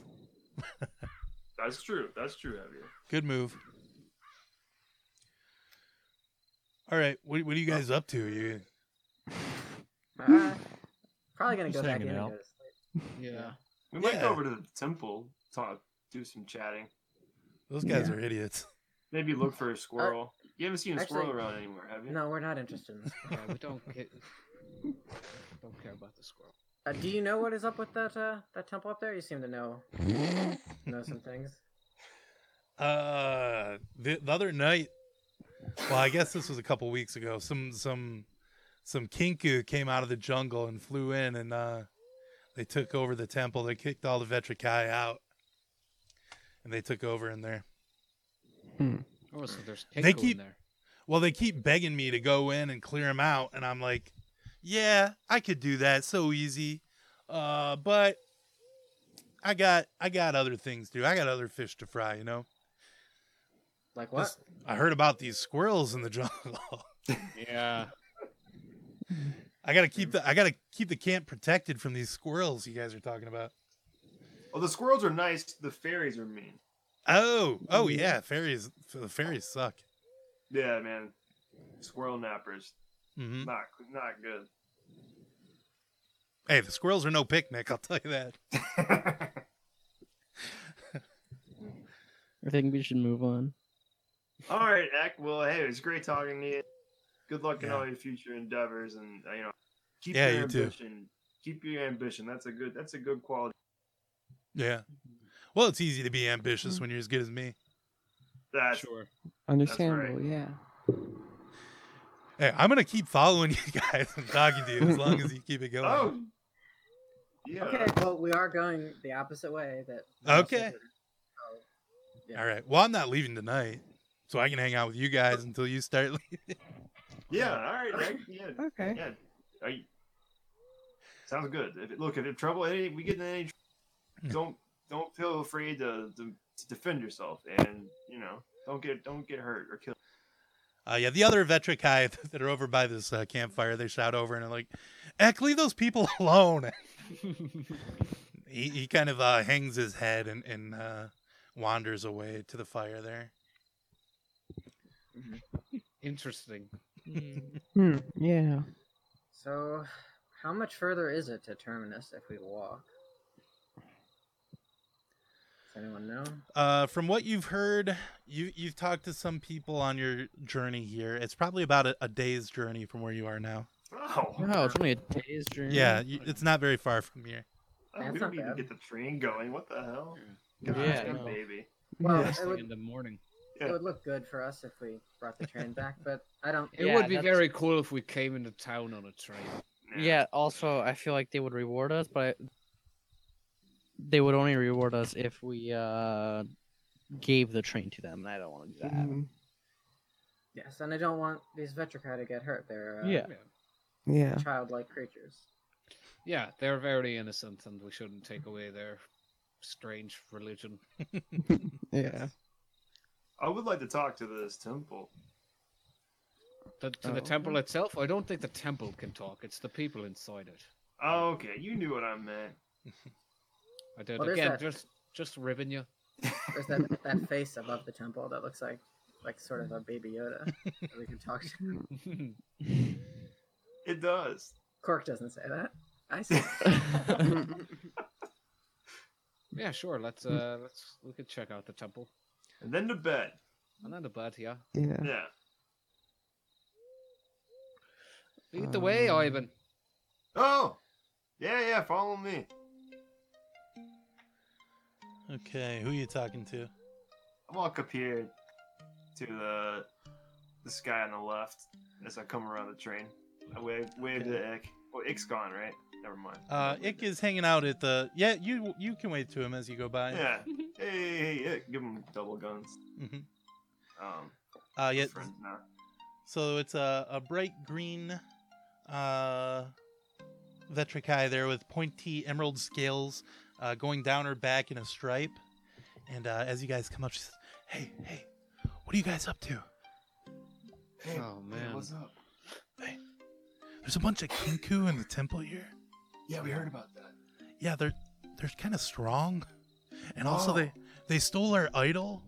Speaker 4: That's true. That's true, Javier.
Speaker 1: Good move. All right, what, what are you guys up to? You
Speaker 6: Uh, probably gonna
Speaker 5: Just
Speaker 6: go back
Speaker 5: hanging
Speaker 6: in. and
Speaker 5: out.
Speaker 6: go to sleep.
Speaker 2: Yeah.
Speaker 4: We might
Speaker 1: Yeah.
Speaker 4: go over to the temple, talk, do some chatting.
Speaker 1: those guys
Speaker 3: Yeah.
Speaker 1: are idiots.
Speaker 4: Maybe look for
Speaker 1: Uh,
Speaker 4: a squirrel. you haven't seen a squirrel
Speaker 6: actually-
Speaker 4: around anymore, have you?
Speaker 6: No, we're not interested in this.
Speaker 2: Yeah, we don't (laughs) ca- don't care about the squirrel.
Speaker 6: Uh, do you know what is up with that uh, that temple up there? You seem to know know some things.
Speaker 1: Uh, the, the other night, well, I guess this was a couple weeks ago. Some some some kinku came out of the jungle and flew in, and uh, they took over the temple. They kicked all the vetrikai out, and they took over in there.
Speaker 2: Oh, so there's
Speaker 1: They
Speaker 2: Keiko
Speaker 1: keep-
Speaker 2: in there.
Speaker 1: Well, they keep begging me to go in and clear them out, and I'm like, yeah, I could do that so easy, uh, but I got I got other things to do. I got other fish to fry, you know.
Speaker 6: Like what?
Speaker 1: This- I heard about these squirrels in the (laughs) jungle.
Speaker 2: Yeah.
Speaker 1: I gotta keep the I gotta keep the camp protected from these squirrels you guys are talking about.
Speaker 4: Well, the squirrels are nice. The fairies are mean.
Speaker 1: Oh, oh
Speaker 2: Mm-hmm.
Speaker 1: yeah, fairies. The fairies suck.
Speaker 4: Yeah, man. Squirrel nappers.
Speaker 1: hmm
Speaker 4: Not not good.
Speaker 1: Hey, the squirrels are no picnic. I'll tell you that.
Speaker 7: I think we should move on.
Speaker 4: (laughs) all right, Eck. Well, hey, it was great talking to you. Good luck in
Speaker 1: Yeah.
Speaker 4: all your future endeavors, and uh, you know, keep
Speaker 1: Yeah,
Speaker 4: your
Speaker 1: you too.
Speaker 4: ambition. Keep your ambition. That's a good. That's a good quality.
Speaker 1: Yeah. Well, it's easy to be ambitious when you're as good as me.
Speaker 4: That's
Speaker 2: Sure.
Speaker 3: Understandable, yeah.
Speaker 1: Hey, I'm gonna keep following (laughs) you guys and talking to you as long as you keep it going.
Speaker 4: oh, yeah.
Speaker 6: Okay, well we are going the opposite way. That
Speaker 1: Okay.
Speaker 6: So, yeah.
Speaker 1: All right. Well, I'm not leaving tonight, so I can hang out with you guys until you start. leaving.
Speaker 4: Yeah. All right. Eck, Yeah.
Speaker 3: Okay.
Speaker 4: Yeah. Are you... Sounds good. If it, look, if it trouble any, we get in any,
Speaker 1: Hmm.
Speaker 4: tr- don't don't feel afraid to, to, to defend yourself, and you know, don't get don't get hurt or killed. (laughs)
Speaker 1: Uh, yeah, the other Vetrikai (laughs) that are over by this uh, campfire, they shout over and are like, "Eck, leave those people (laughs) alone." he he kind of uh, hangs his head and and uh, wanders away to the fire there.
Speaker 2: Interesting.
Speaker 3: Hmm. Yeah.
Speaker 6: So, how much further is it to Terminus if we walk? Does anyone know?
Speaker 1: Uh, from what you've heard, you you've talked to some people on your journey here. It's probably about a, a day's journey from where you are now.
Speaker 4: Oh,
Speaker 7: No, it's only a day's journey.
Speaker 1: Yeah, you, it's not very far from here.
Speaker 6: That's
Speaker 4: Oh, we
Speaker 6: not
Speaker 4: don't even
Speaker 6: bad.
Speaker 4: get the train going. What the hell?
Speaker 7: Yeah,
Speaker 4: God,
Speaker 7: I know.
Speaker 4: baby.
Speaker 3: Yeah.
Speaker 6: Well, it
Speaker 2: First thing in
Speaker 6: would,
Speaker 2: the morning.
Speaker 4: Yeah.
Speaker 6: it would look good for us if we brought the train back, but I don't.
Speaker 2: It
Speaker 7: Yeah,
Speaker 2: would be
Speaker 7: that's-
Speaker 2: very cool if we came into town on a train.
Speaker 4: Nah.
Speaker 7: Yeah. Also, I feel like they would reward us, but they would only reward us if we uh gave the train to them. and I don't want to do that.
Speaker 3: Mhm.
Speaker 6: Yes, and I don't want these Vetrica to get hurt. They're uh,
Speaker 7: Yeah.
Speaker 3: Yeah.
Speaker 6: childlike creatures.
Speaker 2: Yeah, they're very innocent, and we shouldn't take away their strange religion.
Speaker 3: Yeah.
Speaker 4: I would like to talk to this temple.
Speaker 2: The, to the
Speaker 3: Oh.
Speaker 2: temple itself, I don't think the temple can talk. It's the people inside it.
Speaker 4: Oh, okay. You knew what I meant.
Speaker 2: I did
Speaker 6: What is
Speaker 2: again,
Speaker 6: that?
Speaker 2: just just ribbing you.
Speaker 6: There's that that face above the temple that looks like like sort of a baby Yoda that we can talk to. (laughs)
Speaker 4: It does. (laughs)
Speaker 6: Cork doesn't say that. I say.
Speaker 2: yeah, sure. Let's uh, let's we could check out the temple.
Speaker 4: And then to bed.
Speaker 2: And then the bed, yeah.
Speaker 3: Yeah.
Speaker 4: Yeah.
Speaker 2: Lead the way,
Speaker 3: Um,
Speaker 2: Ivan.
Speaker 4: Oh. Yeah, yeah. Follow me.
Speaker 1: Okay, who are you talking to?
Speaker 4: I walk up here to the this guy on the left as I come around the train. I wave wave to Ick. Oh, Ick's gone, right? Never mind.
Speaker 1: Uh, Ick is hanging out at the. Yeah, you you can wave to him as you go by.
Speaker 4: Yeah. Hey, hey, hey, Ick, give him double guns.
Speaker 1: hmm
Speaker 4: Um,
Speaker 1: Uh, yeah.
Speaker 4: friends now.
Speaker 1: So it's a, a bright green uh, Vetrikai there with pointy emerald scales uh, going down her back in a stripe. And uh, as you guys come up, she says, Hey, hey, what are you guys up to?
Speaker 4: Hey,
Speaker 2: Oh,
Speaker 4: hey,
Speaker 2: man.
Speaker 4: what's up?
Speaker 1: There's a bunch of kinku in the temple here.
Speaker 4: Yeah, we heard about that.
Speaker 1: Yeah, they're they're kind of strong, and also
Speaker 4: Oh.
Speaker 1: they they stole our idol,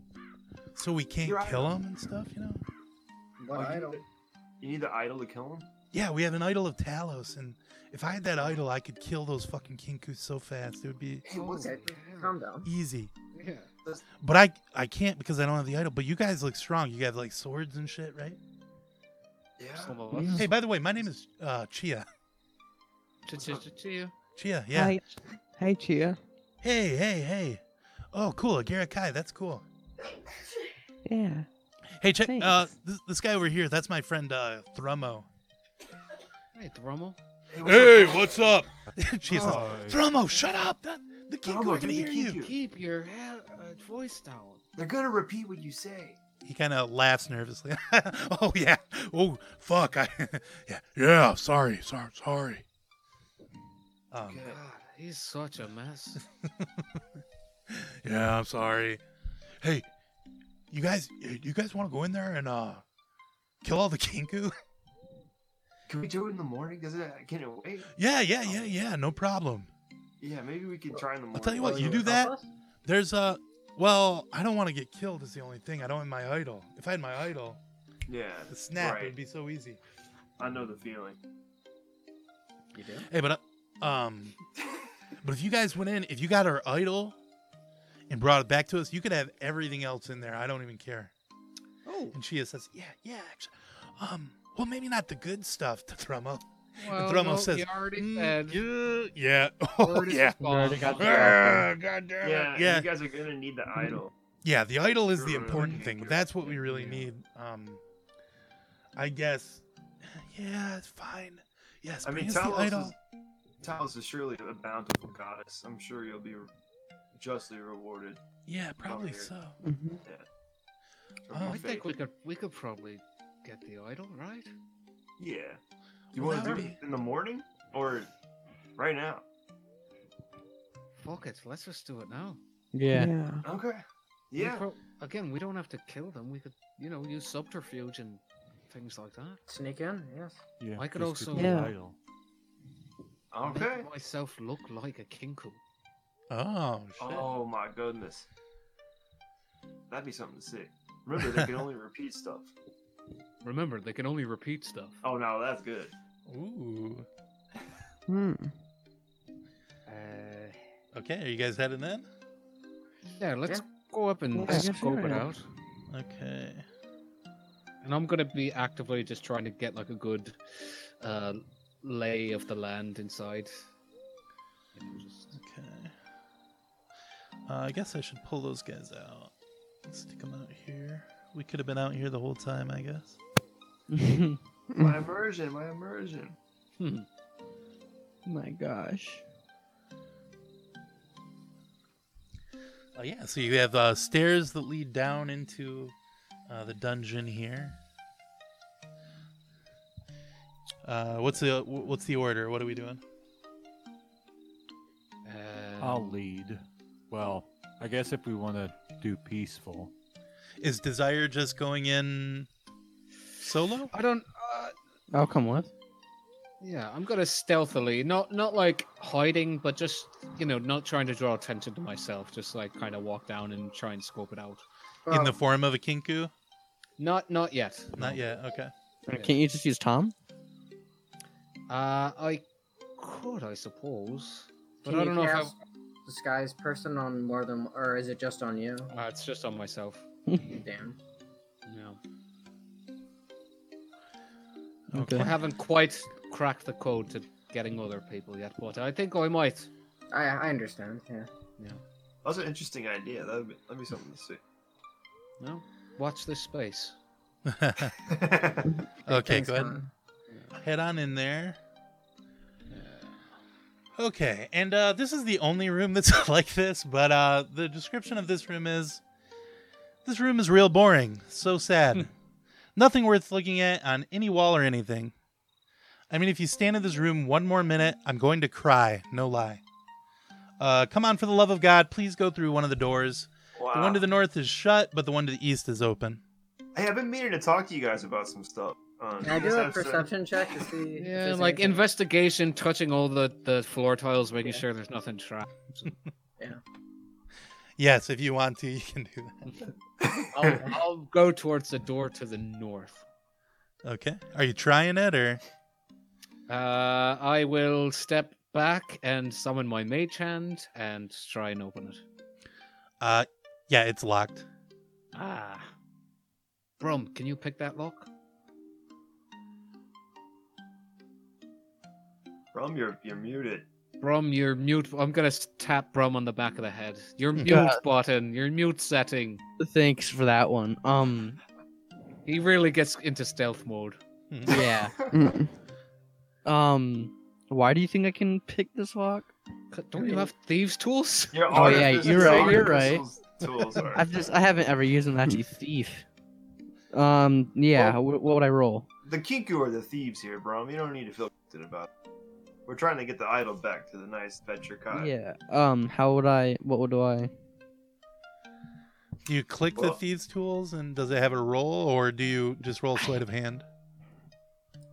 Speaker 1: so we can't
Speaker 4: Your
Speaker 1: kill
Speaker 4: idol.
Speaker 1: them and stuff. You know.
Speaker 6: What
Speaker 4: Oh, you
Speaker 6: idol?
Speaker 4: need the- You need the idol to kill him?
Speaker 1: Yeah, we have an idol of Talos, and if I had that idol, I could kill those fucking kinku so fast. It would be
Speaker 4: Hey, what's
Speaker 6: Okay, calm down.
Speaker 1: easy.
Speaker 2: Yeah.
Speaker 1: But I I can't because I don't have the idol. But you guys look strong. You got like swords and shit, right?
Speaker 4: Yeah.
Speaker 2: Some of us.
Speaker 1: Hey, by the way, my name is uh, Chia.
Speaker 2: Ch- ch- ch- to you.
Speaker 1: Chia, yeah.
Speaker 3: Hi, hi, Chia.
Speaker 1: Hey, hey, hey. Oh, cool. Agera Kai, that's cool.
Speaker 3: Yeah.
Speaker 1: Hey, check uh,
Speaker 3: Thanks.
Speaker 1: this, this guy over here. That's my friend uh, Thrumo. (laughs)
Speaker 2: Hey, Thrummel.
Speaker 4: Hey,
Speaker 1: what's up? Chia says,
Speaker 5: Oh,
Speaker 1: Thrumo, shut up. That, the kinku
Speaker 4: Thrumo,
Speaker 1: are going to
Speaker 4: dude,
Speaker 1: hear
Speaker 4: the
Speaker 1: you.
Speaker 4: kinku.
Speaker 2: Keep your hell, uh, voice down.
Speaker 4: They're gonna repeat what you say.
Speaker 1: He kind of laughs nervously. (laughs) oh, yeah. Oh, fuck. I, (laughs) yeah. Yeah. Sorry. Sorry. Sorry. Um,
Speaker 4: Okay.
Speaker 2: God, he's such a mess.
Speaker 1: yeah, I'm sorry. Hey, you guys, you guys want to go in there and uh, kill all the (laughs) kinku?
Speaker 4: Can we do it in the morning? Doesn't it? Can it wait?
Speaker 1: yeah, yeah, yeah, yeah. No problem.
Speaker 4: Yeah, maybe we can try in the morning.
Speaker 1: I'll tell you what,
Speaker 6: Will
Speaker 1: you do
Speaker 6: help
Speaker 1: that.
Speaker 6: us?
Speaker 1: There's a. Well, I don't want to get killed. Is the only thing. I don't have my idol. If I had my idol,
Speaker 4: Yeah,
Speaker 1: the snap it
Speaker 4: Right.
Speaker 1: would be so easy.
Speaker 4: I know the feeling.
Speaker 6: You do?
Speaker 1: Hey, but uh, um, but if you guys went in, if you got our idol and brought it back to us, you could have everything else in there. I don't even care.
Speaker 2: Oh,
Speaker 1: And Chia says, "Yeah, yeah, actually, um, well, maybe not the good stuff to Thrummel.
Speaker 2: well,
Speaker 1: Thrummel
Speaker 2: no,
Speaker 1: says,
Speaker 2: he already
Speaker 1: Mm,
Speaker 2: said.
Speaker 1: yeah, (laughs) yeah, oh
Speaker 2: Word is
Speaker 1: yeah,
Speaker 2: gone.
Speaker 5: already got the-
Speaker 1: Ah, God damn it.
Speaker 4: Yeah,
Speaker 1: yeah,
Speaker 4: you guys are gonna need the idol.
Speaker 1: Yeah, the idol is the
Speaker 4: Really
Speaker 1: important
Speaker 4: need
Speaker 1: thing.
Speaker 4: it.
Speaker 1: That's what we really
Speaker 2: Yeah.
Speaker 1: need. Um, I guess. (sighs) Yeah, it's fine. Yes,
Speaker 4: I mean,
Speaker 1: bring us the
Speaker 4: Talos
Speaker 1: idol.
Speaker 4: is, Talos is surely a bountiful goddess. I'm sure you'll be justly rewarded.
Speaker 1: Yeah, probably
Speaker 4: here.
Speaker 1: so.
Speaker 3: hmm
Speaker 4: from
Speaker 1: Oh,
Speaker 4: your
Speaker 2: I
Speaker 4: faith.
Speaker 2: think we could we could probably get the idol, right?
Speaker 4: Yeah. Do you
Speaker 1: Well, that
Speaker 4: want to
Speaker 1: would be-
Speaker 4: do it in the morning or right now?
Speaker 2: Fuck it, let's just do it now.
Speaker 3: Yeah.
Speaker 5: Yeah.
Speaker 4: Okay.
Speaker 2: We
Speaker 4: Yeah.
Speaker 2: pro- again, we don't have to kill them. We could, you know, use subterfuge and things like that.
Speaker 6: Sneak in? Yes.
Speaker 5: yeah.
Speaker 2: I could
Speaker 5: just keep
Speaker 2: also-
Speaker 5: it
Speaker 3: Yeah.
Speaker 5: idle.
Speaker 4: Okay.
Speaker 2: Make myself look like a kinku.
Speaker 1: Oh, shit.
Speaker 4: Oh my goodness. That'd be something to see. Remember, they can only repeat stuff.
Speaker 2: Remember, they can only repeat stuff.
Speaker 4: Oh, no, that's good.
Speaker 1: Ooh.
Speaker 3: Hmm.
Speaker 2: Uh,
Speaker 1: Okay, are you guys heading in?
Speaker 2: yeah, let's go up and
Speaker 3: Yeah, yeah,
Speaker 2: scope
Speaker 3: sure.
Speaker 2: it out.
Speaker 1: Okay.
Speaker 2: And I'm gonna be actively just trying to get like a good uh, lay of the land inside. You know, just-
Speaker 1: Okay. Uh, I guess I should pull those guys out. Let's stick them out here. We could have been out here the whole time, I guess.
Speaker 4: (laughs) My immersion, my immersion.
Speaker 2: Hmm.
Speaker 3: My gosh.
Speaker 1: Oh yeah, so you have uh, stairs that lead down into uh, the dungeon here. Uh, what's the wh- what's the order? What are we doing?
Speaker 2: Um,
Speaker 5: I'll lead. Well, I guess if we want to do peaceful. (sighs)
Speaker 1: Is Desire just going in solo?
Speaker 2: I don't. Uh,
Speaker 7: I'll come with.
Speaker 2: yeah, I'm gonna stealthily, not not like hiding, but just you know, not trying to draw attention to myself. Just like kind of walk down and try and scope it out.
Speaker 1: In the
Speaker 6: Um,
Speaker 1: form of a kinku?
Speaker 2: Not not yet.
Speaker 1: Not yet. Okay.
Speaker 7: Can't you just use Tom?
Speaker 2: Uh, I could, I suppose, but
Speaker 6: Can
Speaker 2: I
Speaker 6: you
Speaker 2: don't know
Speaker 6: cast disguise person on more than, or is it just on you?
Speaker 2: if I. Uh, it's just on myself.
Speaker 6: Damn.
Speaker 2: No,
Speaker 1: Okay.
Speaker 2: I haven't quite cracked the code to getting other people yet, but I think I might.
Speaker 6: I I understand. Yeah.
Speaker 4: That's an interesting idea. That'd be, that'd be something to
Speaker 2: No, watch this space.
Speaker 1: (laughs)
Speaker 4: see.
Speaker 1: okay.
Speaker 6: Things
Speaker 1: Go ahead.
Speaker 6: gone.
Speaker 1: Head on in there. Okay, and uh, this is the only room that's (laughs) like this, but uh, the description of this room is this room is real boring, so sad. (laughs) Nothing worth looking at on any wall or anything. I mean, if you stand in this room one more minute, I'm going to cry, no lie. Uh, come on, for the love of God, please go through one of the doors.
Speaker 4: Wow.
Speaker 1: The one to the north is shut, but the one to the east is open.
Speaker 4: Hey, I've been meaning to talk to you guys about some stuff. Um,
Speaker 6: Can I
Speaker 4: this
Speaker 6: do a
Speaker 4: episode- (laughs)
Speaker 6: perception check to see? if
Speaker 2: Yeah,
Speaker 6: there's
Speaker 2: like
Speaker 6: anything?
Speaker 2: investigation, touching all the, the floor tiles, making
Speaker 6: Yeah.
Speaker 2: sure there's nothing
Speaker 6: (laughs)
Speaker 2: trapped.
Speaker 1: Yes, if you want to, (laughs) you can do
Speaker 7: Oh.
Speaker 2: I'll, I'll go towards the door to the north.
Speaker 1: that. Okay. Are you trying it or?
Speaker 2: Uh, I will step back and summon my mage hand and try and open it.
Speaker 1: Uh, yeah, it's locked.
Speaker 2: Ah. Brum, can you pick that lock?
Speaker 4: Brum, you're you're muted.
Speaker 2: Brum, you're mute. I'm gonna s- tap Brum on the back of the head. Your mute
Speaker 7: Yeah.
Speaker 2: button. Your mute setting.
Speaker 7: Thanks for that one. Um,
Speaker 2: He really gets into stealth mode.
Speaker 4: (laughs)
Speaker 7: yeah.
Speaker 3: Mm.
Speaker 7: Um, why do you think I can pick this lock?
Speaker 2: C- Don't you have thieves' tools? (laughs)
Speaker 4: Your
Speaker 7: Oh, yeah,
Speaker 4: artificial-
Speaker 7: you're right, you're
Speaker 4: artificial Tools are.
Speaker 7: I've just I haven't ever used an (laughs) actually thief. Um, yeah.
Speaker 4: Well-
Speaker 7: wh- what would I roll?
Speaker 4: The Kinku are the thieves here, Brom. You don't need to feel good about it. We're trying to get the idol back to the nice venture cot.
Speaker 7: Yeah. Um, how would I? What would I?
Speaker 1: Do you click the
Speaker 4: Well-
Speaker 1: thieves tools and does it have a roll or do you just roll sleight of hand?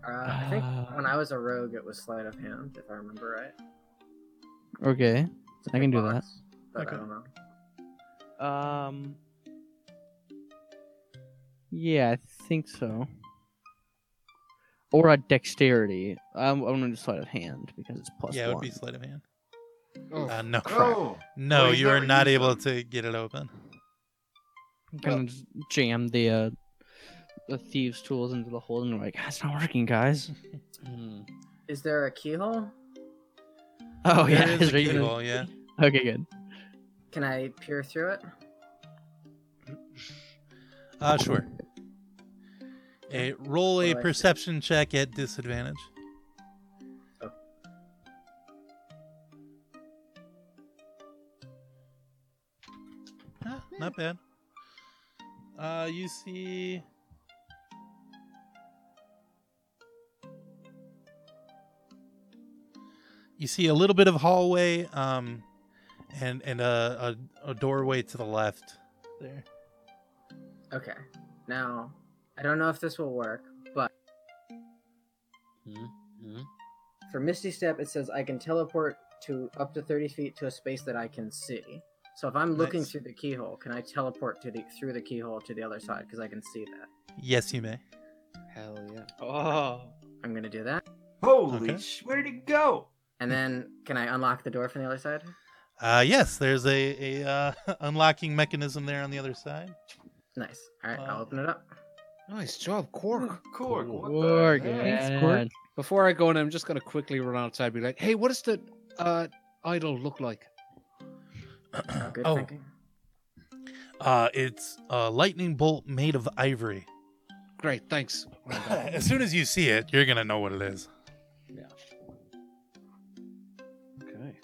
Speaker 6: Uh, I think
Speaker 7: Ah.
Speaker 6: when I was a rogue, it was sleight of hand, if I remember right.
Speaker 7: Okay.
Speaker 6: It's a
Speaker 7: I can do
Speaker 6: box, But
Speaker 1: Okay.
Speaker 6: I don't know.
Speaker 7: Um. Yeah, I think so. Or a dexterity. I'm, I'm gonna do sleight of hand because it's plus
Speaker 1: yeah, it would
Speaker 7: one.
Speaker 1: be sleight of hand.
Speaker 2: Oh,
Speaker 1: Uh, no.
Speaker 4: Oh,
Speaker 1: (laughs) No,
Speaker 4: Well, you've
Speaker 1: you are
Speaker 4: never
Speaker 1: not
Speaker 4: used
Speaker 1: able
Speaker 4: them.
Speaker 1: to get it open.
Speaker 7: I'm gonna just jam the uh, the thieves' tools into the hole and like "Ah, it's not
Speaker 1: (laughs)
Speaker 7: working, guys.
Speaker 2: hmm.
Speaker 6: Is there a keyhole?
Speaker 7: Oh
Speaker 1: There
Speaker 7: yeah,
Speaker 1: is a
Speaker 7: it's right here.
Speaker 1: keyhole, yeah.
Speaker 7: Okay, good.
Speaker 6: Can I peer through it?
Speaker 1: Uh, sure. A roll
Speaker 6: What
Speaker 1: a
Speaker 6: do I-
Speaker 1: perception check at disadvantage.
Speaker 6: Oh.
Speaker 1: Ah, not bad. Uh, you see. You see a little bit of hallway, um, and and a, a, a doorway to the left. There.
Speaker 6: Okay. Now, I don't know if this will work, but
Speaker 2: Hmm.
Speaker 1: Mm-hmm.
Speaker 2: Hmm.
Speaker 6: for Misty Step, it says I can teleport to up to 30 feet to a space that I can see. So if I'm looking
Speaker 1: Nice.
Speaker 6: through the keyhole, can I teleport to the through the keyhole to the other side because I can see that?
Speaker 1: Yes, you may.
Speaker 2: Hell yeah.
Speaker 7: Oh.
Speaker 6: I'm gonna do that,
Speaker 4: holy
Speaker 1: Okay.
Speaker 4: sh! Where did it go?
Speaker 6: and then can I unlock the door from the other side?
Speaker 1: Uh, yes, there's a, a uh, (laughs) unlocking mechanism there on the other side.
Speaker 6: Nice. All right, I'll
Speaker 1: Uh,
Speaker 6: open it up.
Speaker 2: Nice job, Quark.
Speaker 4: Cork. What
Speaker 7: Quark,
Speaker 4: the heck?
Speaker 7: yeah.
Speaker 3: Quark.
Speaker 2: Before I go in, I'm just gonna quickly run outside and be like, hey, what (laughs) does the uh, idol look like?
Speaker 6: Oh, good
Speaker 1: oh,
Speaker 6: thinking.
Speaker 1: uh, it's a lightning bolt made of ivory.
Speaker 2: Great, thanks.
Speaker 1: Oh, as soon as you see it, you're gonna know what it is.
Speaker 2: Okay.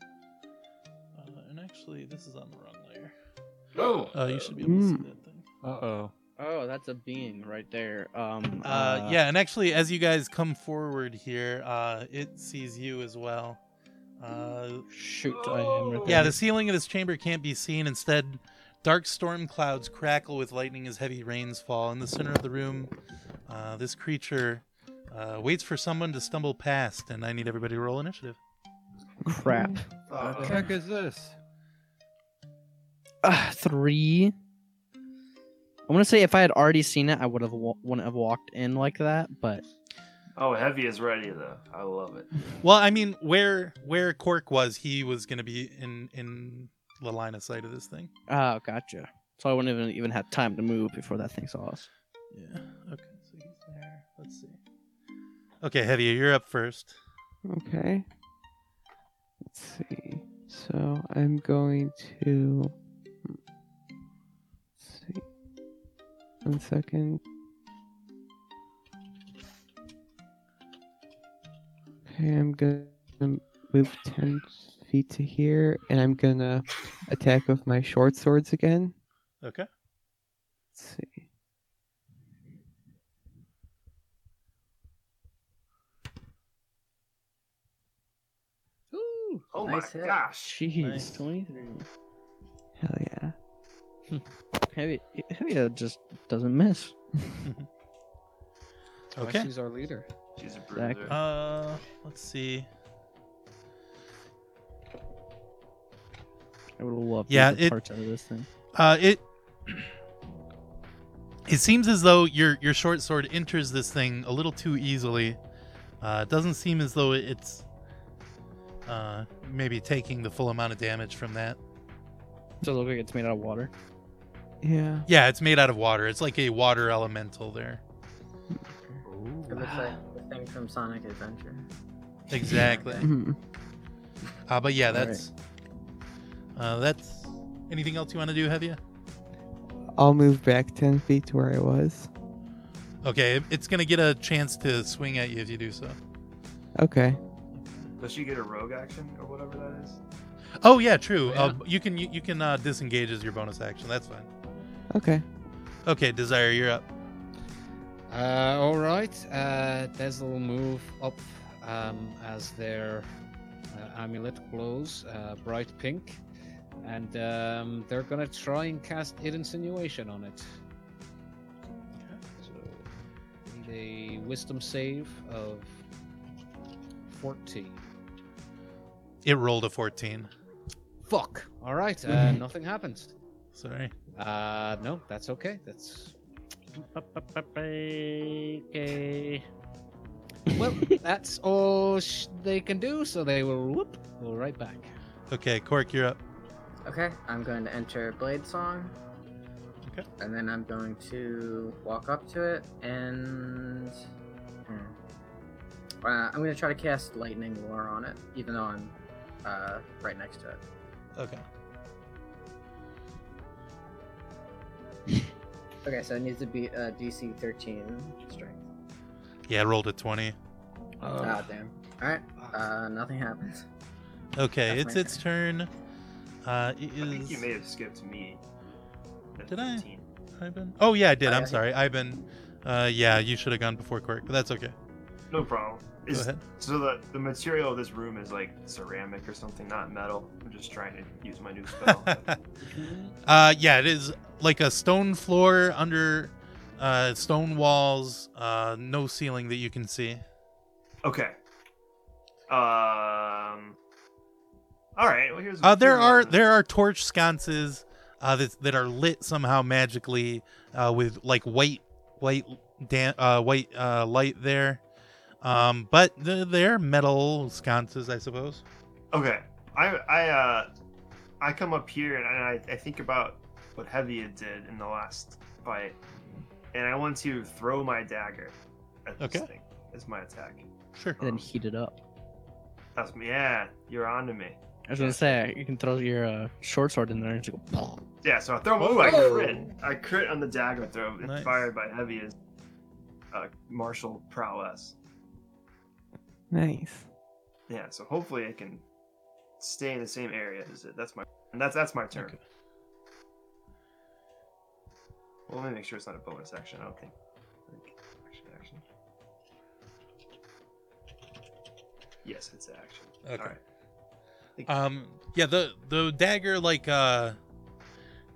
Speaker 1: Uh, and actually, this is on the wrong layer.
Speaker 4: Oh,
Speaker 1: Uh, you should be
Speaker 3: able to see Mm.
Speaker 1: that thing.
Speaker 5: Uh oh.
Speaker 7: Oh, that's a being right there. Um.
Speaker 1: Uh, yeah, and actually, as you guys come forward here, uh, it sees you as well. Uh,
Speaker 7: Shoot, I am. Right
Speaker 1: Yeah,
Speaker 7: there.
Speaker 1: the ceiling of this chamber can't be seen. Instead, dark storm clouds crackle with lightning as heavy rains fall. In the center of the room, uh, this creature uh, waits for someone to stumble past, and I need everybody to roll initiative.
Speaker 7: crap.
Speaker 5: What
Speaker 4: uh,
Speaker 5: the heck is this?
Speaker 7: Uh, three. I want to say if I had already seen it, I would have wa- wouldn't have walked in like that. But
Speaker 4: oh, heavy is ready though. I love it.
Speaker 1: Well, I mean, where where Cork was, he was going to be in in the line of sight of this thing.
Speaker 7: oh, gotcha. So I wouldn't even even have time to move before that thing saw us.
Speaker 1: Yeah. Okay. So he's there. Let's see. Okay, Heavy, you're up first.
Speaker 3: Okay. Let's see. So I'm going to. Let's see. One second. Okay, I'm gonna move 10 feet to here, and I'm gonna attack with my short swords again.
Speaker 1: Okay.
Speaker 3: Let's see.
Speaker 2: Ooh,
Speaker 4: Oh
Speaker 6: Nice
Speaker 4: my
Speaker 6: hit.
Speaker 4: gosh.
Speaker 7: Jeez,
Speaker 1: Nice.
Speaker 7: 23.
Speaker 3: Hell yeah.
Speaker 2: Hmm.
Speaker 7: Heavy, heavy just doesn't
Speaker 2: (laughs)
Speaker 7: miss.
Speaker 1: Okay.
Speaker 2: She's our (laughs) leader.
Speaker 4: She's a bruiser.
Speaker 1: Uh, let's see.
Speaker 7: I would love
Speaker 1: Yeah,
Speaker 7: to get
Speaker 1: it-
Speaker 7: parts out of this thing.
Speaker 1: Uh, it it seems as though your your short sword enters this thing a little too easily. Uh, it doesn't seem as though it's uh, maybe taking the full amount of damage from that.
Speaker 7: Does it look like it's made out of water?
Speaker 3: Yeah. (clears throat)
Speaker 1: Yeah, it's made out of water. It's like a water elemental there.
Speaker 6: It looks like the thing from Sonic Adventure.
Speaker 1: Exactly.
Speaker 3: Mhm.
Speaker 1: Uh, but yeah,
Speaker 7: All right.
Speaker 1: that's uh, that's. Anything else you want to do, Hevia?
Speaker 3: I'll move back 10 feet to where I was.
Speaker 1: Okay, it- it's gonna get a chance to swing at you if you do so.
Speaker 3: Okay.
Speaker 1: Um,
Speaker 4: Does she get a rogue action or whatever that is?
Speaker 1: Oh yeah, true. Uh, you can you, you can uh, disengage as your bonus action. That's fine.
Speaker 3: Okay.
Speaker 1: Okay, Desire, you're up.
Speaker 2: Uh, all right. Uh, Des will move up um, as their uh, amulet glows uh, bright pink, and um, they're gonna try and cast it insinuation on it. So, the wisdom save of fourteen.
Speaker 1: It rolled a 14.
Speaker 2: Fuck. All right. Uh, nothing happens.
Speaker 1: Sorry.
Speaker 2: Uh, no, that's okay. That's
Speaker 7: (laughs)
Speaker 2: okay. well, (laughs) that's all sh- they can do, so they will whoop go right back.
Speaker 1: Okay, Cork, you're up.
Speaker 6: Okay, I'm going to enter Blade Song.
Speaker 1: Okay.
Speaker 6: And then I'm going to walk up to it and. hmm. Uh, I'm going to try to cast Lightning Lore on it, even though I'm uh, right next to it.
Speaker 1: Okay.
Speaker 6: Okay, so it needs to be uh, DC 13 strength.
Speaker 1: Yeah, it rolled a 20.
Speaker 7: Oh.
Speaker 6: Ah, damn. Alright, uh, nothing happens.
Speaker 1: Okay,
Speaker 6: That's
Speaker 1: it's
Speaker 6: my
Speaker 1: its turn. Uh, it
Speaker 4: I think you
Speaker 1: is.
Speaker 4: may have skipped me. At
Speaker 1: Did I?
Speaker 4: 15.
Speaker 1: Ivan? Oh, yeah, I did.
Speaker 6: Oh,
Speaker 1: I'm
Speaker 6: yeah.
Speaker 1: sorry. Ivan. Uh, yeah, you should have gone before Cork, but that's okay.
Speaker 4: No problem.
Speaker 1: Go
Speaker 4: Is,
Speaker 1: ahead.
Speaker 4: so the, the material of this room is like ceramic or something, not metal. I'm just trying to use my new
Speaker 1: (laughs)
Speaker 4: spell.
Speaker 1: uh, yeah, it is like a stone floor under uh, stone walls, uh, no ceiling that you can see.
Speaker 4: okay. Um. All right. Well, here's.
Speaker 1: Uh, there
Speaker 4: here's
Speaker 1: are
Speaker 4: one.
Speaker 1: there are torch sconces uh, that that are lit somehow magically uh, with like white white dan- uh, white uh, light there, um, but th- they're metal sconces, I suppose.
Speaker 4: Okay. I I uh I come up here and I, I think about what Hevia did in the last fight, and I want to throw my dagger at this
Speaker 1: Okay.
Speaker 4: thing. It's my attack.
Speaker 1: Sure.
Speaker 7: And then heat it up.
Speaker 4: That's me. Yeah, you're onto me.
Speaker 7: I was gonna say you can throw your uh, short sword in there and just go. (laughs)
Speaker 4: Yeah, so I throw my.
Speaker 1: Oh.
Speaker 4: Ooh, I crit. I crit on the dagger throw
Speaker 1: Nice.
Speaker 4: inspired by Hevia's uh, martial prowess.
Speaker 3: Nice.
Speaker 4: Yeah, so hopefully I can stay in the same area as it. That's my and that's that's my turn.
Speaker 1: Okay.
Speaker 4: Well, let me make sure it's not a bonus action. I don't think. Like, action, action. Yes, it's an action.
Speaker 1: Okay.
Speaker 4: All right.
Speaker 1: Um, yeah, the the dagger like uh,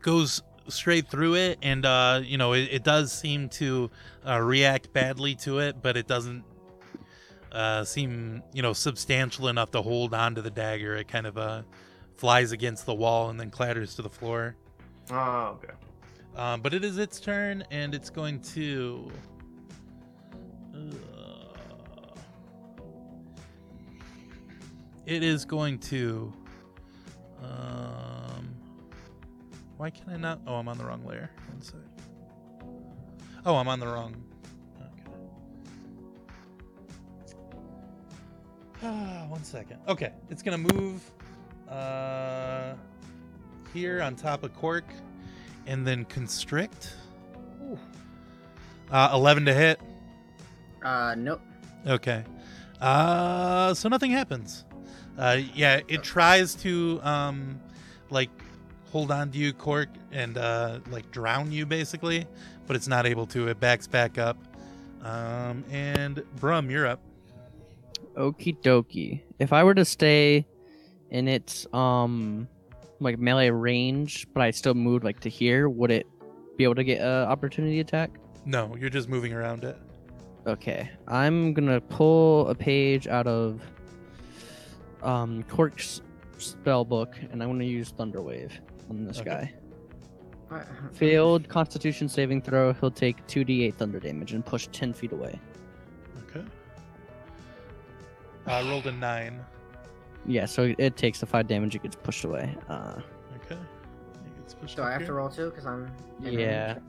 Speaker 1: goes straight through it, and uh, you know it, it does seem to uh, react badly to it, but it doesn't uh, seem you know substantial enough to hold onto the dagger. It kind of uh, flies against the wall and then clatters to the floor.
Speaker 4: Oh, okay.
Speaker 1: Um, but it is its turn, and it's going to. uh, Ugh. It is going to. Um, why can I not? Oh, I'm on the wrong layer. One sec. Oh, I'm on the wrong. okay. Ah, one second. Okay, (sighs) it's gonna move uh, here on top of Cork and then constrict. Uh, 11 to hit.
Speaker 6: Uh, nope.
Speaker 1: Okay. Uh, so nothing happens. Uh, yeah, it tries to um, like hold on to you, Cork, and uh, like drown you basically, but it's not able to. It backs back up. Um, and Brum, you're up.
Speaker 7: Okie dokie. If I were to stay and it's um like melee range, but I still moved like to here, would it be able to get a opportunity attack?
Speaker 1: No, you're just moving around it.
Speaker 7: Okay, I'm gonna pull a page out of um Cork's spell book, and I'm gonna use Thunder Wave on this
Speaker 1: Okay.
Speaker 7: guy.
Speaker 6: I-
Speaker 7: Failed Constitution saving throw, he'll take two d8 thunder damage and push ten feet away.
Speaker 1: Okay. I rolled a nine.
Speaker 7: Yeah, so it takes the five damage. It gets pushed away. Uh,
Speaker 1: Okay. It gets pushed
Speaker 6: Do I
Speaker 1: up
Speaker 6: have to
Speaker 1: here.
Speaker 6: roll too? Because I'm. in
Speaker 7: yeah,
Speaker 6: range?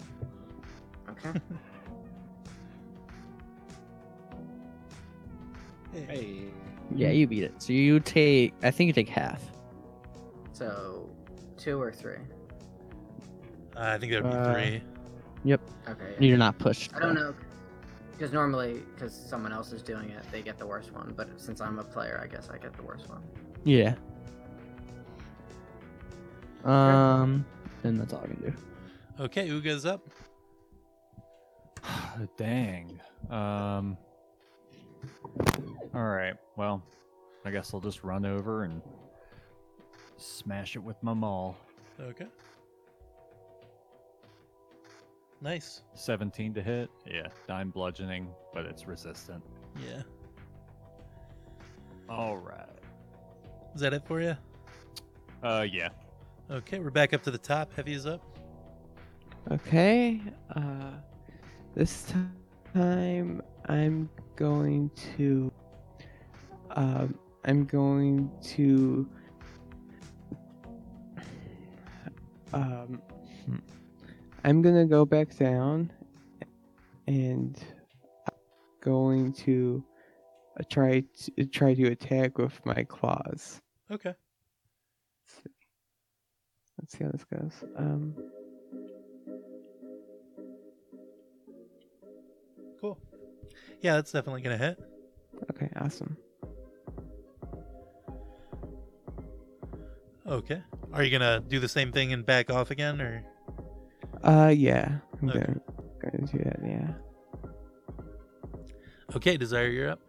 Speaker 6: Okay.
Speaker 1: Hey.
Speaker 2: Hey.
Speaker 7: yeah, you beat it. So you take, I think you take half.
Speaker 6: So, two or three.
Speaker 1: I think that would be
Speaker 7: Uh,
Speaker 1: three.
Speaker 6: Okay. yeah.
Speaker 7: You're not pushed.
Speaker 6: I don't know. Because normally, because someone else is doing it, they get the worst one. But since I'm a player, I guess I get the worst one.
Speaker 7: Yeah. Um, and that's all I can do.
Speaker 1: Okay, Uga's up.
Speaker 5: Dang. Um. All right. Well, I guess I'll just run over and smash it with my maul.
Speaker 1: Okay. Nice.
Speaker 5: 17 to hit. Yeah, nine bludgeoning, but it's resistant.
Speaker 1: Yeah.
Speaker 5: All right.
Speaker 1: Is that it for you?
Speaker 5: Uh, yeah.
Speaker 1: Okay, we're back up to the top. Heavy is up.
Speaker 3: Okay. Uh, this ti- time I'm going to. Um, I'm going to. Um, I'm gonna go back down, and going to uh, try to try to attack with my claws.
Speaker 1: Okay.
Speaker 3: Let's see how this goes. Um,
Speaker 1: Cool. Yeah, that's definitely gonna hit.
Speaker 3: okay, awesome.
Speaker 1: Okay. Are you gonna do the same thing and back off again, or
Speaker 3: Uh, yeah. I'm
Speaker 1: Okay.
Speaker 3: gonna, gonna do that, yeah.
Speaker 1: okay, Desire, you're up.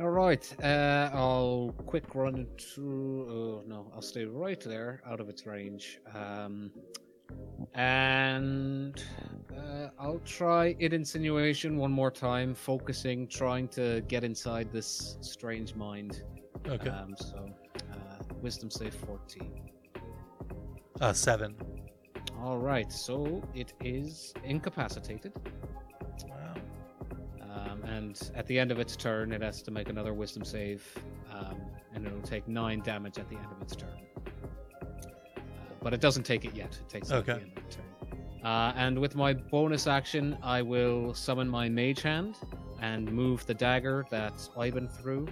Speaker 2: All right. Uh, I'll quick run into. Oh no, I'll stay right there, out of its range. Um, and uh, I'll try it insinuation one more time, focusing, trying to get inside this strange mind.
Speaker 1: Okay.
Speaker 2: Um, so, uh, wisdom save fourteen.
Speaker 1: Uh, seven.
Speaker 2: All right. So it is incapacitated.
Speaker 1: Wow.
Speaker 2: Um, and at the end of its turn, it has to make another wisdom save, um, and it'll take nine damage at the end of its turn. Uh, but it doesn't take it yet. It takes it at
Speaker 1: Okay.
Speaker 2: the end of the turn. Uh, and with my bonus action, I will summon my mage hand and move the dagger that Ivan threw,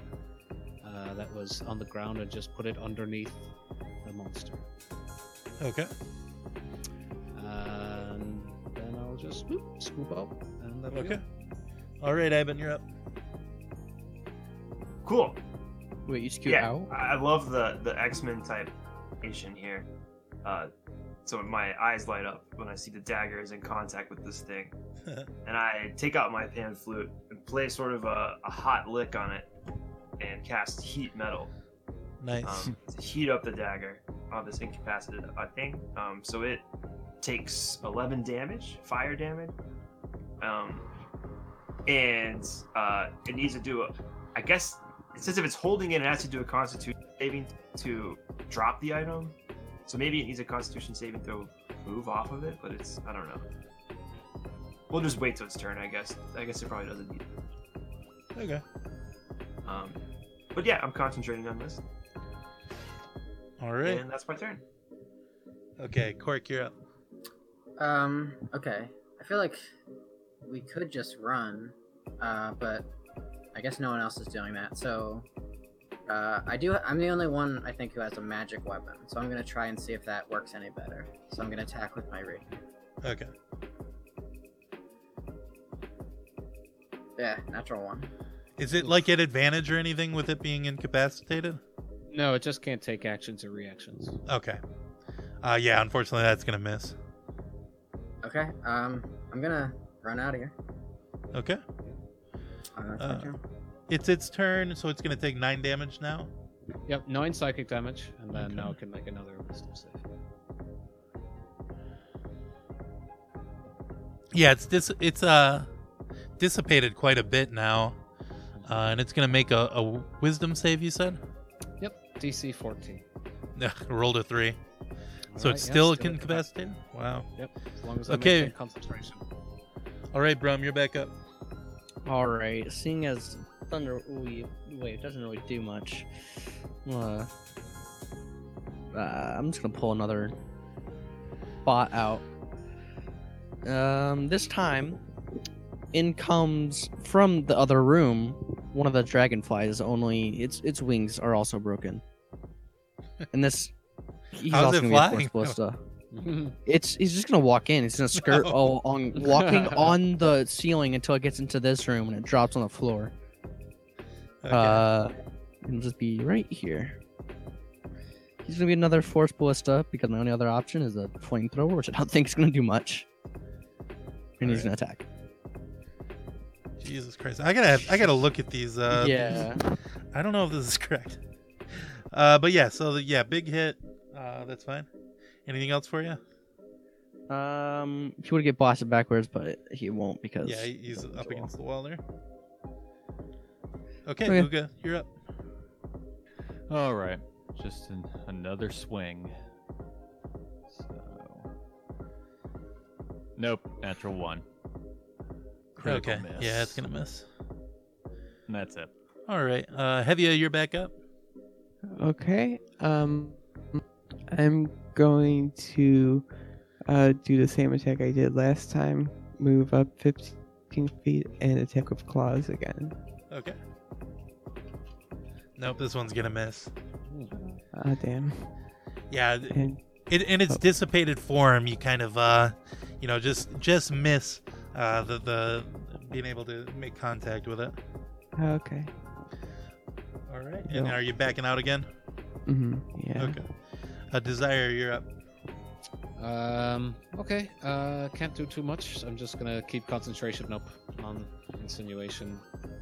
Speaker 2: uh, that was on the ground, and just put it underneath the monster.
Speaker 1: Okay.
Speaker 2: And then I'll just whoop, scoop up, and that'll
Speaker 1: Okay. All right, Ivan, you're up.
Speaker 4: Cool.
Speaker 7: Wait, you scoot
Speaker 4: yeah,
Speaker 7: out?
Speaker 4: I I love the the X Men type nation here. Uh, so my eyes light up when I see the dagger is in contact with this thing, and I take out my pan flute and play sort of a, a hot lick on it, and cast heat metal
Speaker 1: nice.
Speaker 4: um, to heat up the dagger on this incapacitated uh, thing. Um, so it takes 11 damage, fire damage. Um, and uh, it needs to do a, I guess, since if it's holding it, it has to do a constitution saving to drop the item. So maybe it needs a constitution saving throw move off of it, but it's, I don't know. We'll just wait till its turn, I guess. I guess it probably doesn't need
Speaker 1: (laughs)
Speaker 4: it.
Speaker 1: okay.
Speaker 4: Um, but yeah, I'm concentrating on this,
Speaker 1: All right.
Speaker 4: and that's my turn.
Speaker 1: Okay, Cork, you're up.
Speaker 6: Um. Okay. I feel like we could just run, uh, but I guess no one else is doing that. So uh, I do. I'm the only one I think who has a magic weapon. So I'm gonna try and see if that works any better. So I'm gonna attack with my rapier.
Speaker 1: Okay.
Speaker 6: Yeah, natural one.
Speaker 1: Is it like at advantage or anything with it being incapacitated?
Speaker 2: do. No, it just can't take actions or reactions.
Speaker 1: Okay. Uh, yeah, unfortunately, that's gonna miss.
Speaker 6: Okay. Um. I'm gonna run out of here.
Speaker 1: Okay.
Speaker 6: Uh, it's my
Speaker 1: Uh,
Speaker 6: turn.
Speaker 1: It's its turn, so it's gonna take nine damage now.
Speaker 2: Yep, nine psychic damage, and then
Speaker 1: Okay.
Speaker 2: now it can make another wisdom save.
Speaker 1: Yeah, it's dis- it's uh dissipated quite a bit now, uh, and it's gonna make a, a wisdom save. You said (laughs)
Speaker 2: Yep, DC 14.
Speaker 1: Ugh, rolled a three, so
Speaker 2: Alright,
Speaker 1: it's
Speaker 2: yeah,
Speaker 1: still
Speaker 2: incapacitated.
Speaker 1: incapacitated. Wow.
Speaker 2: Yep, as long as I
Speaker 1: Okay.
Speaker 2: maintain concentration.
Speaker 1: All right, Brum, you're back up.
Speaker 7: All right, seeing as Thunder Ooh, Wave doesn't really do much, uh, uh, I'm just gonna pull another bot out. Um, this time, in comes from the other room one of the dragonflies. Only its its wings are also broken, and this he's
Speaker 1: How's
Speaker 7: also
Speaker 1: it
Speaker 7: gonna be a
Speaker 1: flying?
Speaker 7: force ballista. It's he's just gonna walk in. He's gonna skirt all on
Speaker 1: (laughs)
Speaker 7: walking on the ceiling until it gets into this room and it drops on the floor.
Speaker 1: Okay.
Speaker 7: Uh, it'll just be right here. He's gonna be another force ballista because my only other option is a flamethrower, which I don't think is gonna do much. And he's gonna attack.
Speaker 1: Jesus Christ, I gotta have, I gotta look at these. Uh,
Speaker 7: (laughs) yeah,
Speaker 1: I don't know if this is (laughs) correct. Uh, but yeah, so the, yeah, big hit. Uh, that's fine. Anything else for you?
Speaker 7: um, he would get blasted backwards, but he won't because
Speaker 1: Yeah, he- he's
Speaker 7: doesn't
Speaker 1: up
Speaker 7: draw.
Speaker 1: against the wall there. Okay,
Speaker 7: Okay.
Speaker 1: Uga, you're up.
Speaker 5: All right, just an, another swing. So, nope, natural one. Critical
Speaker 1: okay,
Speaker 5: miss.
Speaker 1: yeah, it's gonna miss.
Speaker 5: And that's it.
Speaker 1: All right, uh, Hevia, you're back up.
Speaker 3: Okay. Um, I'm going to uh, do the same attack I did last time. Move up 15 feet and attack with claws again.
Speaker 1: Okay. Nope, this one's gonna miss.
Speaker 3: Ah, damn.
Speaker 1: Yeah, th-
Speaker 3: And
Speaker 1: it, in its
Speaker 3: Oh.
Speaker 1: dissipated form, you kind of, uh, you know, just just miss uh, the the being able to make contact with it.
Speaker 3: okay.
Speaker 1: All right. And
Speaker 3: Yeah.
Speaker 1: are you backing out again?
Speaker 3: hmm Yeah.
Speaker 1: Okay. Uh, Desire, you're up.
Speaker 2: Um, okay, uh, can't do too much. I'm just gonna keep concentration up on insinuation.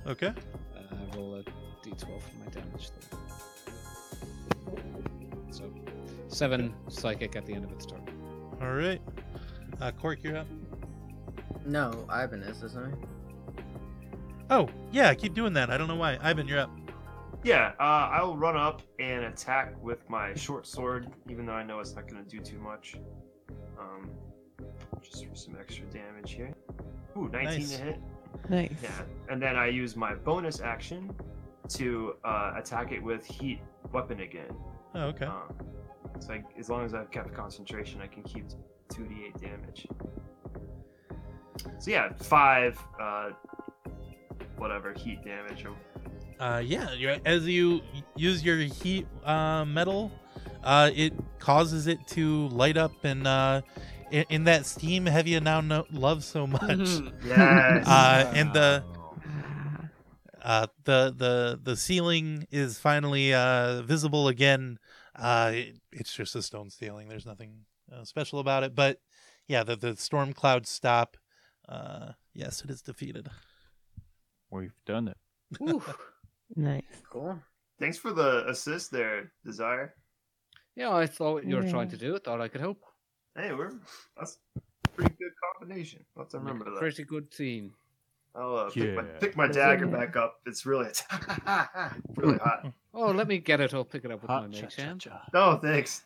Speaker 1: Okay.
Speaker 2: Uh, roll a d12 for my damage. then. So, seven psychic at the end of its turn.
Speaker 1: All right. Uh, Cork, you're up.
Speaker 6: No, Ivan is, isn't he?
Speaker 1: Oh, yeah, I keep doing that. I don't know why. Ivan, you're up.
Speaker 4: Yeah, uh, I'll run up and attack with my short sword, even though I know it's not going to do too much. Um, just for some extra damage here. Ooh, 19
Speaker 1: Nice.
Speaker 4: to hit.
Speaker 3: Nice.
Speaker 4: Yeah, and then I use my bonus action to uh, attack it with heat weapon again.
Speaker 1: Oh, okay.
Speaker 4: Um, so I, as long as I've kept concentration, I can keep 2d8 damage. So yeah, five, uh, whatever heat damage. Or,
Speaker 1: Uh, yeah, you're, as you use your heat uh, metal, uh, it causes it to light up and uh, in, in that steam Hevia now know, loves so much.
Speaker 4: yes.
Speaker 1: uh, and the
Speaker 3: Ah,
Speaker 1: uh, the the the ceiling is finally uh, visible again. Uh, it, it's just a stone ceiling. There's nothing uh, special about it, but yeah, the the storm clouds stop. Uh, yes, it is defeated.
Speaker 5: We've done it.
Speaker 3: nice.
Speaker 6: Cool.
Speaker 4: Thanks for the assist there, Desire.
Speaker 2: Yeah, I thought what you were trying
Speaker 3: Yeah.
Speaker 2: to do. I thought I could help.
Speaker 4: Hey, we're that's a pretty good combination. I'll have to
Speaker 2: Make a
Speaker 4: remember that.
Speaker 2: Pretty good team.
Speaker 4: I'll uh, pick, my,
Speaker 5: Yeah.
Speaker 4: pick my
Speaker 3: Yeah.
Speaker 4: dagger back up. It's really it's (laughs) really hot.
Speaker 2: Oh, let me get it. I'll pick it up with
Speaker 5: Ha,
Speaker 2: my
Speaker 5: cha,
Speaker 2: mage
Speaker 5: cha,
Speaker 2: hand.
Speaker 5: cha.
Speaker 4: No, thanks.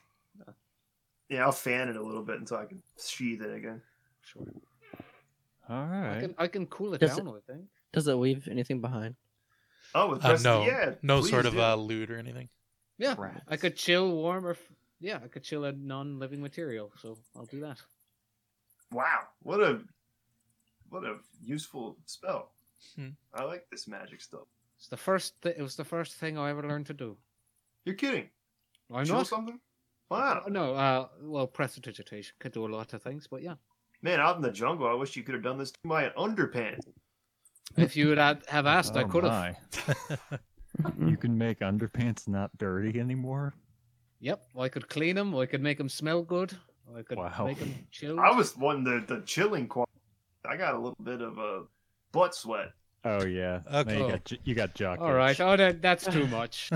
Speaker 4: Yeah, I'll fan it a little bit until I can sheathe it again.
Speaker 2: Sure.
Speaker 5: All
Speaker 2: I
Speaker 5: right.
Speaker 2: can I can cool it
Speaker 7: Does
Speaker 2: down. I think.
Speaker 7: does it leave anything behind?
Speaker 4: Oh, with
Speaker 1: Uh,
Speaker 4: press-
Speaker 1: no,
Speaker 4: yeah,
Speaker 1: no
Speaker 4: please
Speaker 1: sort of
Speaker 4: do.
Speaker 1: uh, loot or anything. (laughs)
Speaker 2: Yeah,
Speaker 5: Rats.
Speaker 2: I could chill warm or f- yeah, I could chill a non-living material. So I'll do that.
Speaker 4: wow, what a what a useful spell.
Speaker 1: Hmm.
Speaker 4: I like this magic stuff.
Speaker 2: It's the first. Th- it was the first thing I ever learned to do.
Speaker 4: You're kidding?
Speaker 2: I
Speaker 4: Chill
Speaker 2: know.
Speaker 4: something? Wow,
Speaker 2: No, uh, well, prestidigitation could do a lot of things, but yeah,
Speaker 4: man, out in the jungle, I wish you could have done this to my underpants.
Speaker 2: if you would had- have asked, I
Speaker 5: Oh
Speaker 2: could have.
Speaker 5: my. (laughs) You can make underpants not dirty anymore.
Speaker 2: Yep, I could clean them. I could make them smell good. I could
Speaker 5: Wow.
Speaker 2: make them chill.
Speaker 4: I was one the the chilling quality. I got a little bit of a butt sweat.
Speaker 5: Oh yeah. Now
Speaker 1: Okay.
Speaker 5: you got j- you got jock.
Speaker 2: All right.
Speaker 5: itch.
Speaker 2: Oh, that, that's too much.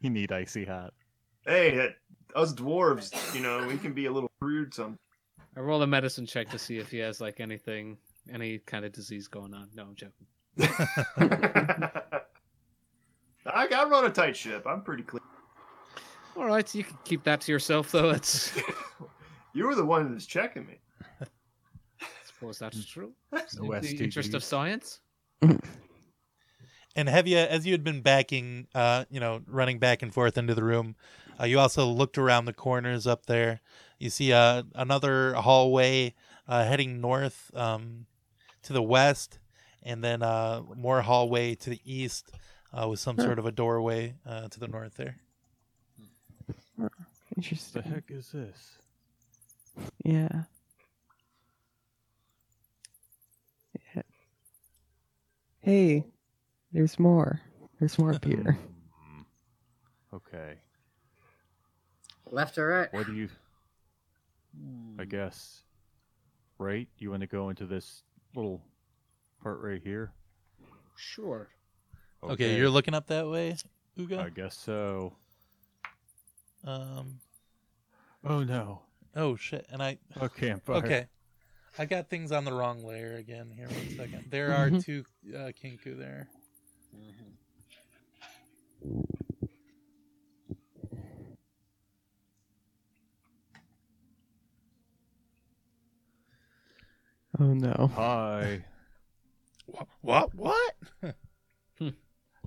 Speaker 5: You need icy hot.
Speaker 4: Hey, that- us dwarves, you know, we can be a little rude some.
Speaker 2: I roll a medicine check to see if he has like anything, any kind of disease going on. No, I'm joking.
Speaker 4: I, I run a tight ship. I'm pretty clean. (laughs)
Speaker 2: All right, you can keep that to yourself, though. (laughs) It's, I
Speaker 4: you were the one that's checking me.
Speaker 2: suppose that's true. In
Speaker 5: No
Speaker 2: the interest of
Speaker 5: STDs.
Speaker 2: science.
Speaker 1: And have you, as you had been backing, uh, you know, running back and forth into the room, uh, you also looked around the corners up there. You see uh, another hallway uh, heading north um, to the west, and then uh, more hallway to the east uh, with some sort of a doorway uh, to the north there.
Speaker 3: Interesting.
Speaker 5: is this?
Speaker 3: Yeah. yeah. Hey, there's more. There's more Peter.
Speaker 5: Hmm. Okay.
Speaker 6: Left or right?
Speaker 5: What do you? I guess. Right? You want to go into this little part right here?
Speaker 2: Sure.
Speaker 1: Okay, you're looking up that way,
Speaker 5: I
Speaker 1: Uga.
Speaker 5: guess so.
Speaker 1: Um,
Speaker 5: Oh no.
Speaker 1: oh shit! And I
Speaker 5: Okay. I'm fired.
Speaker 1: okay, I got things on the wrong layer again. Here, one second. There are
Speaker 3: Mhm.
Speaker 1: two uh, kinku there.
Speaker 3: Oh no.
Speaker 5: Hi.
Speaker 1: What? What? what?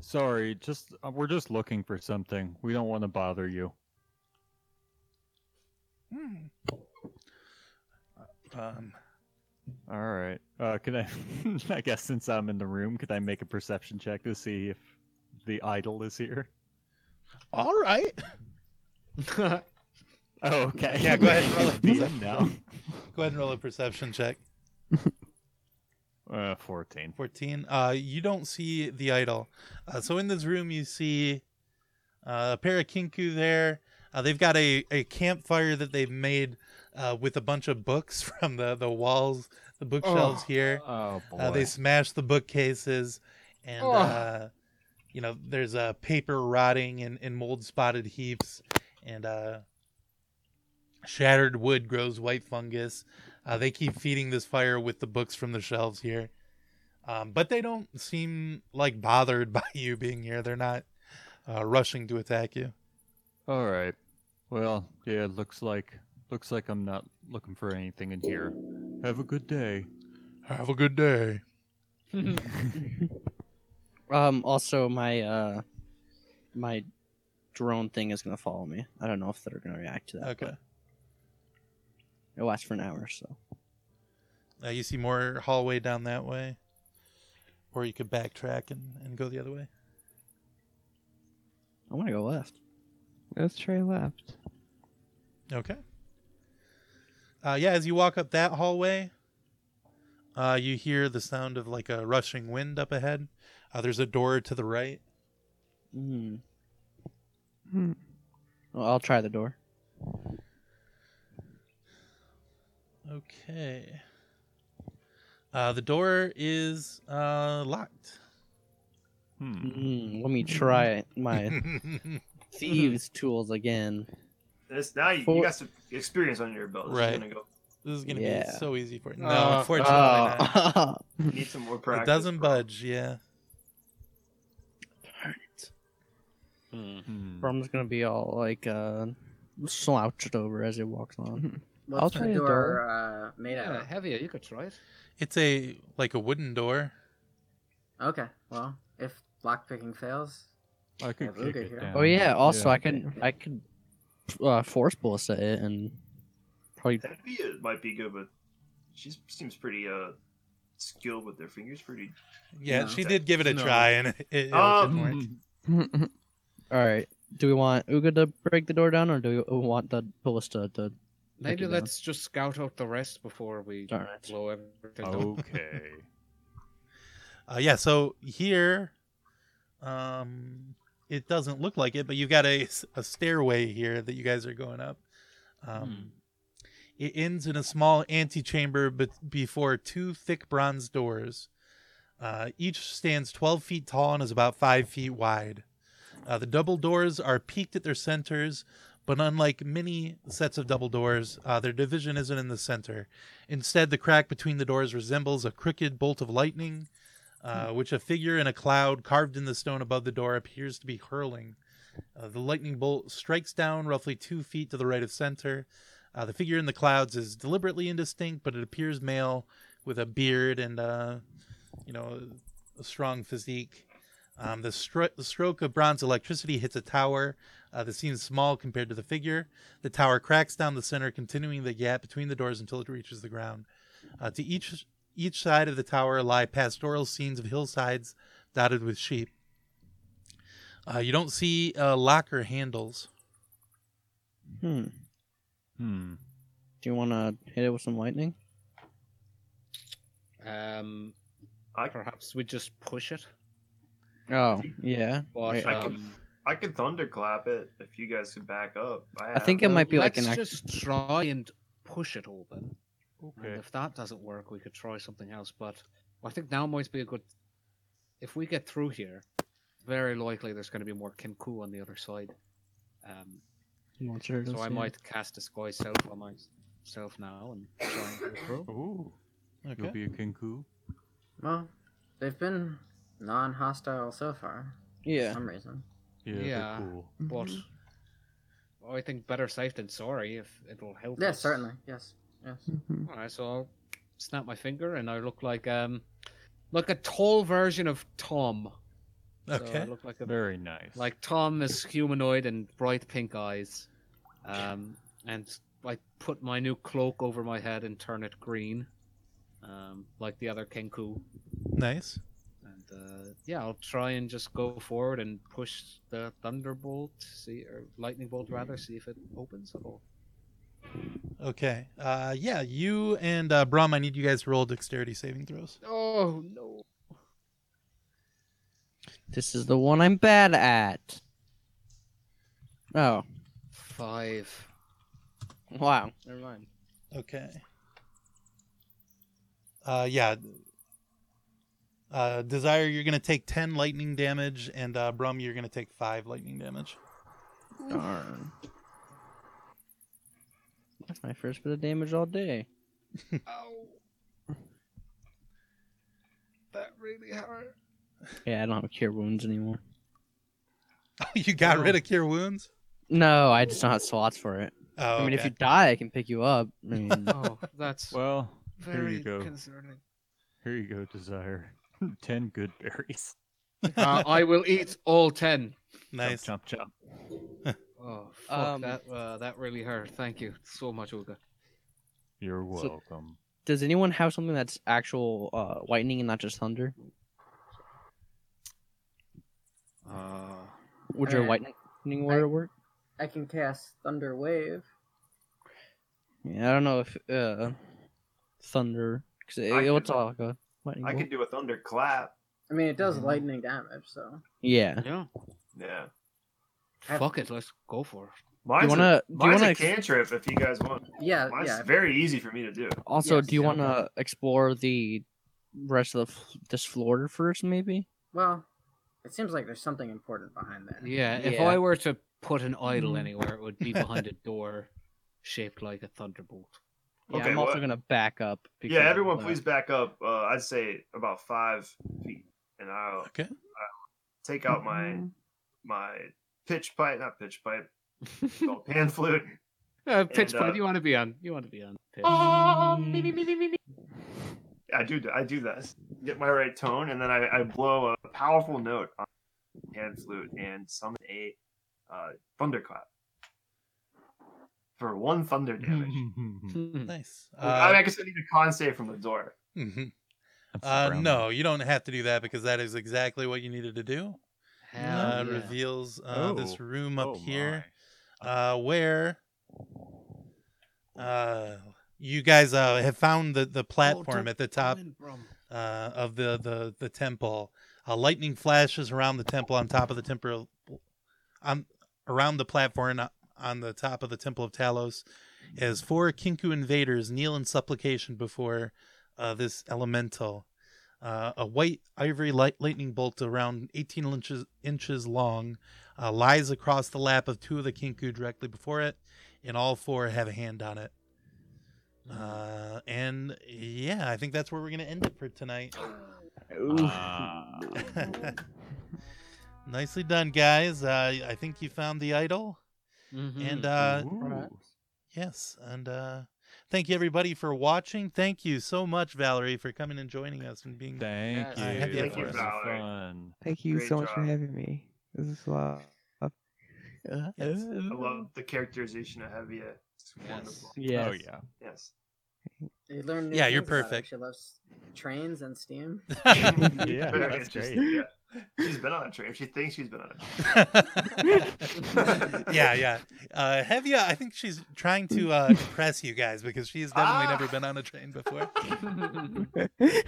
Speaker 5: Sorry. Just uh, we're just looking for something. We don't want to bother you.
Speaker 1: Hmm. Um,
Speaker 5: All right. Uh, can I? (laughs) I guess since I'm in the room, could I make a perception check to see if the idol is here?
Speaker 1: all right.
Speaker 5: Oh, okay.
Speaker 1: Yeah, go ahead and roll
Speaker 5: (laughs)
Speaker 1: it.
Speaker 5: Be in now.
Speaker 1: Go ahead and roll a perception check.
Speaker 5: Uh, fourteen.
Speaker 1: 14. Uh, you don't see the idol. Uh, so in this room, you see uh, a pair of kinku there. Uh, they've got a, a campfire that they've made uh, with a bunch of books (laughs) from the, the walls, the bookshelves
Speaker 5: Oh.
Speaker 1: here.
Speaker 5: Oh boy.
Speaker 1: Uh, they smashed the bookcases, and
Speaker 2: Oh.
Speaker 1: uh, you know there's uh, paper rotting in, in mold spotted heaps, and uh, shattered wood grows white fungus. Uh, they keep feeding this fire with the books from the shelves here, um, but they don't seem like bothered (laughs) by you being here. They're not uh, rushing to attack you.
Speaker 5: All right. Well, yeah. Looks like looks like I'm not looking for anything in here. Have a good day.
Speaker 1: Have a good day.
Speaker 7: Um. Also, my uh, my drone thing is gonna follow me. I don't know if they're gonna react to that.
Speaker 1: Okay.
Speaker 7: It lasts for an hour, so
Speaker 1: Uh, you see more hallway down that way, or you could backtrack and, and go the other way.
Speaker 7: I want to go left.
Speaker 3: Let's try left.
Speaker 1: Okay. Uh, yeah, as you walk up that hallway, uh, you hear the sound of like a rushing wind up ahead. Uh, there's a door to the right.
Speaker 7: Hmm.
Speaker 3: Hmm.
Speaker 7: Well, I'll try the door.
Speaker 1: Okay. Uh, the door is uh, locked.
Speaker 5: Hmm.
Speaker 1: Mm-hmm.
Speaker 7: Hmm. let me try
Speaker 1: (laughs)
Speaker 7: my
Speaker 1: right.
Speaker 7: thieves' tools again.
Speaker 4: This now you, you
Speaker 7: Four-
Speaker 4: got some experience under your belt. This is
Speaker 1: Right.
Speaker 4: gonna go-
Speaker 1: This is gonna be
Speaker 7: Yeah.
Speaker 1: so easy for you. No,
Speaker 2: Uh,
Speaker 1: unfortunately,
Speaker 7: (laughs)
Speaker 1: not.
Speaker 7: Oh.
Speaker 4: you need some more
Speaker 1: (laughs)
Speaker 4: practice.
Speaker 1: it doesn't
Speaker 4: bro.
Speaker 1: budge. Yeah.
Speaker 5: Hmm.
Speaker 7: Brum's gonna be all like uh, slouched over as he walks
Speaker 3: Hmm.
Speaker 7: on.
Speaker 6: What's
Speaker 3: I'll
Speaker 6: the
Speaker 3: try the
Speaker 6: door,
Speaker 3: door.
Speaker 6: Uh, made out
Speaker 2: yeah,
Speaker 6: of?
Speaker 2: heavier. You could try it.
Speaker 1: It's a like a wooden door.
Speaker 6: Okay, well, if lockpicking fails,
Speaker 5: I could
Speaker 6: Yeah,
Speaker 5: kick
Speaker 6: Luca
Speaker 5: it
Speaker 6: here.
Speaker 5: down.
Speaker 7: Oh yeah. Also, I
Speaker 3: can-
Speaker 7: could I could uh, force ballista it and probably
Speaker 4: That'd be it. Might be good, but she seems pretty uh skilled with their fingers. Pretty.
Speaker 1: Yeah,
Speaker 6: No.
Speaker 1: she did give it a
Speaker 2: No.
Speaker 1: try, and it, it, it
Speaker 4: Um,
Speaker 1: didn't work.
Speaker 7: All right. Do we want Uga to break the door down, or do we want the ballista to?
Speaker 2: Maybe
Speaker 7: it down.
Speaker 2: let's just scout out the rest before we
Speaker 7: All right.
Speaker 2: blow everything up.
Speaker 5: Hmm, Oh. Okay.
Speaker 1: Uh, yeah, so here, um, it doesn't look like it, but you've got a, a stairway here that you guys are going up. Um, It ends in a small antechamber but before two thick bronze doors. Uh, each stands 12 feet tall and is about 5 feet wide. Uh, the double doors are peaked at their centers, but unlike many sets of double doors, uh, their division isn't in the center. Instead, the crack between the doors resembles a crooked bolt of lightning, uh, which a figure in a cloud carved in the stone above the door appears to be hurling. Uh, the lightning bolt strikes down roughly two feet to the right of center. Uh, the figure in the clouds is deliberately indistinct, but it appears male with a beard and, uh, you know, a strong physique. Um, the, stro- the stroke of bronze electricity hits a tower uh, that seems small compared to the figure. The tower cracks down the center, continuing the gap between the doors until it reaches the ground. Uh, to each each side of the tower lie pastoral scenes of hillsides dotted with sheep. Uh, you don't see uh, locker handles.
Speaker 7: Hmm.
Speaker 5: Hmm.
Speaker 7: Do you want to hit it with some lightning?
Speaker 2: Um,
Speaker 4: I-
Speaker 2: perhaps we just push it.
Speaker 7: Oh, yeah.
Speaker 2: But,
Speaker 7: Wait,
Speaker 4: I can-
Speaker 2: um,
Speaker 4: I could thunderclap it if you guys could back up.
Speaker 7: I think it
Speaker 2: well,
Speaker 7: might be like
Speaker 2: Uh, let's
Speaker 7: an act-
Speaker 2: just try and push it open.
Speaker 5: Okay.
Speaker 2: And if that doesn't work, we could try something else. But I think now might be a good. If we get through here, very likely there's going to be more Kinku on the other side. Um, so I might cast Disguise Self on myself now and try and get through.
Speaker 5: Ooh. You'll be a kinku.
Speaker 6: Well, they've been non-hostile so far. For
Speaker 7: Yeah.
Speaker 6: some reason.
Speaker 5: Yeah. they're
Speaker 2: Yeah.
Speaker 5: Cool.
Speaker 7: Mm-hmm.
Speaker 2: But
Speaker 6: Mhm.
Speaker 2: well, I think better safe than sorry if it'll help.
Speaker 6: Yes,
Speaker 2: us.
Speaker 6: certainly. Yes. Yes.
Speaker 3: Mhm.
Speaker 2: All right, so I'll snap my finger and I look like um, like a tall version of Tom. So I
Speaker 1: Okay.
Speaker 2: look like a
Speaker 5: Very nice.
Speaker 2: Like Tom is humanoid and bright pink eyes. Um, and I put my new cloak over my head and turn it green, um, like the other Kenku.
Speaker 1: Nice.
Speaker 2: And uh, yeah, I'll try and just go forward and push the thunderbolt, see or lightning bolt rather, see if it opens at all.
Speaker 1: Okay. Uh, yeah, you and uh, Brahm, I need you guys to roll dexterity saving throws.
Speaker 2: Oh no!
Speaker 7: This is the one I'm bad at. Oh,
Speaker 2: Five.
Speaker 7: wow. Never mind.
Speaker 1: Okay. Uh, yeah. Uh, Desire, you're gonna take ten lightning damage, and uh, Brum, you're gonna take five lightning damage. (laughs)
Speaker 7: Darn. That's my first bit of damage all day.
Speaker 2: Ow! That really hurt.
Speaker 7: Yeah, I don't have cure wounds anymore.
Speaker 1: you got
Speaker 7: Oh.
Speaker 1: rid of cure wounds.
Speaker 7: No, I just don't have slots for it.
Speaker 1: Oh,
Speaker 7: I mean, if
Speaker 1: okay.
Speaker 7: you die, I can pick you up. I mean,
Speaker 2: Oh, that's
Speaker 5: well, here
Speaker 2: very
Speaker 5: you go. (laughs)
Speaker 2: concerning.
Speaker 5: Here you go, Desire. (laughs) Ten good berries.
Speaker 2: uh, I will eat all ten.
Speaker 1: nice.
Speaker 5: Chomp, chomp, chomp.
Speaker 2: Oh, fuck,
Speaker 7: Um,
Speaker 2: that, uh, that really hurt. Thank you so much, Olga.
Speaker 5: You're
Speaker 7: So-
Speaker 5: welcome.
Speaker 7: does anyone have something that's actual uh, lightning and not just thunder?
Speaker 2: Uh,
Speaker 7: Would your
Speaker 6: Uh,
Speaker 7: lightning water work?
Speaker 6: I can cast Thunder Wave.
Speaker 7: Yeah, I don't know if uh, thunder. Cause it,
Speaker 4: I
Speaker 7: it's
Speaker 4: could-
Speaker 7: all like a lightning.
Speaker 4: I
Speaker 7: bolt.
Speaker 4: could do a thunderclap.
Speaker 6: I mean, it does
Speaker 1: Mm-hmm.
Speaker 2: Mhm.
Speaker 6: lightning damage, so
Speaker 7: Yeah.
Speaker 2: yeah.
Speaker 4: Yeah.
Speaker 6: Have-
Speaker 2: Fuck it, let's go for it.
Speaker 4: Mine's,
Speaker 7: wanna-
Speaker 4: a,
Speaker 7: do you
Speaker 4: mine's
Speaker 7: wanna
Speaker 4: a
Speaker 7: ex-
Speaker 4: cantrip if you guys want.
Speaker 7: Uh,
Speaker 6: yeah,
Speaker 4: Mine's
Speaker 6: yeah.
Speaker 4: very easy for me to do.
Speaker 7: Also,
Speaker 6: Yes,
Speaker 7: do you
Speaker 6: yeah.
Speaker 7: want to explore the rest of the, f- this floor first, maybe?
Speaker 6: Well, it seems like there's something important behind that.
Speaker 2: Yeah, if
Speaker 7: Yeah.
Speaker 2: I were to put an idol
Speaker 3: Mm.
Speaker 2: anywhere, it would be behind (laughs) a door shaped like a thunderbolt.
Speaker 7: Yeah,
Speaker 4: Okay,
Speaker 7: I'm also
Speaker 4: what-
Speaker 7: gonna back up.
Speaker 4: Yeah, everyone,
Speaker 7: uh,
Speaker 4: please back up. Uh, I'd say about five feet, and I'll
Speaker 1: Okay.
Speaker 4: take out my
Speaker 7: Mm-hmm.
Speaker 4: my pitch pipe, not pitch
Speaker 7: (laughs)
Speaker 4: pipe, called pan flute.
Speaker 2: Uh, pitch
Speaker 4: And, uh,
Speaker 2: pipe, you want to be on. You want to be on pitch.
Speaker 4: I do I do this. Get my right tone, and then I, I blow a powerful note on hand flute and summon a uh, thunderclap for one thunder damage.
Speaker 7: Mm-hmm.
Speaker 1: (laughs)
Speaker 2: Hmm.
Speaker 1: Nice.
Speaker 4: I, mean,
Speaker 1: Uh,
Speaker 4: I guess I need a con save from the door.
Speaker 1: mhm.
Speaker 5: That's
Speaker 1: Uh,
Speaker 5: brown.
Speaker 1: no, you don't have to do that because that is exactly what you needed to do.
Speaker 2: Hell
Speaker 1: Uh,
Speaker 2: yeah.
Speaker 1: Reveals uh,
Speaker 5: Oh.
Speaker 1: this room up
Speaker 5: Oh
Speaker 1: here.
Speaker 5: my.
Speaker 1: uh, where uh, you guys uh, have found the, the platform
Speaker 2: Oh, don't
Speaker 1: at the top
Speaker 2: Come in, Brum.
Speaker 1: uh, of the, the, the temple. Uh, lightning flashes around the temple on top of the temple, on around the platform on- on the top of the temple of Talos, as four Kinku invaders kneel in supplication before uh, this elemental. Uh, a white ivory light lightning bolt around 18 inches, inches long uh, lies across the lap of two of the kinku directly before it, and all four have a hand on it. Uh, and yeah, I think that's where we're going to end it for tonight. (laughs)
Speaker 5: Ah.
Speaker 1: Uh,
Speaker 5: (laughs)
Speaker 1: Nicely done, guys. Uh, I think you found the idol. And uh,
Speaker 5: Ooh.
Speaker 1: yes, and uh, thank you everybody for watching. Thank you so much, Valerie, for coming and joining us and being.
Speaker 5: Thank
Speaker 2: Yes.
Speaker 5: you.
Speaker 1: Thank you,
Speaker 5: That was
Speaker 4: Valerie.
Speaker 5: fun. Oh,
Speaker 3: Thank you
Speaker 4: Great
Speaker 3: so much for
Speaker 4: job.
Speaker 3: having me. This is a lot.
Speaker 1: Yes.
Speaker 4: I love the characterization of Hevia. It's wonderful.
Speaker 7: Yes.
Speaker 5: Oh Mm. yeah.
Speaker 4: Yes.
Speaker 6: You learn new
Speaker 1: Yeah, you're
Speaker 6: things about her.
Speaker 1: perfect.
Speaker 6: She loves trains and steam.
Speaker 5: (laughs)
Speaker 1: (laughs)
Speaker 5: Yeah,
Speaker 4: Very
Speaker 5: that's
Speaker 4: interesting.
Speaker 5: great.
Speaker 4: Yeah. She's been on a train. She thinks she's been on a
Speaker 5: (laughs)
Speaker 4: train.
Speaker 1: (laughs) yeah,
Speaker 4: (laughs)
Speaker 1: yeah. Uh, Hevia, I think she's trying to uh, impress you guys because she's definitely
Speaker 4: Ah.
Speaker 1: never been on a train before.
Speaker 3: Yes.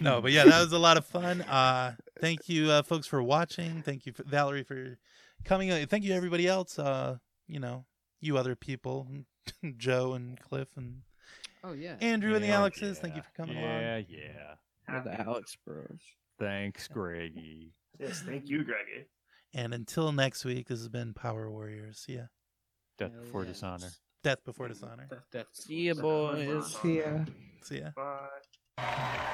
Speaker 1: No, but yeah, that was a lot of fun. Uh, thank you, uh, folks, for watching. Thank you, Valerie, for coming. Uh, Thank you, everybody else. Uh, you know, you other people, (laughs) Joe and Cliff and
Speaker 7: Oh yeah.
Speaker 1: Andrew and the
Speaker 5: Yeah,
Speaker 1: Alexes. Thank you
Speaker 5: yeah,
Speaker 1: for coming along.
Speaker 5: Yeah, yeah.
Speaker 7: Or the Alex Bros.
Speaker 5: Thanks, Greggy.
Speaker 4: Yes, thank you, Greggy.
Speaker 1: And until next week, this has been Power Warriors. Yeah,
Speaker 5: Death
Speaker 2: Hell
Speaker 5: before
Speaker 2: yeah.
Speaker 5: dishonor.
Speaker 1: death before dishonor.
Speaker 2: That's
Speaker 7: See ya, boys.
Speaker 3: (laughs) See ya.
Speaker 4: Bye.
Speaker 1: See ya.
Speaker 4: Bye.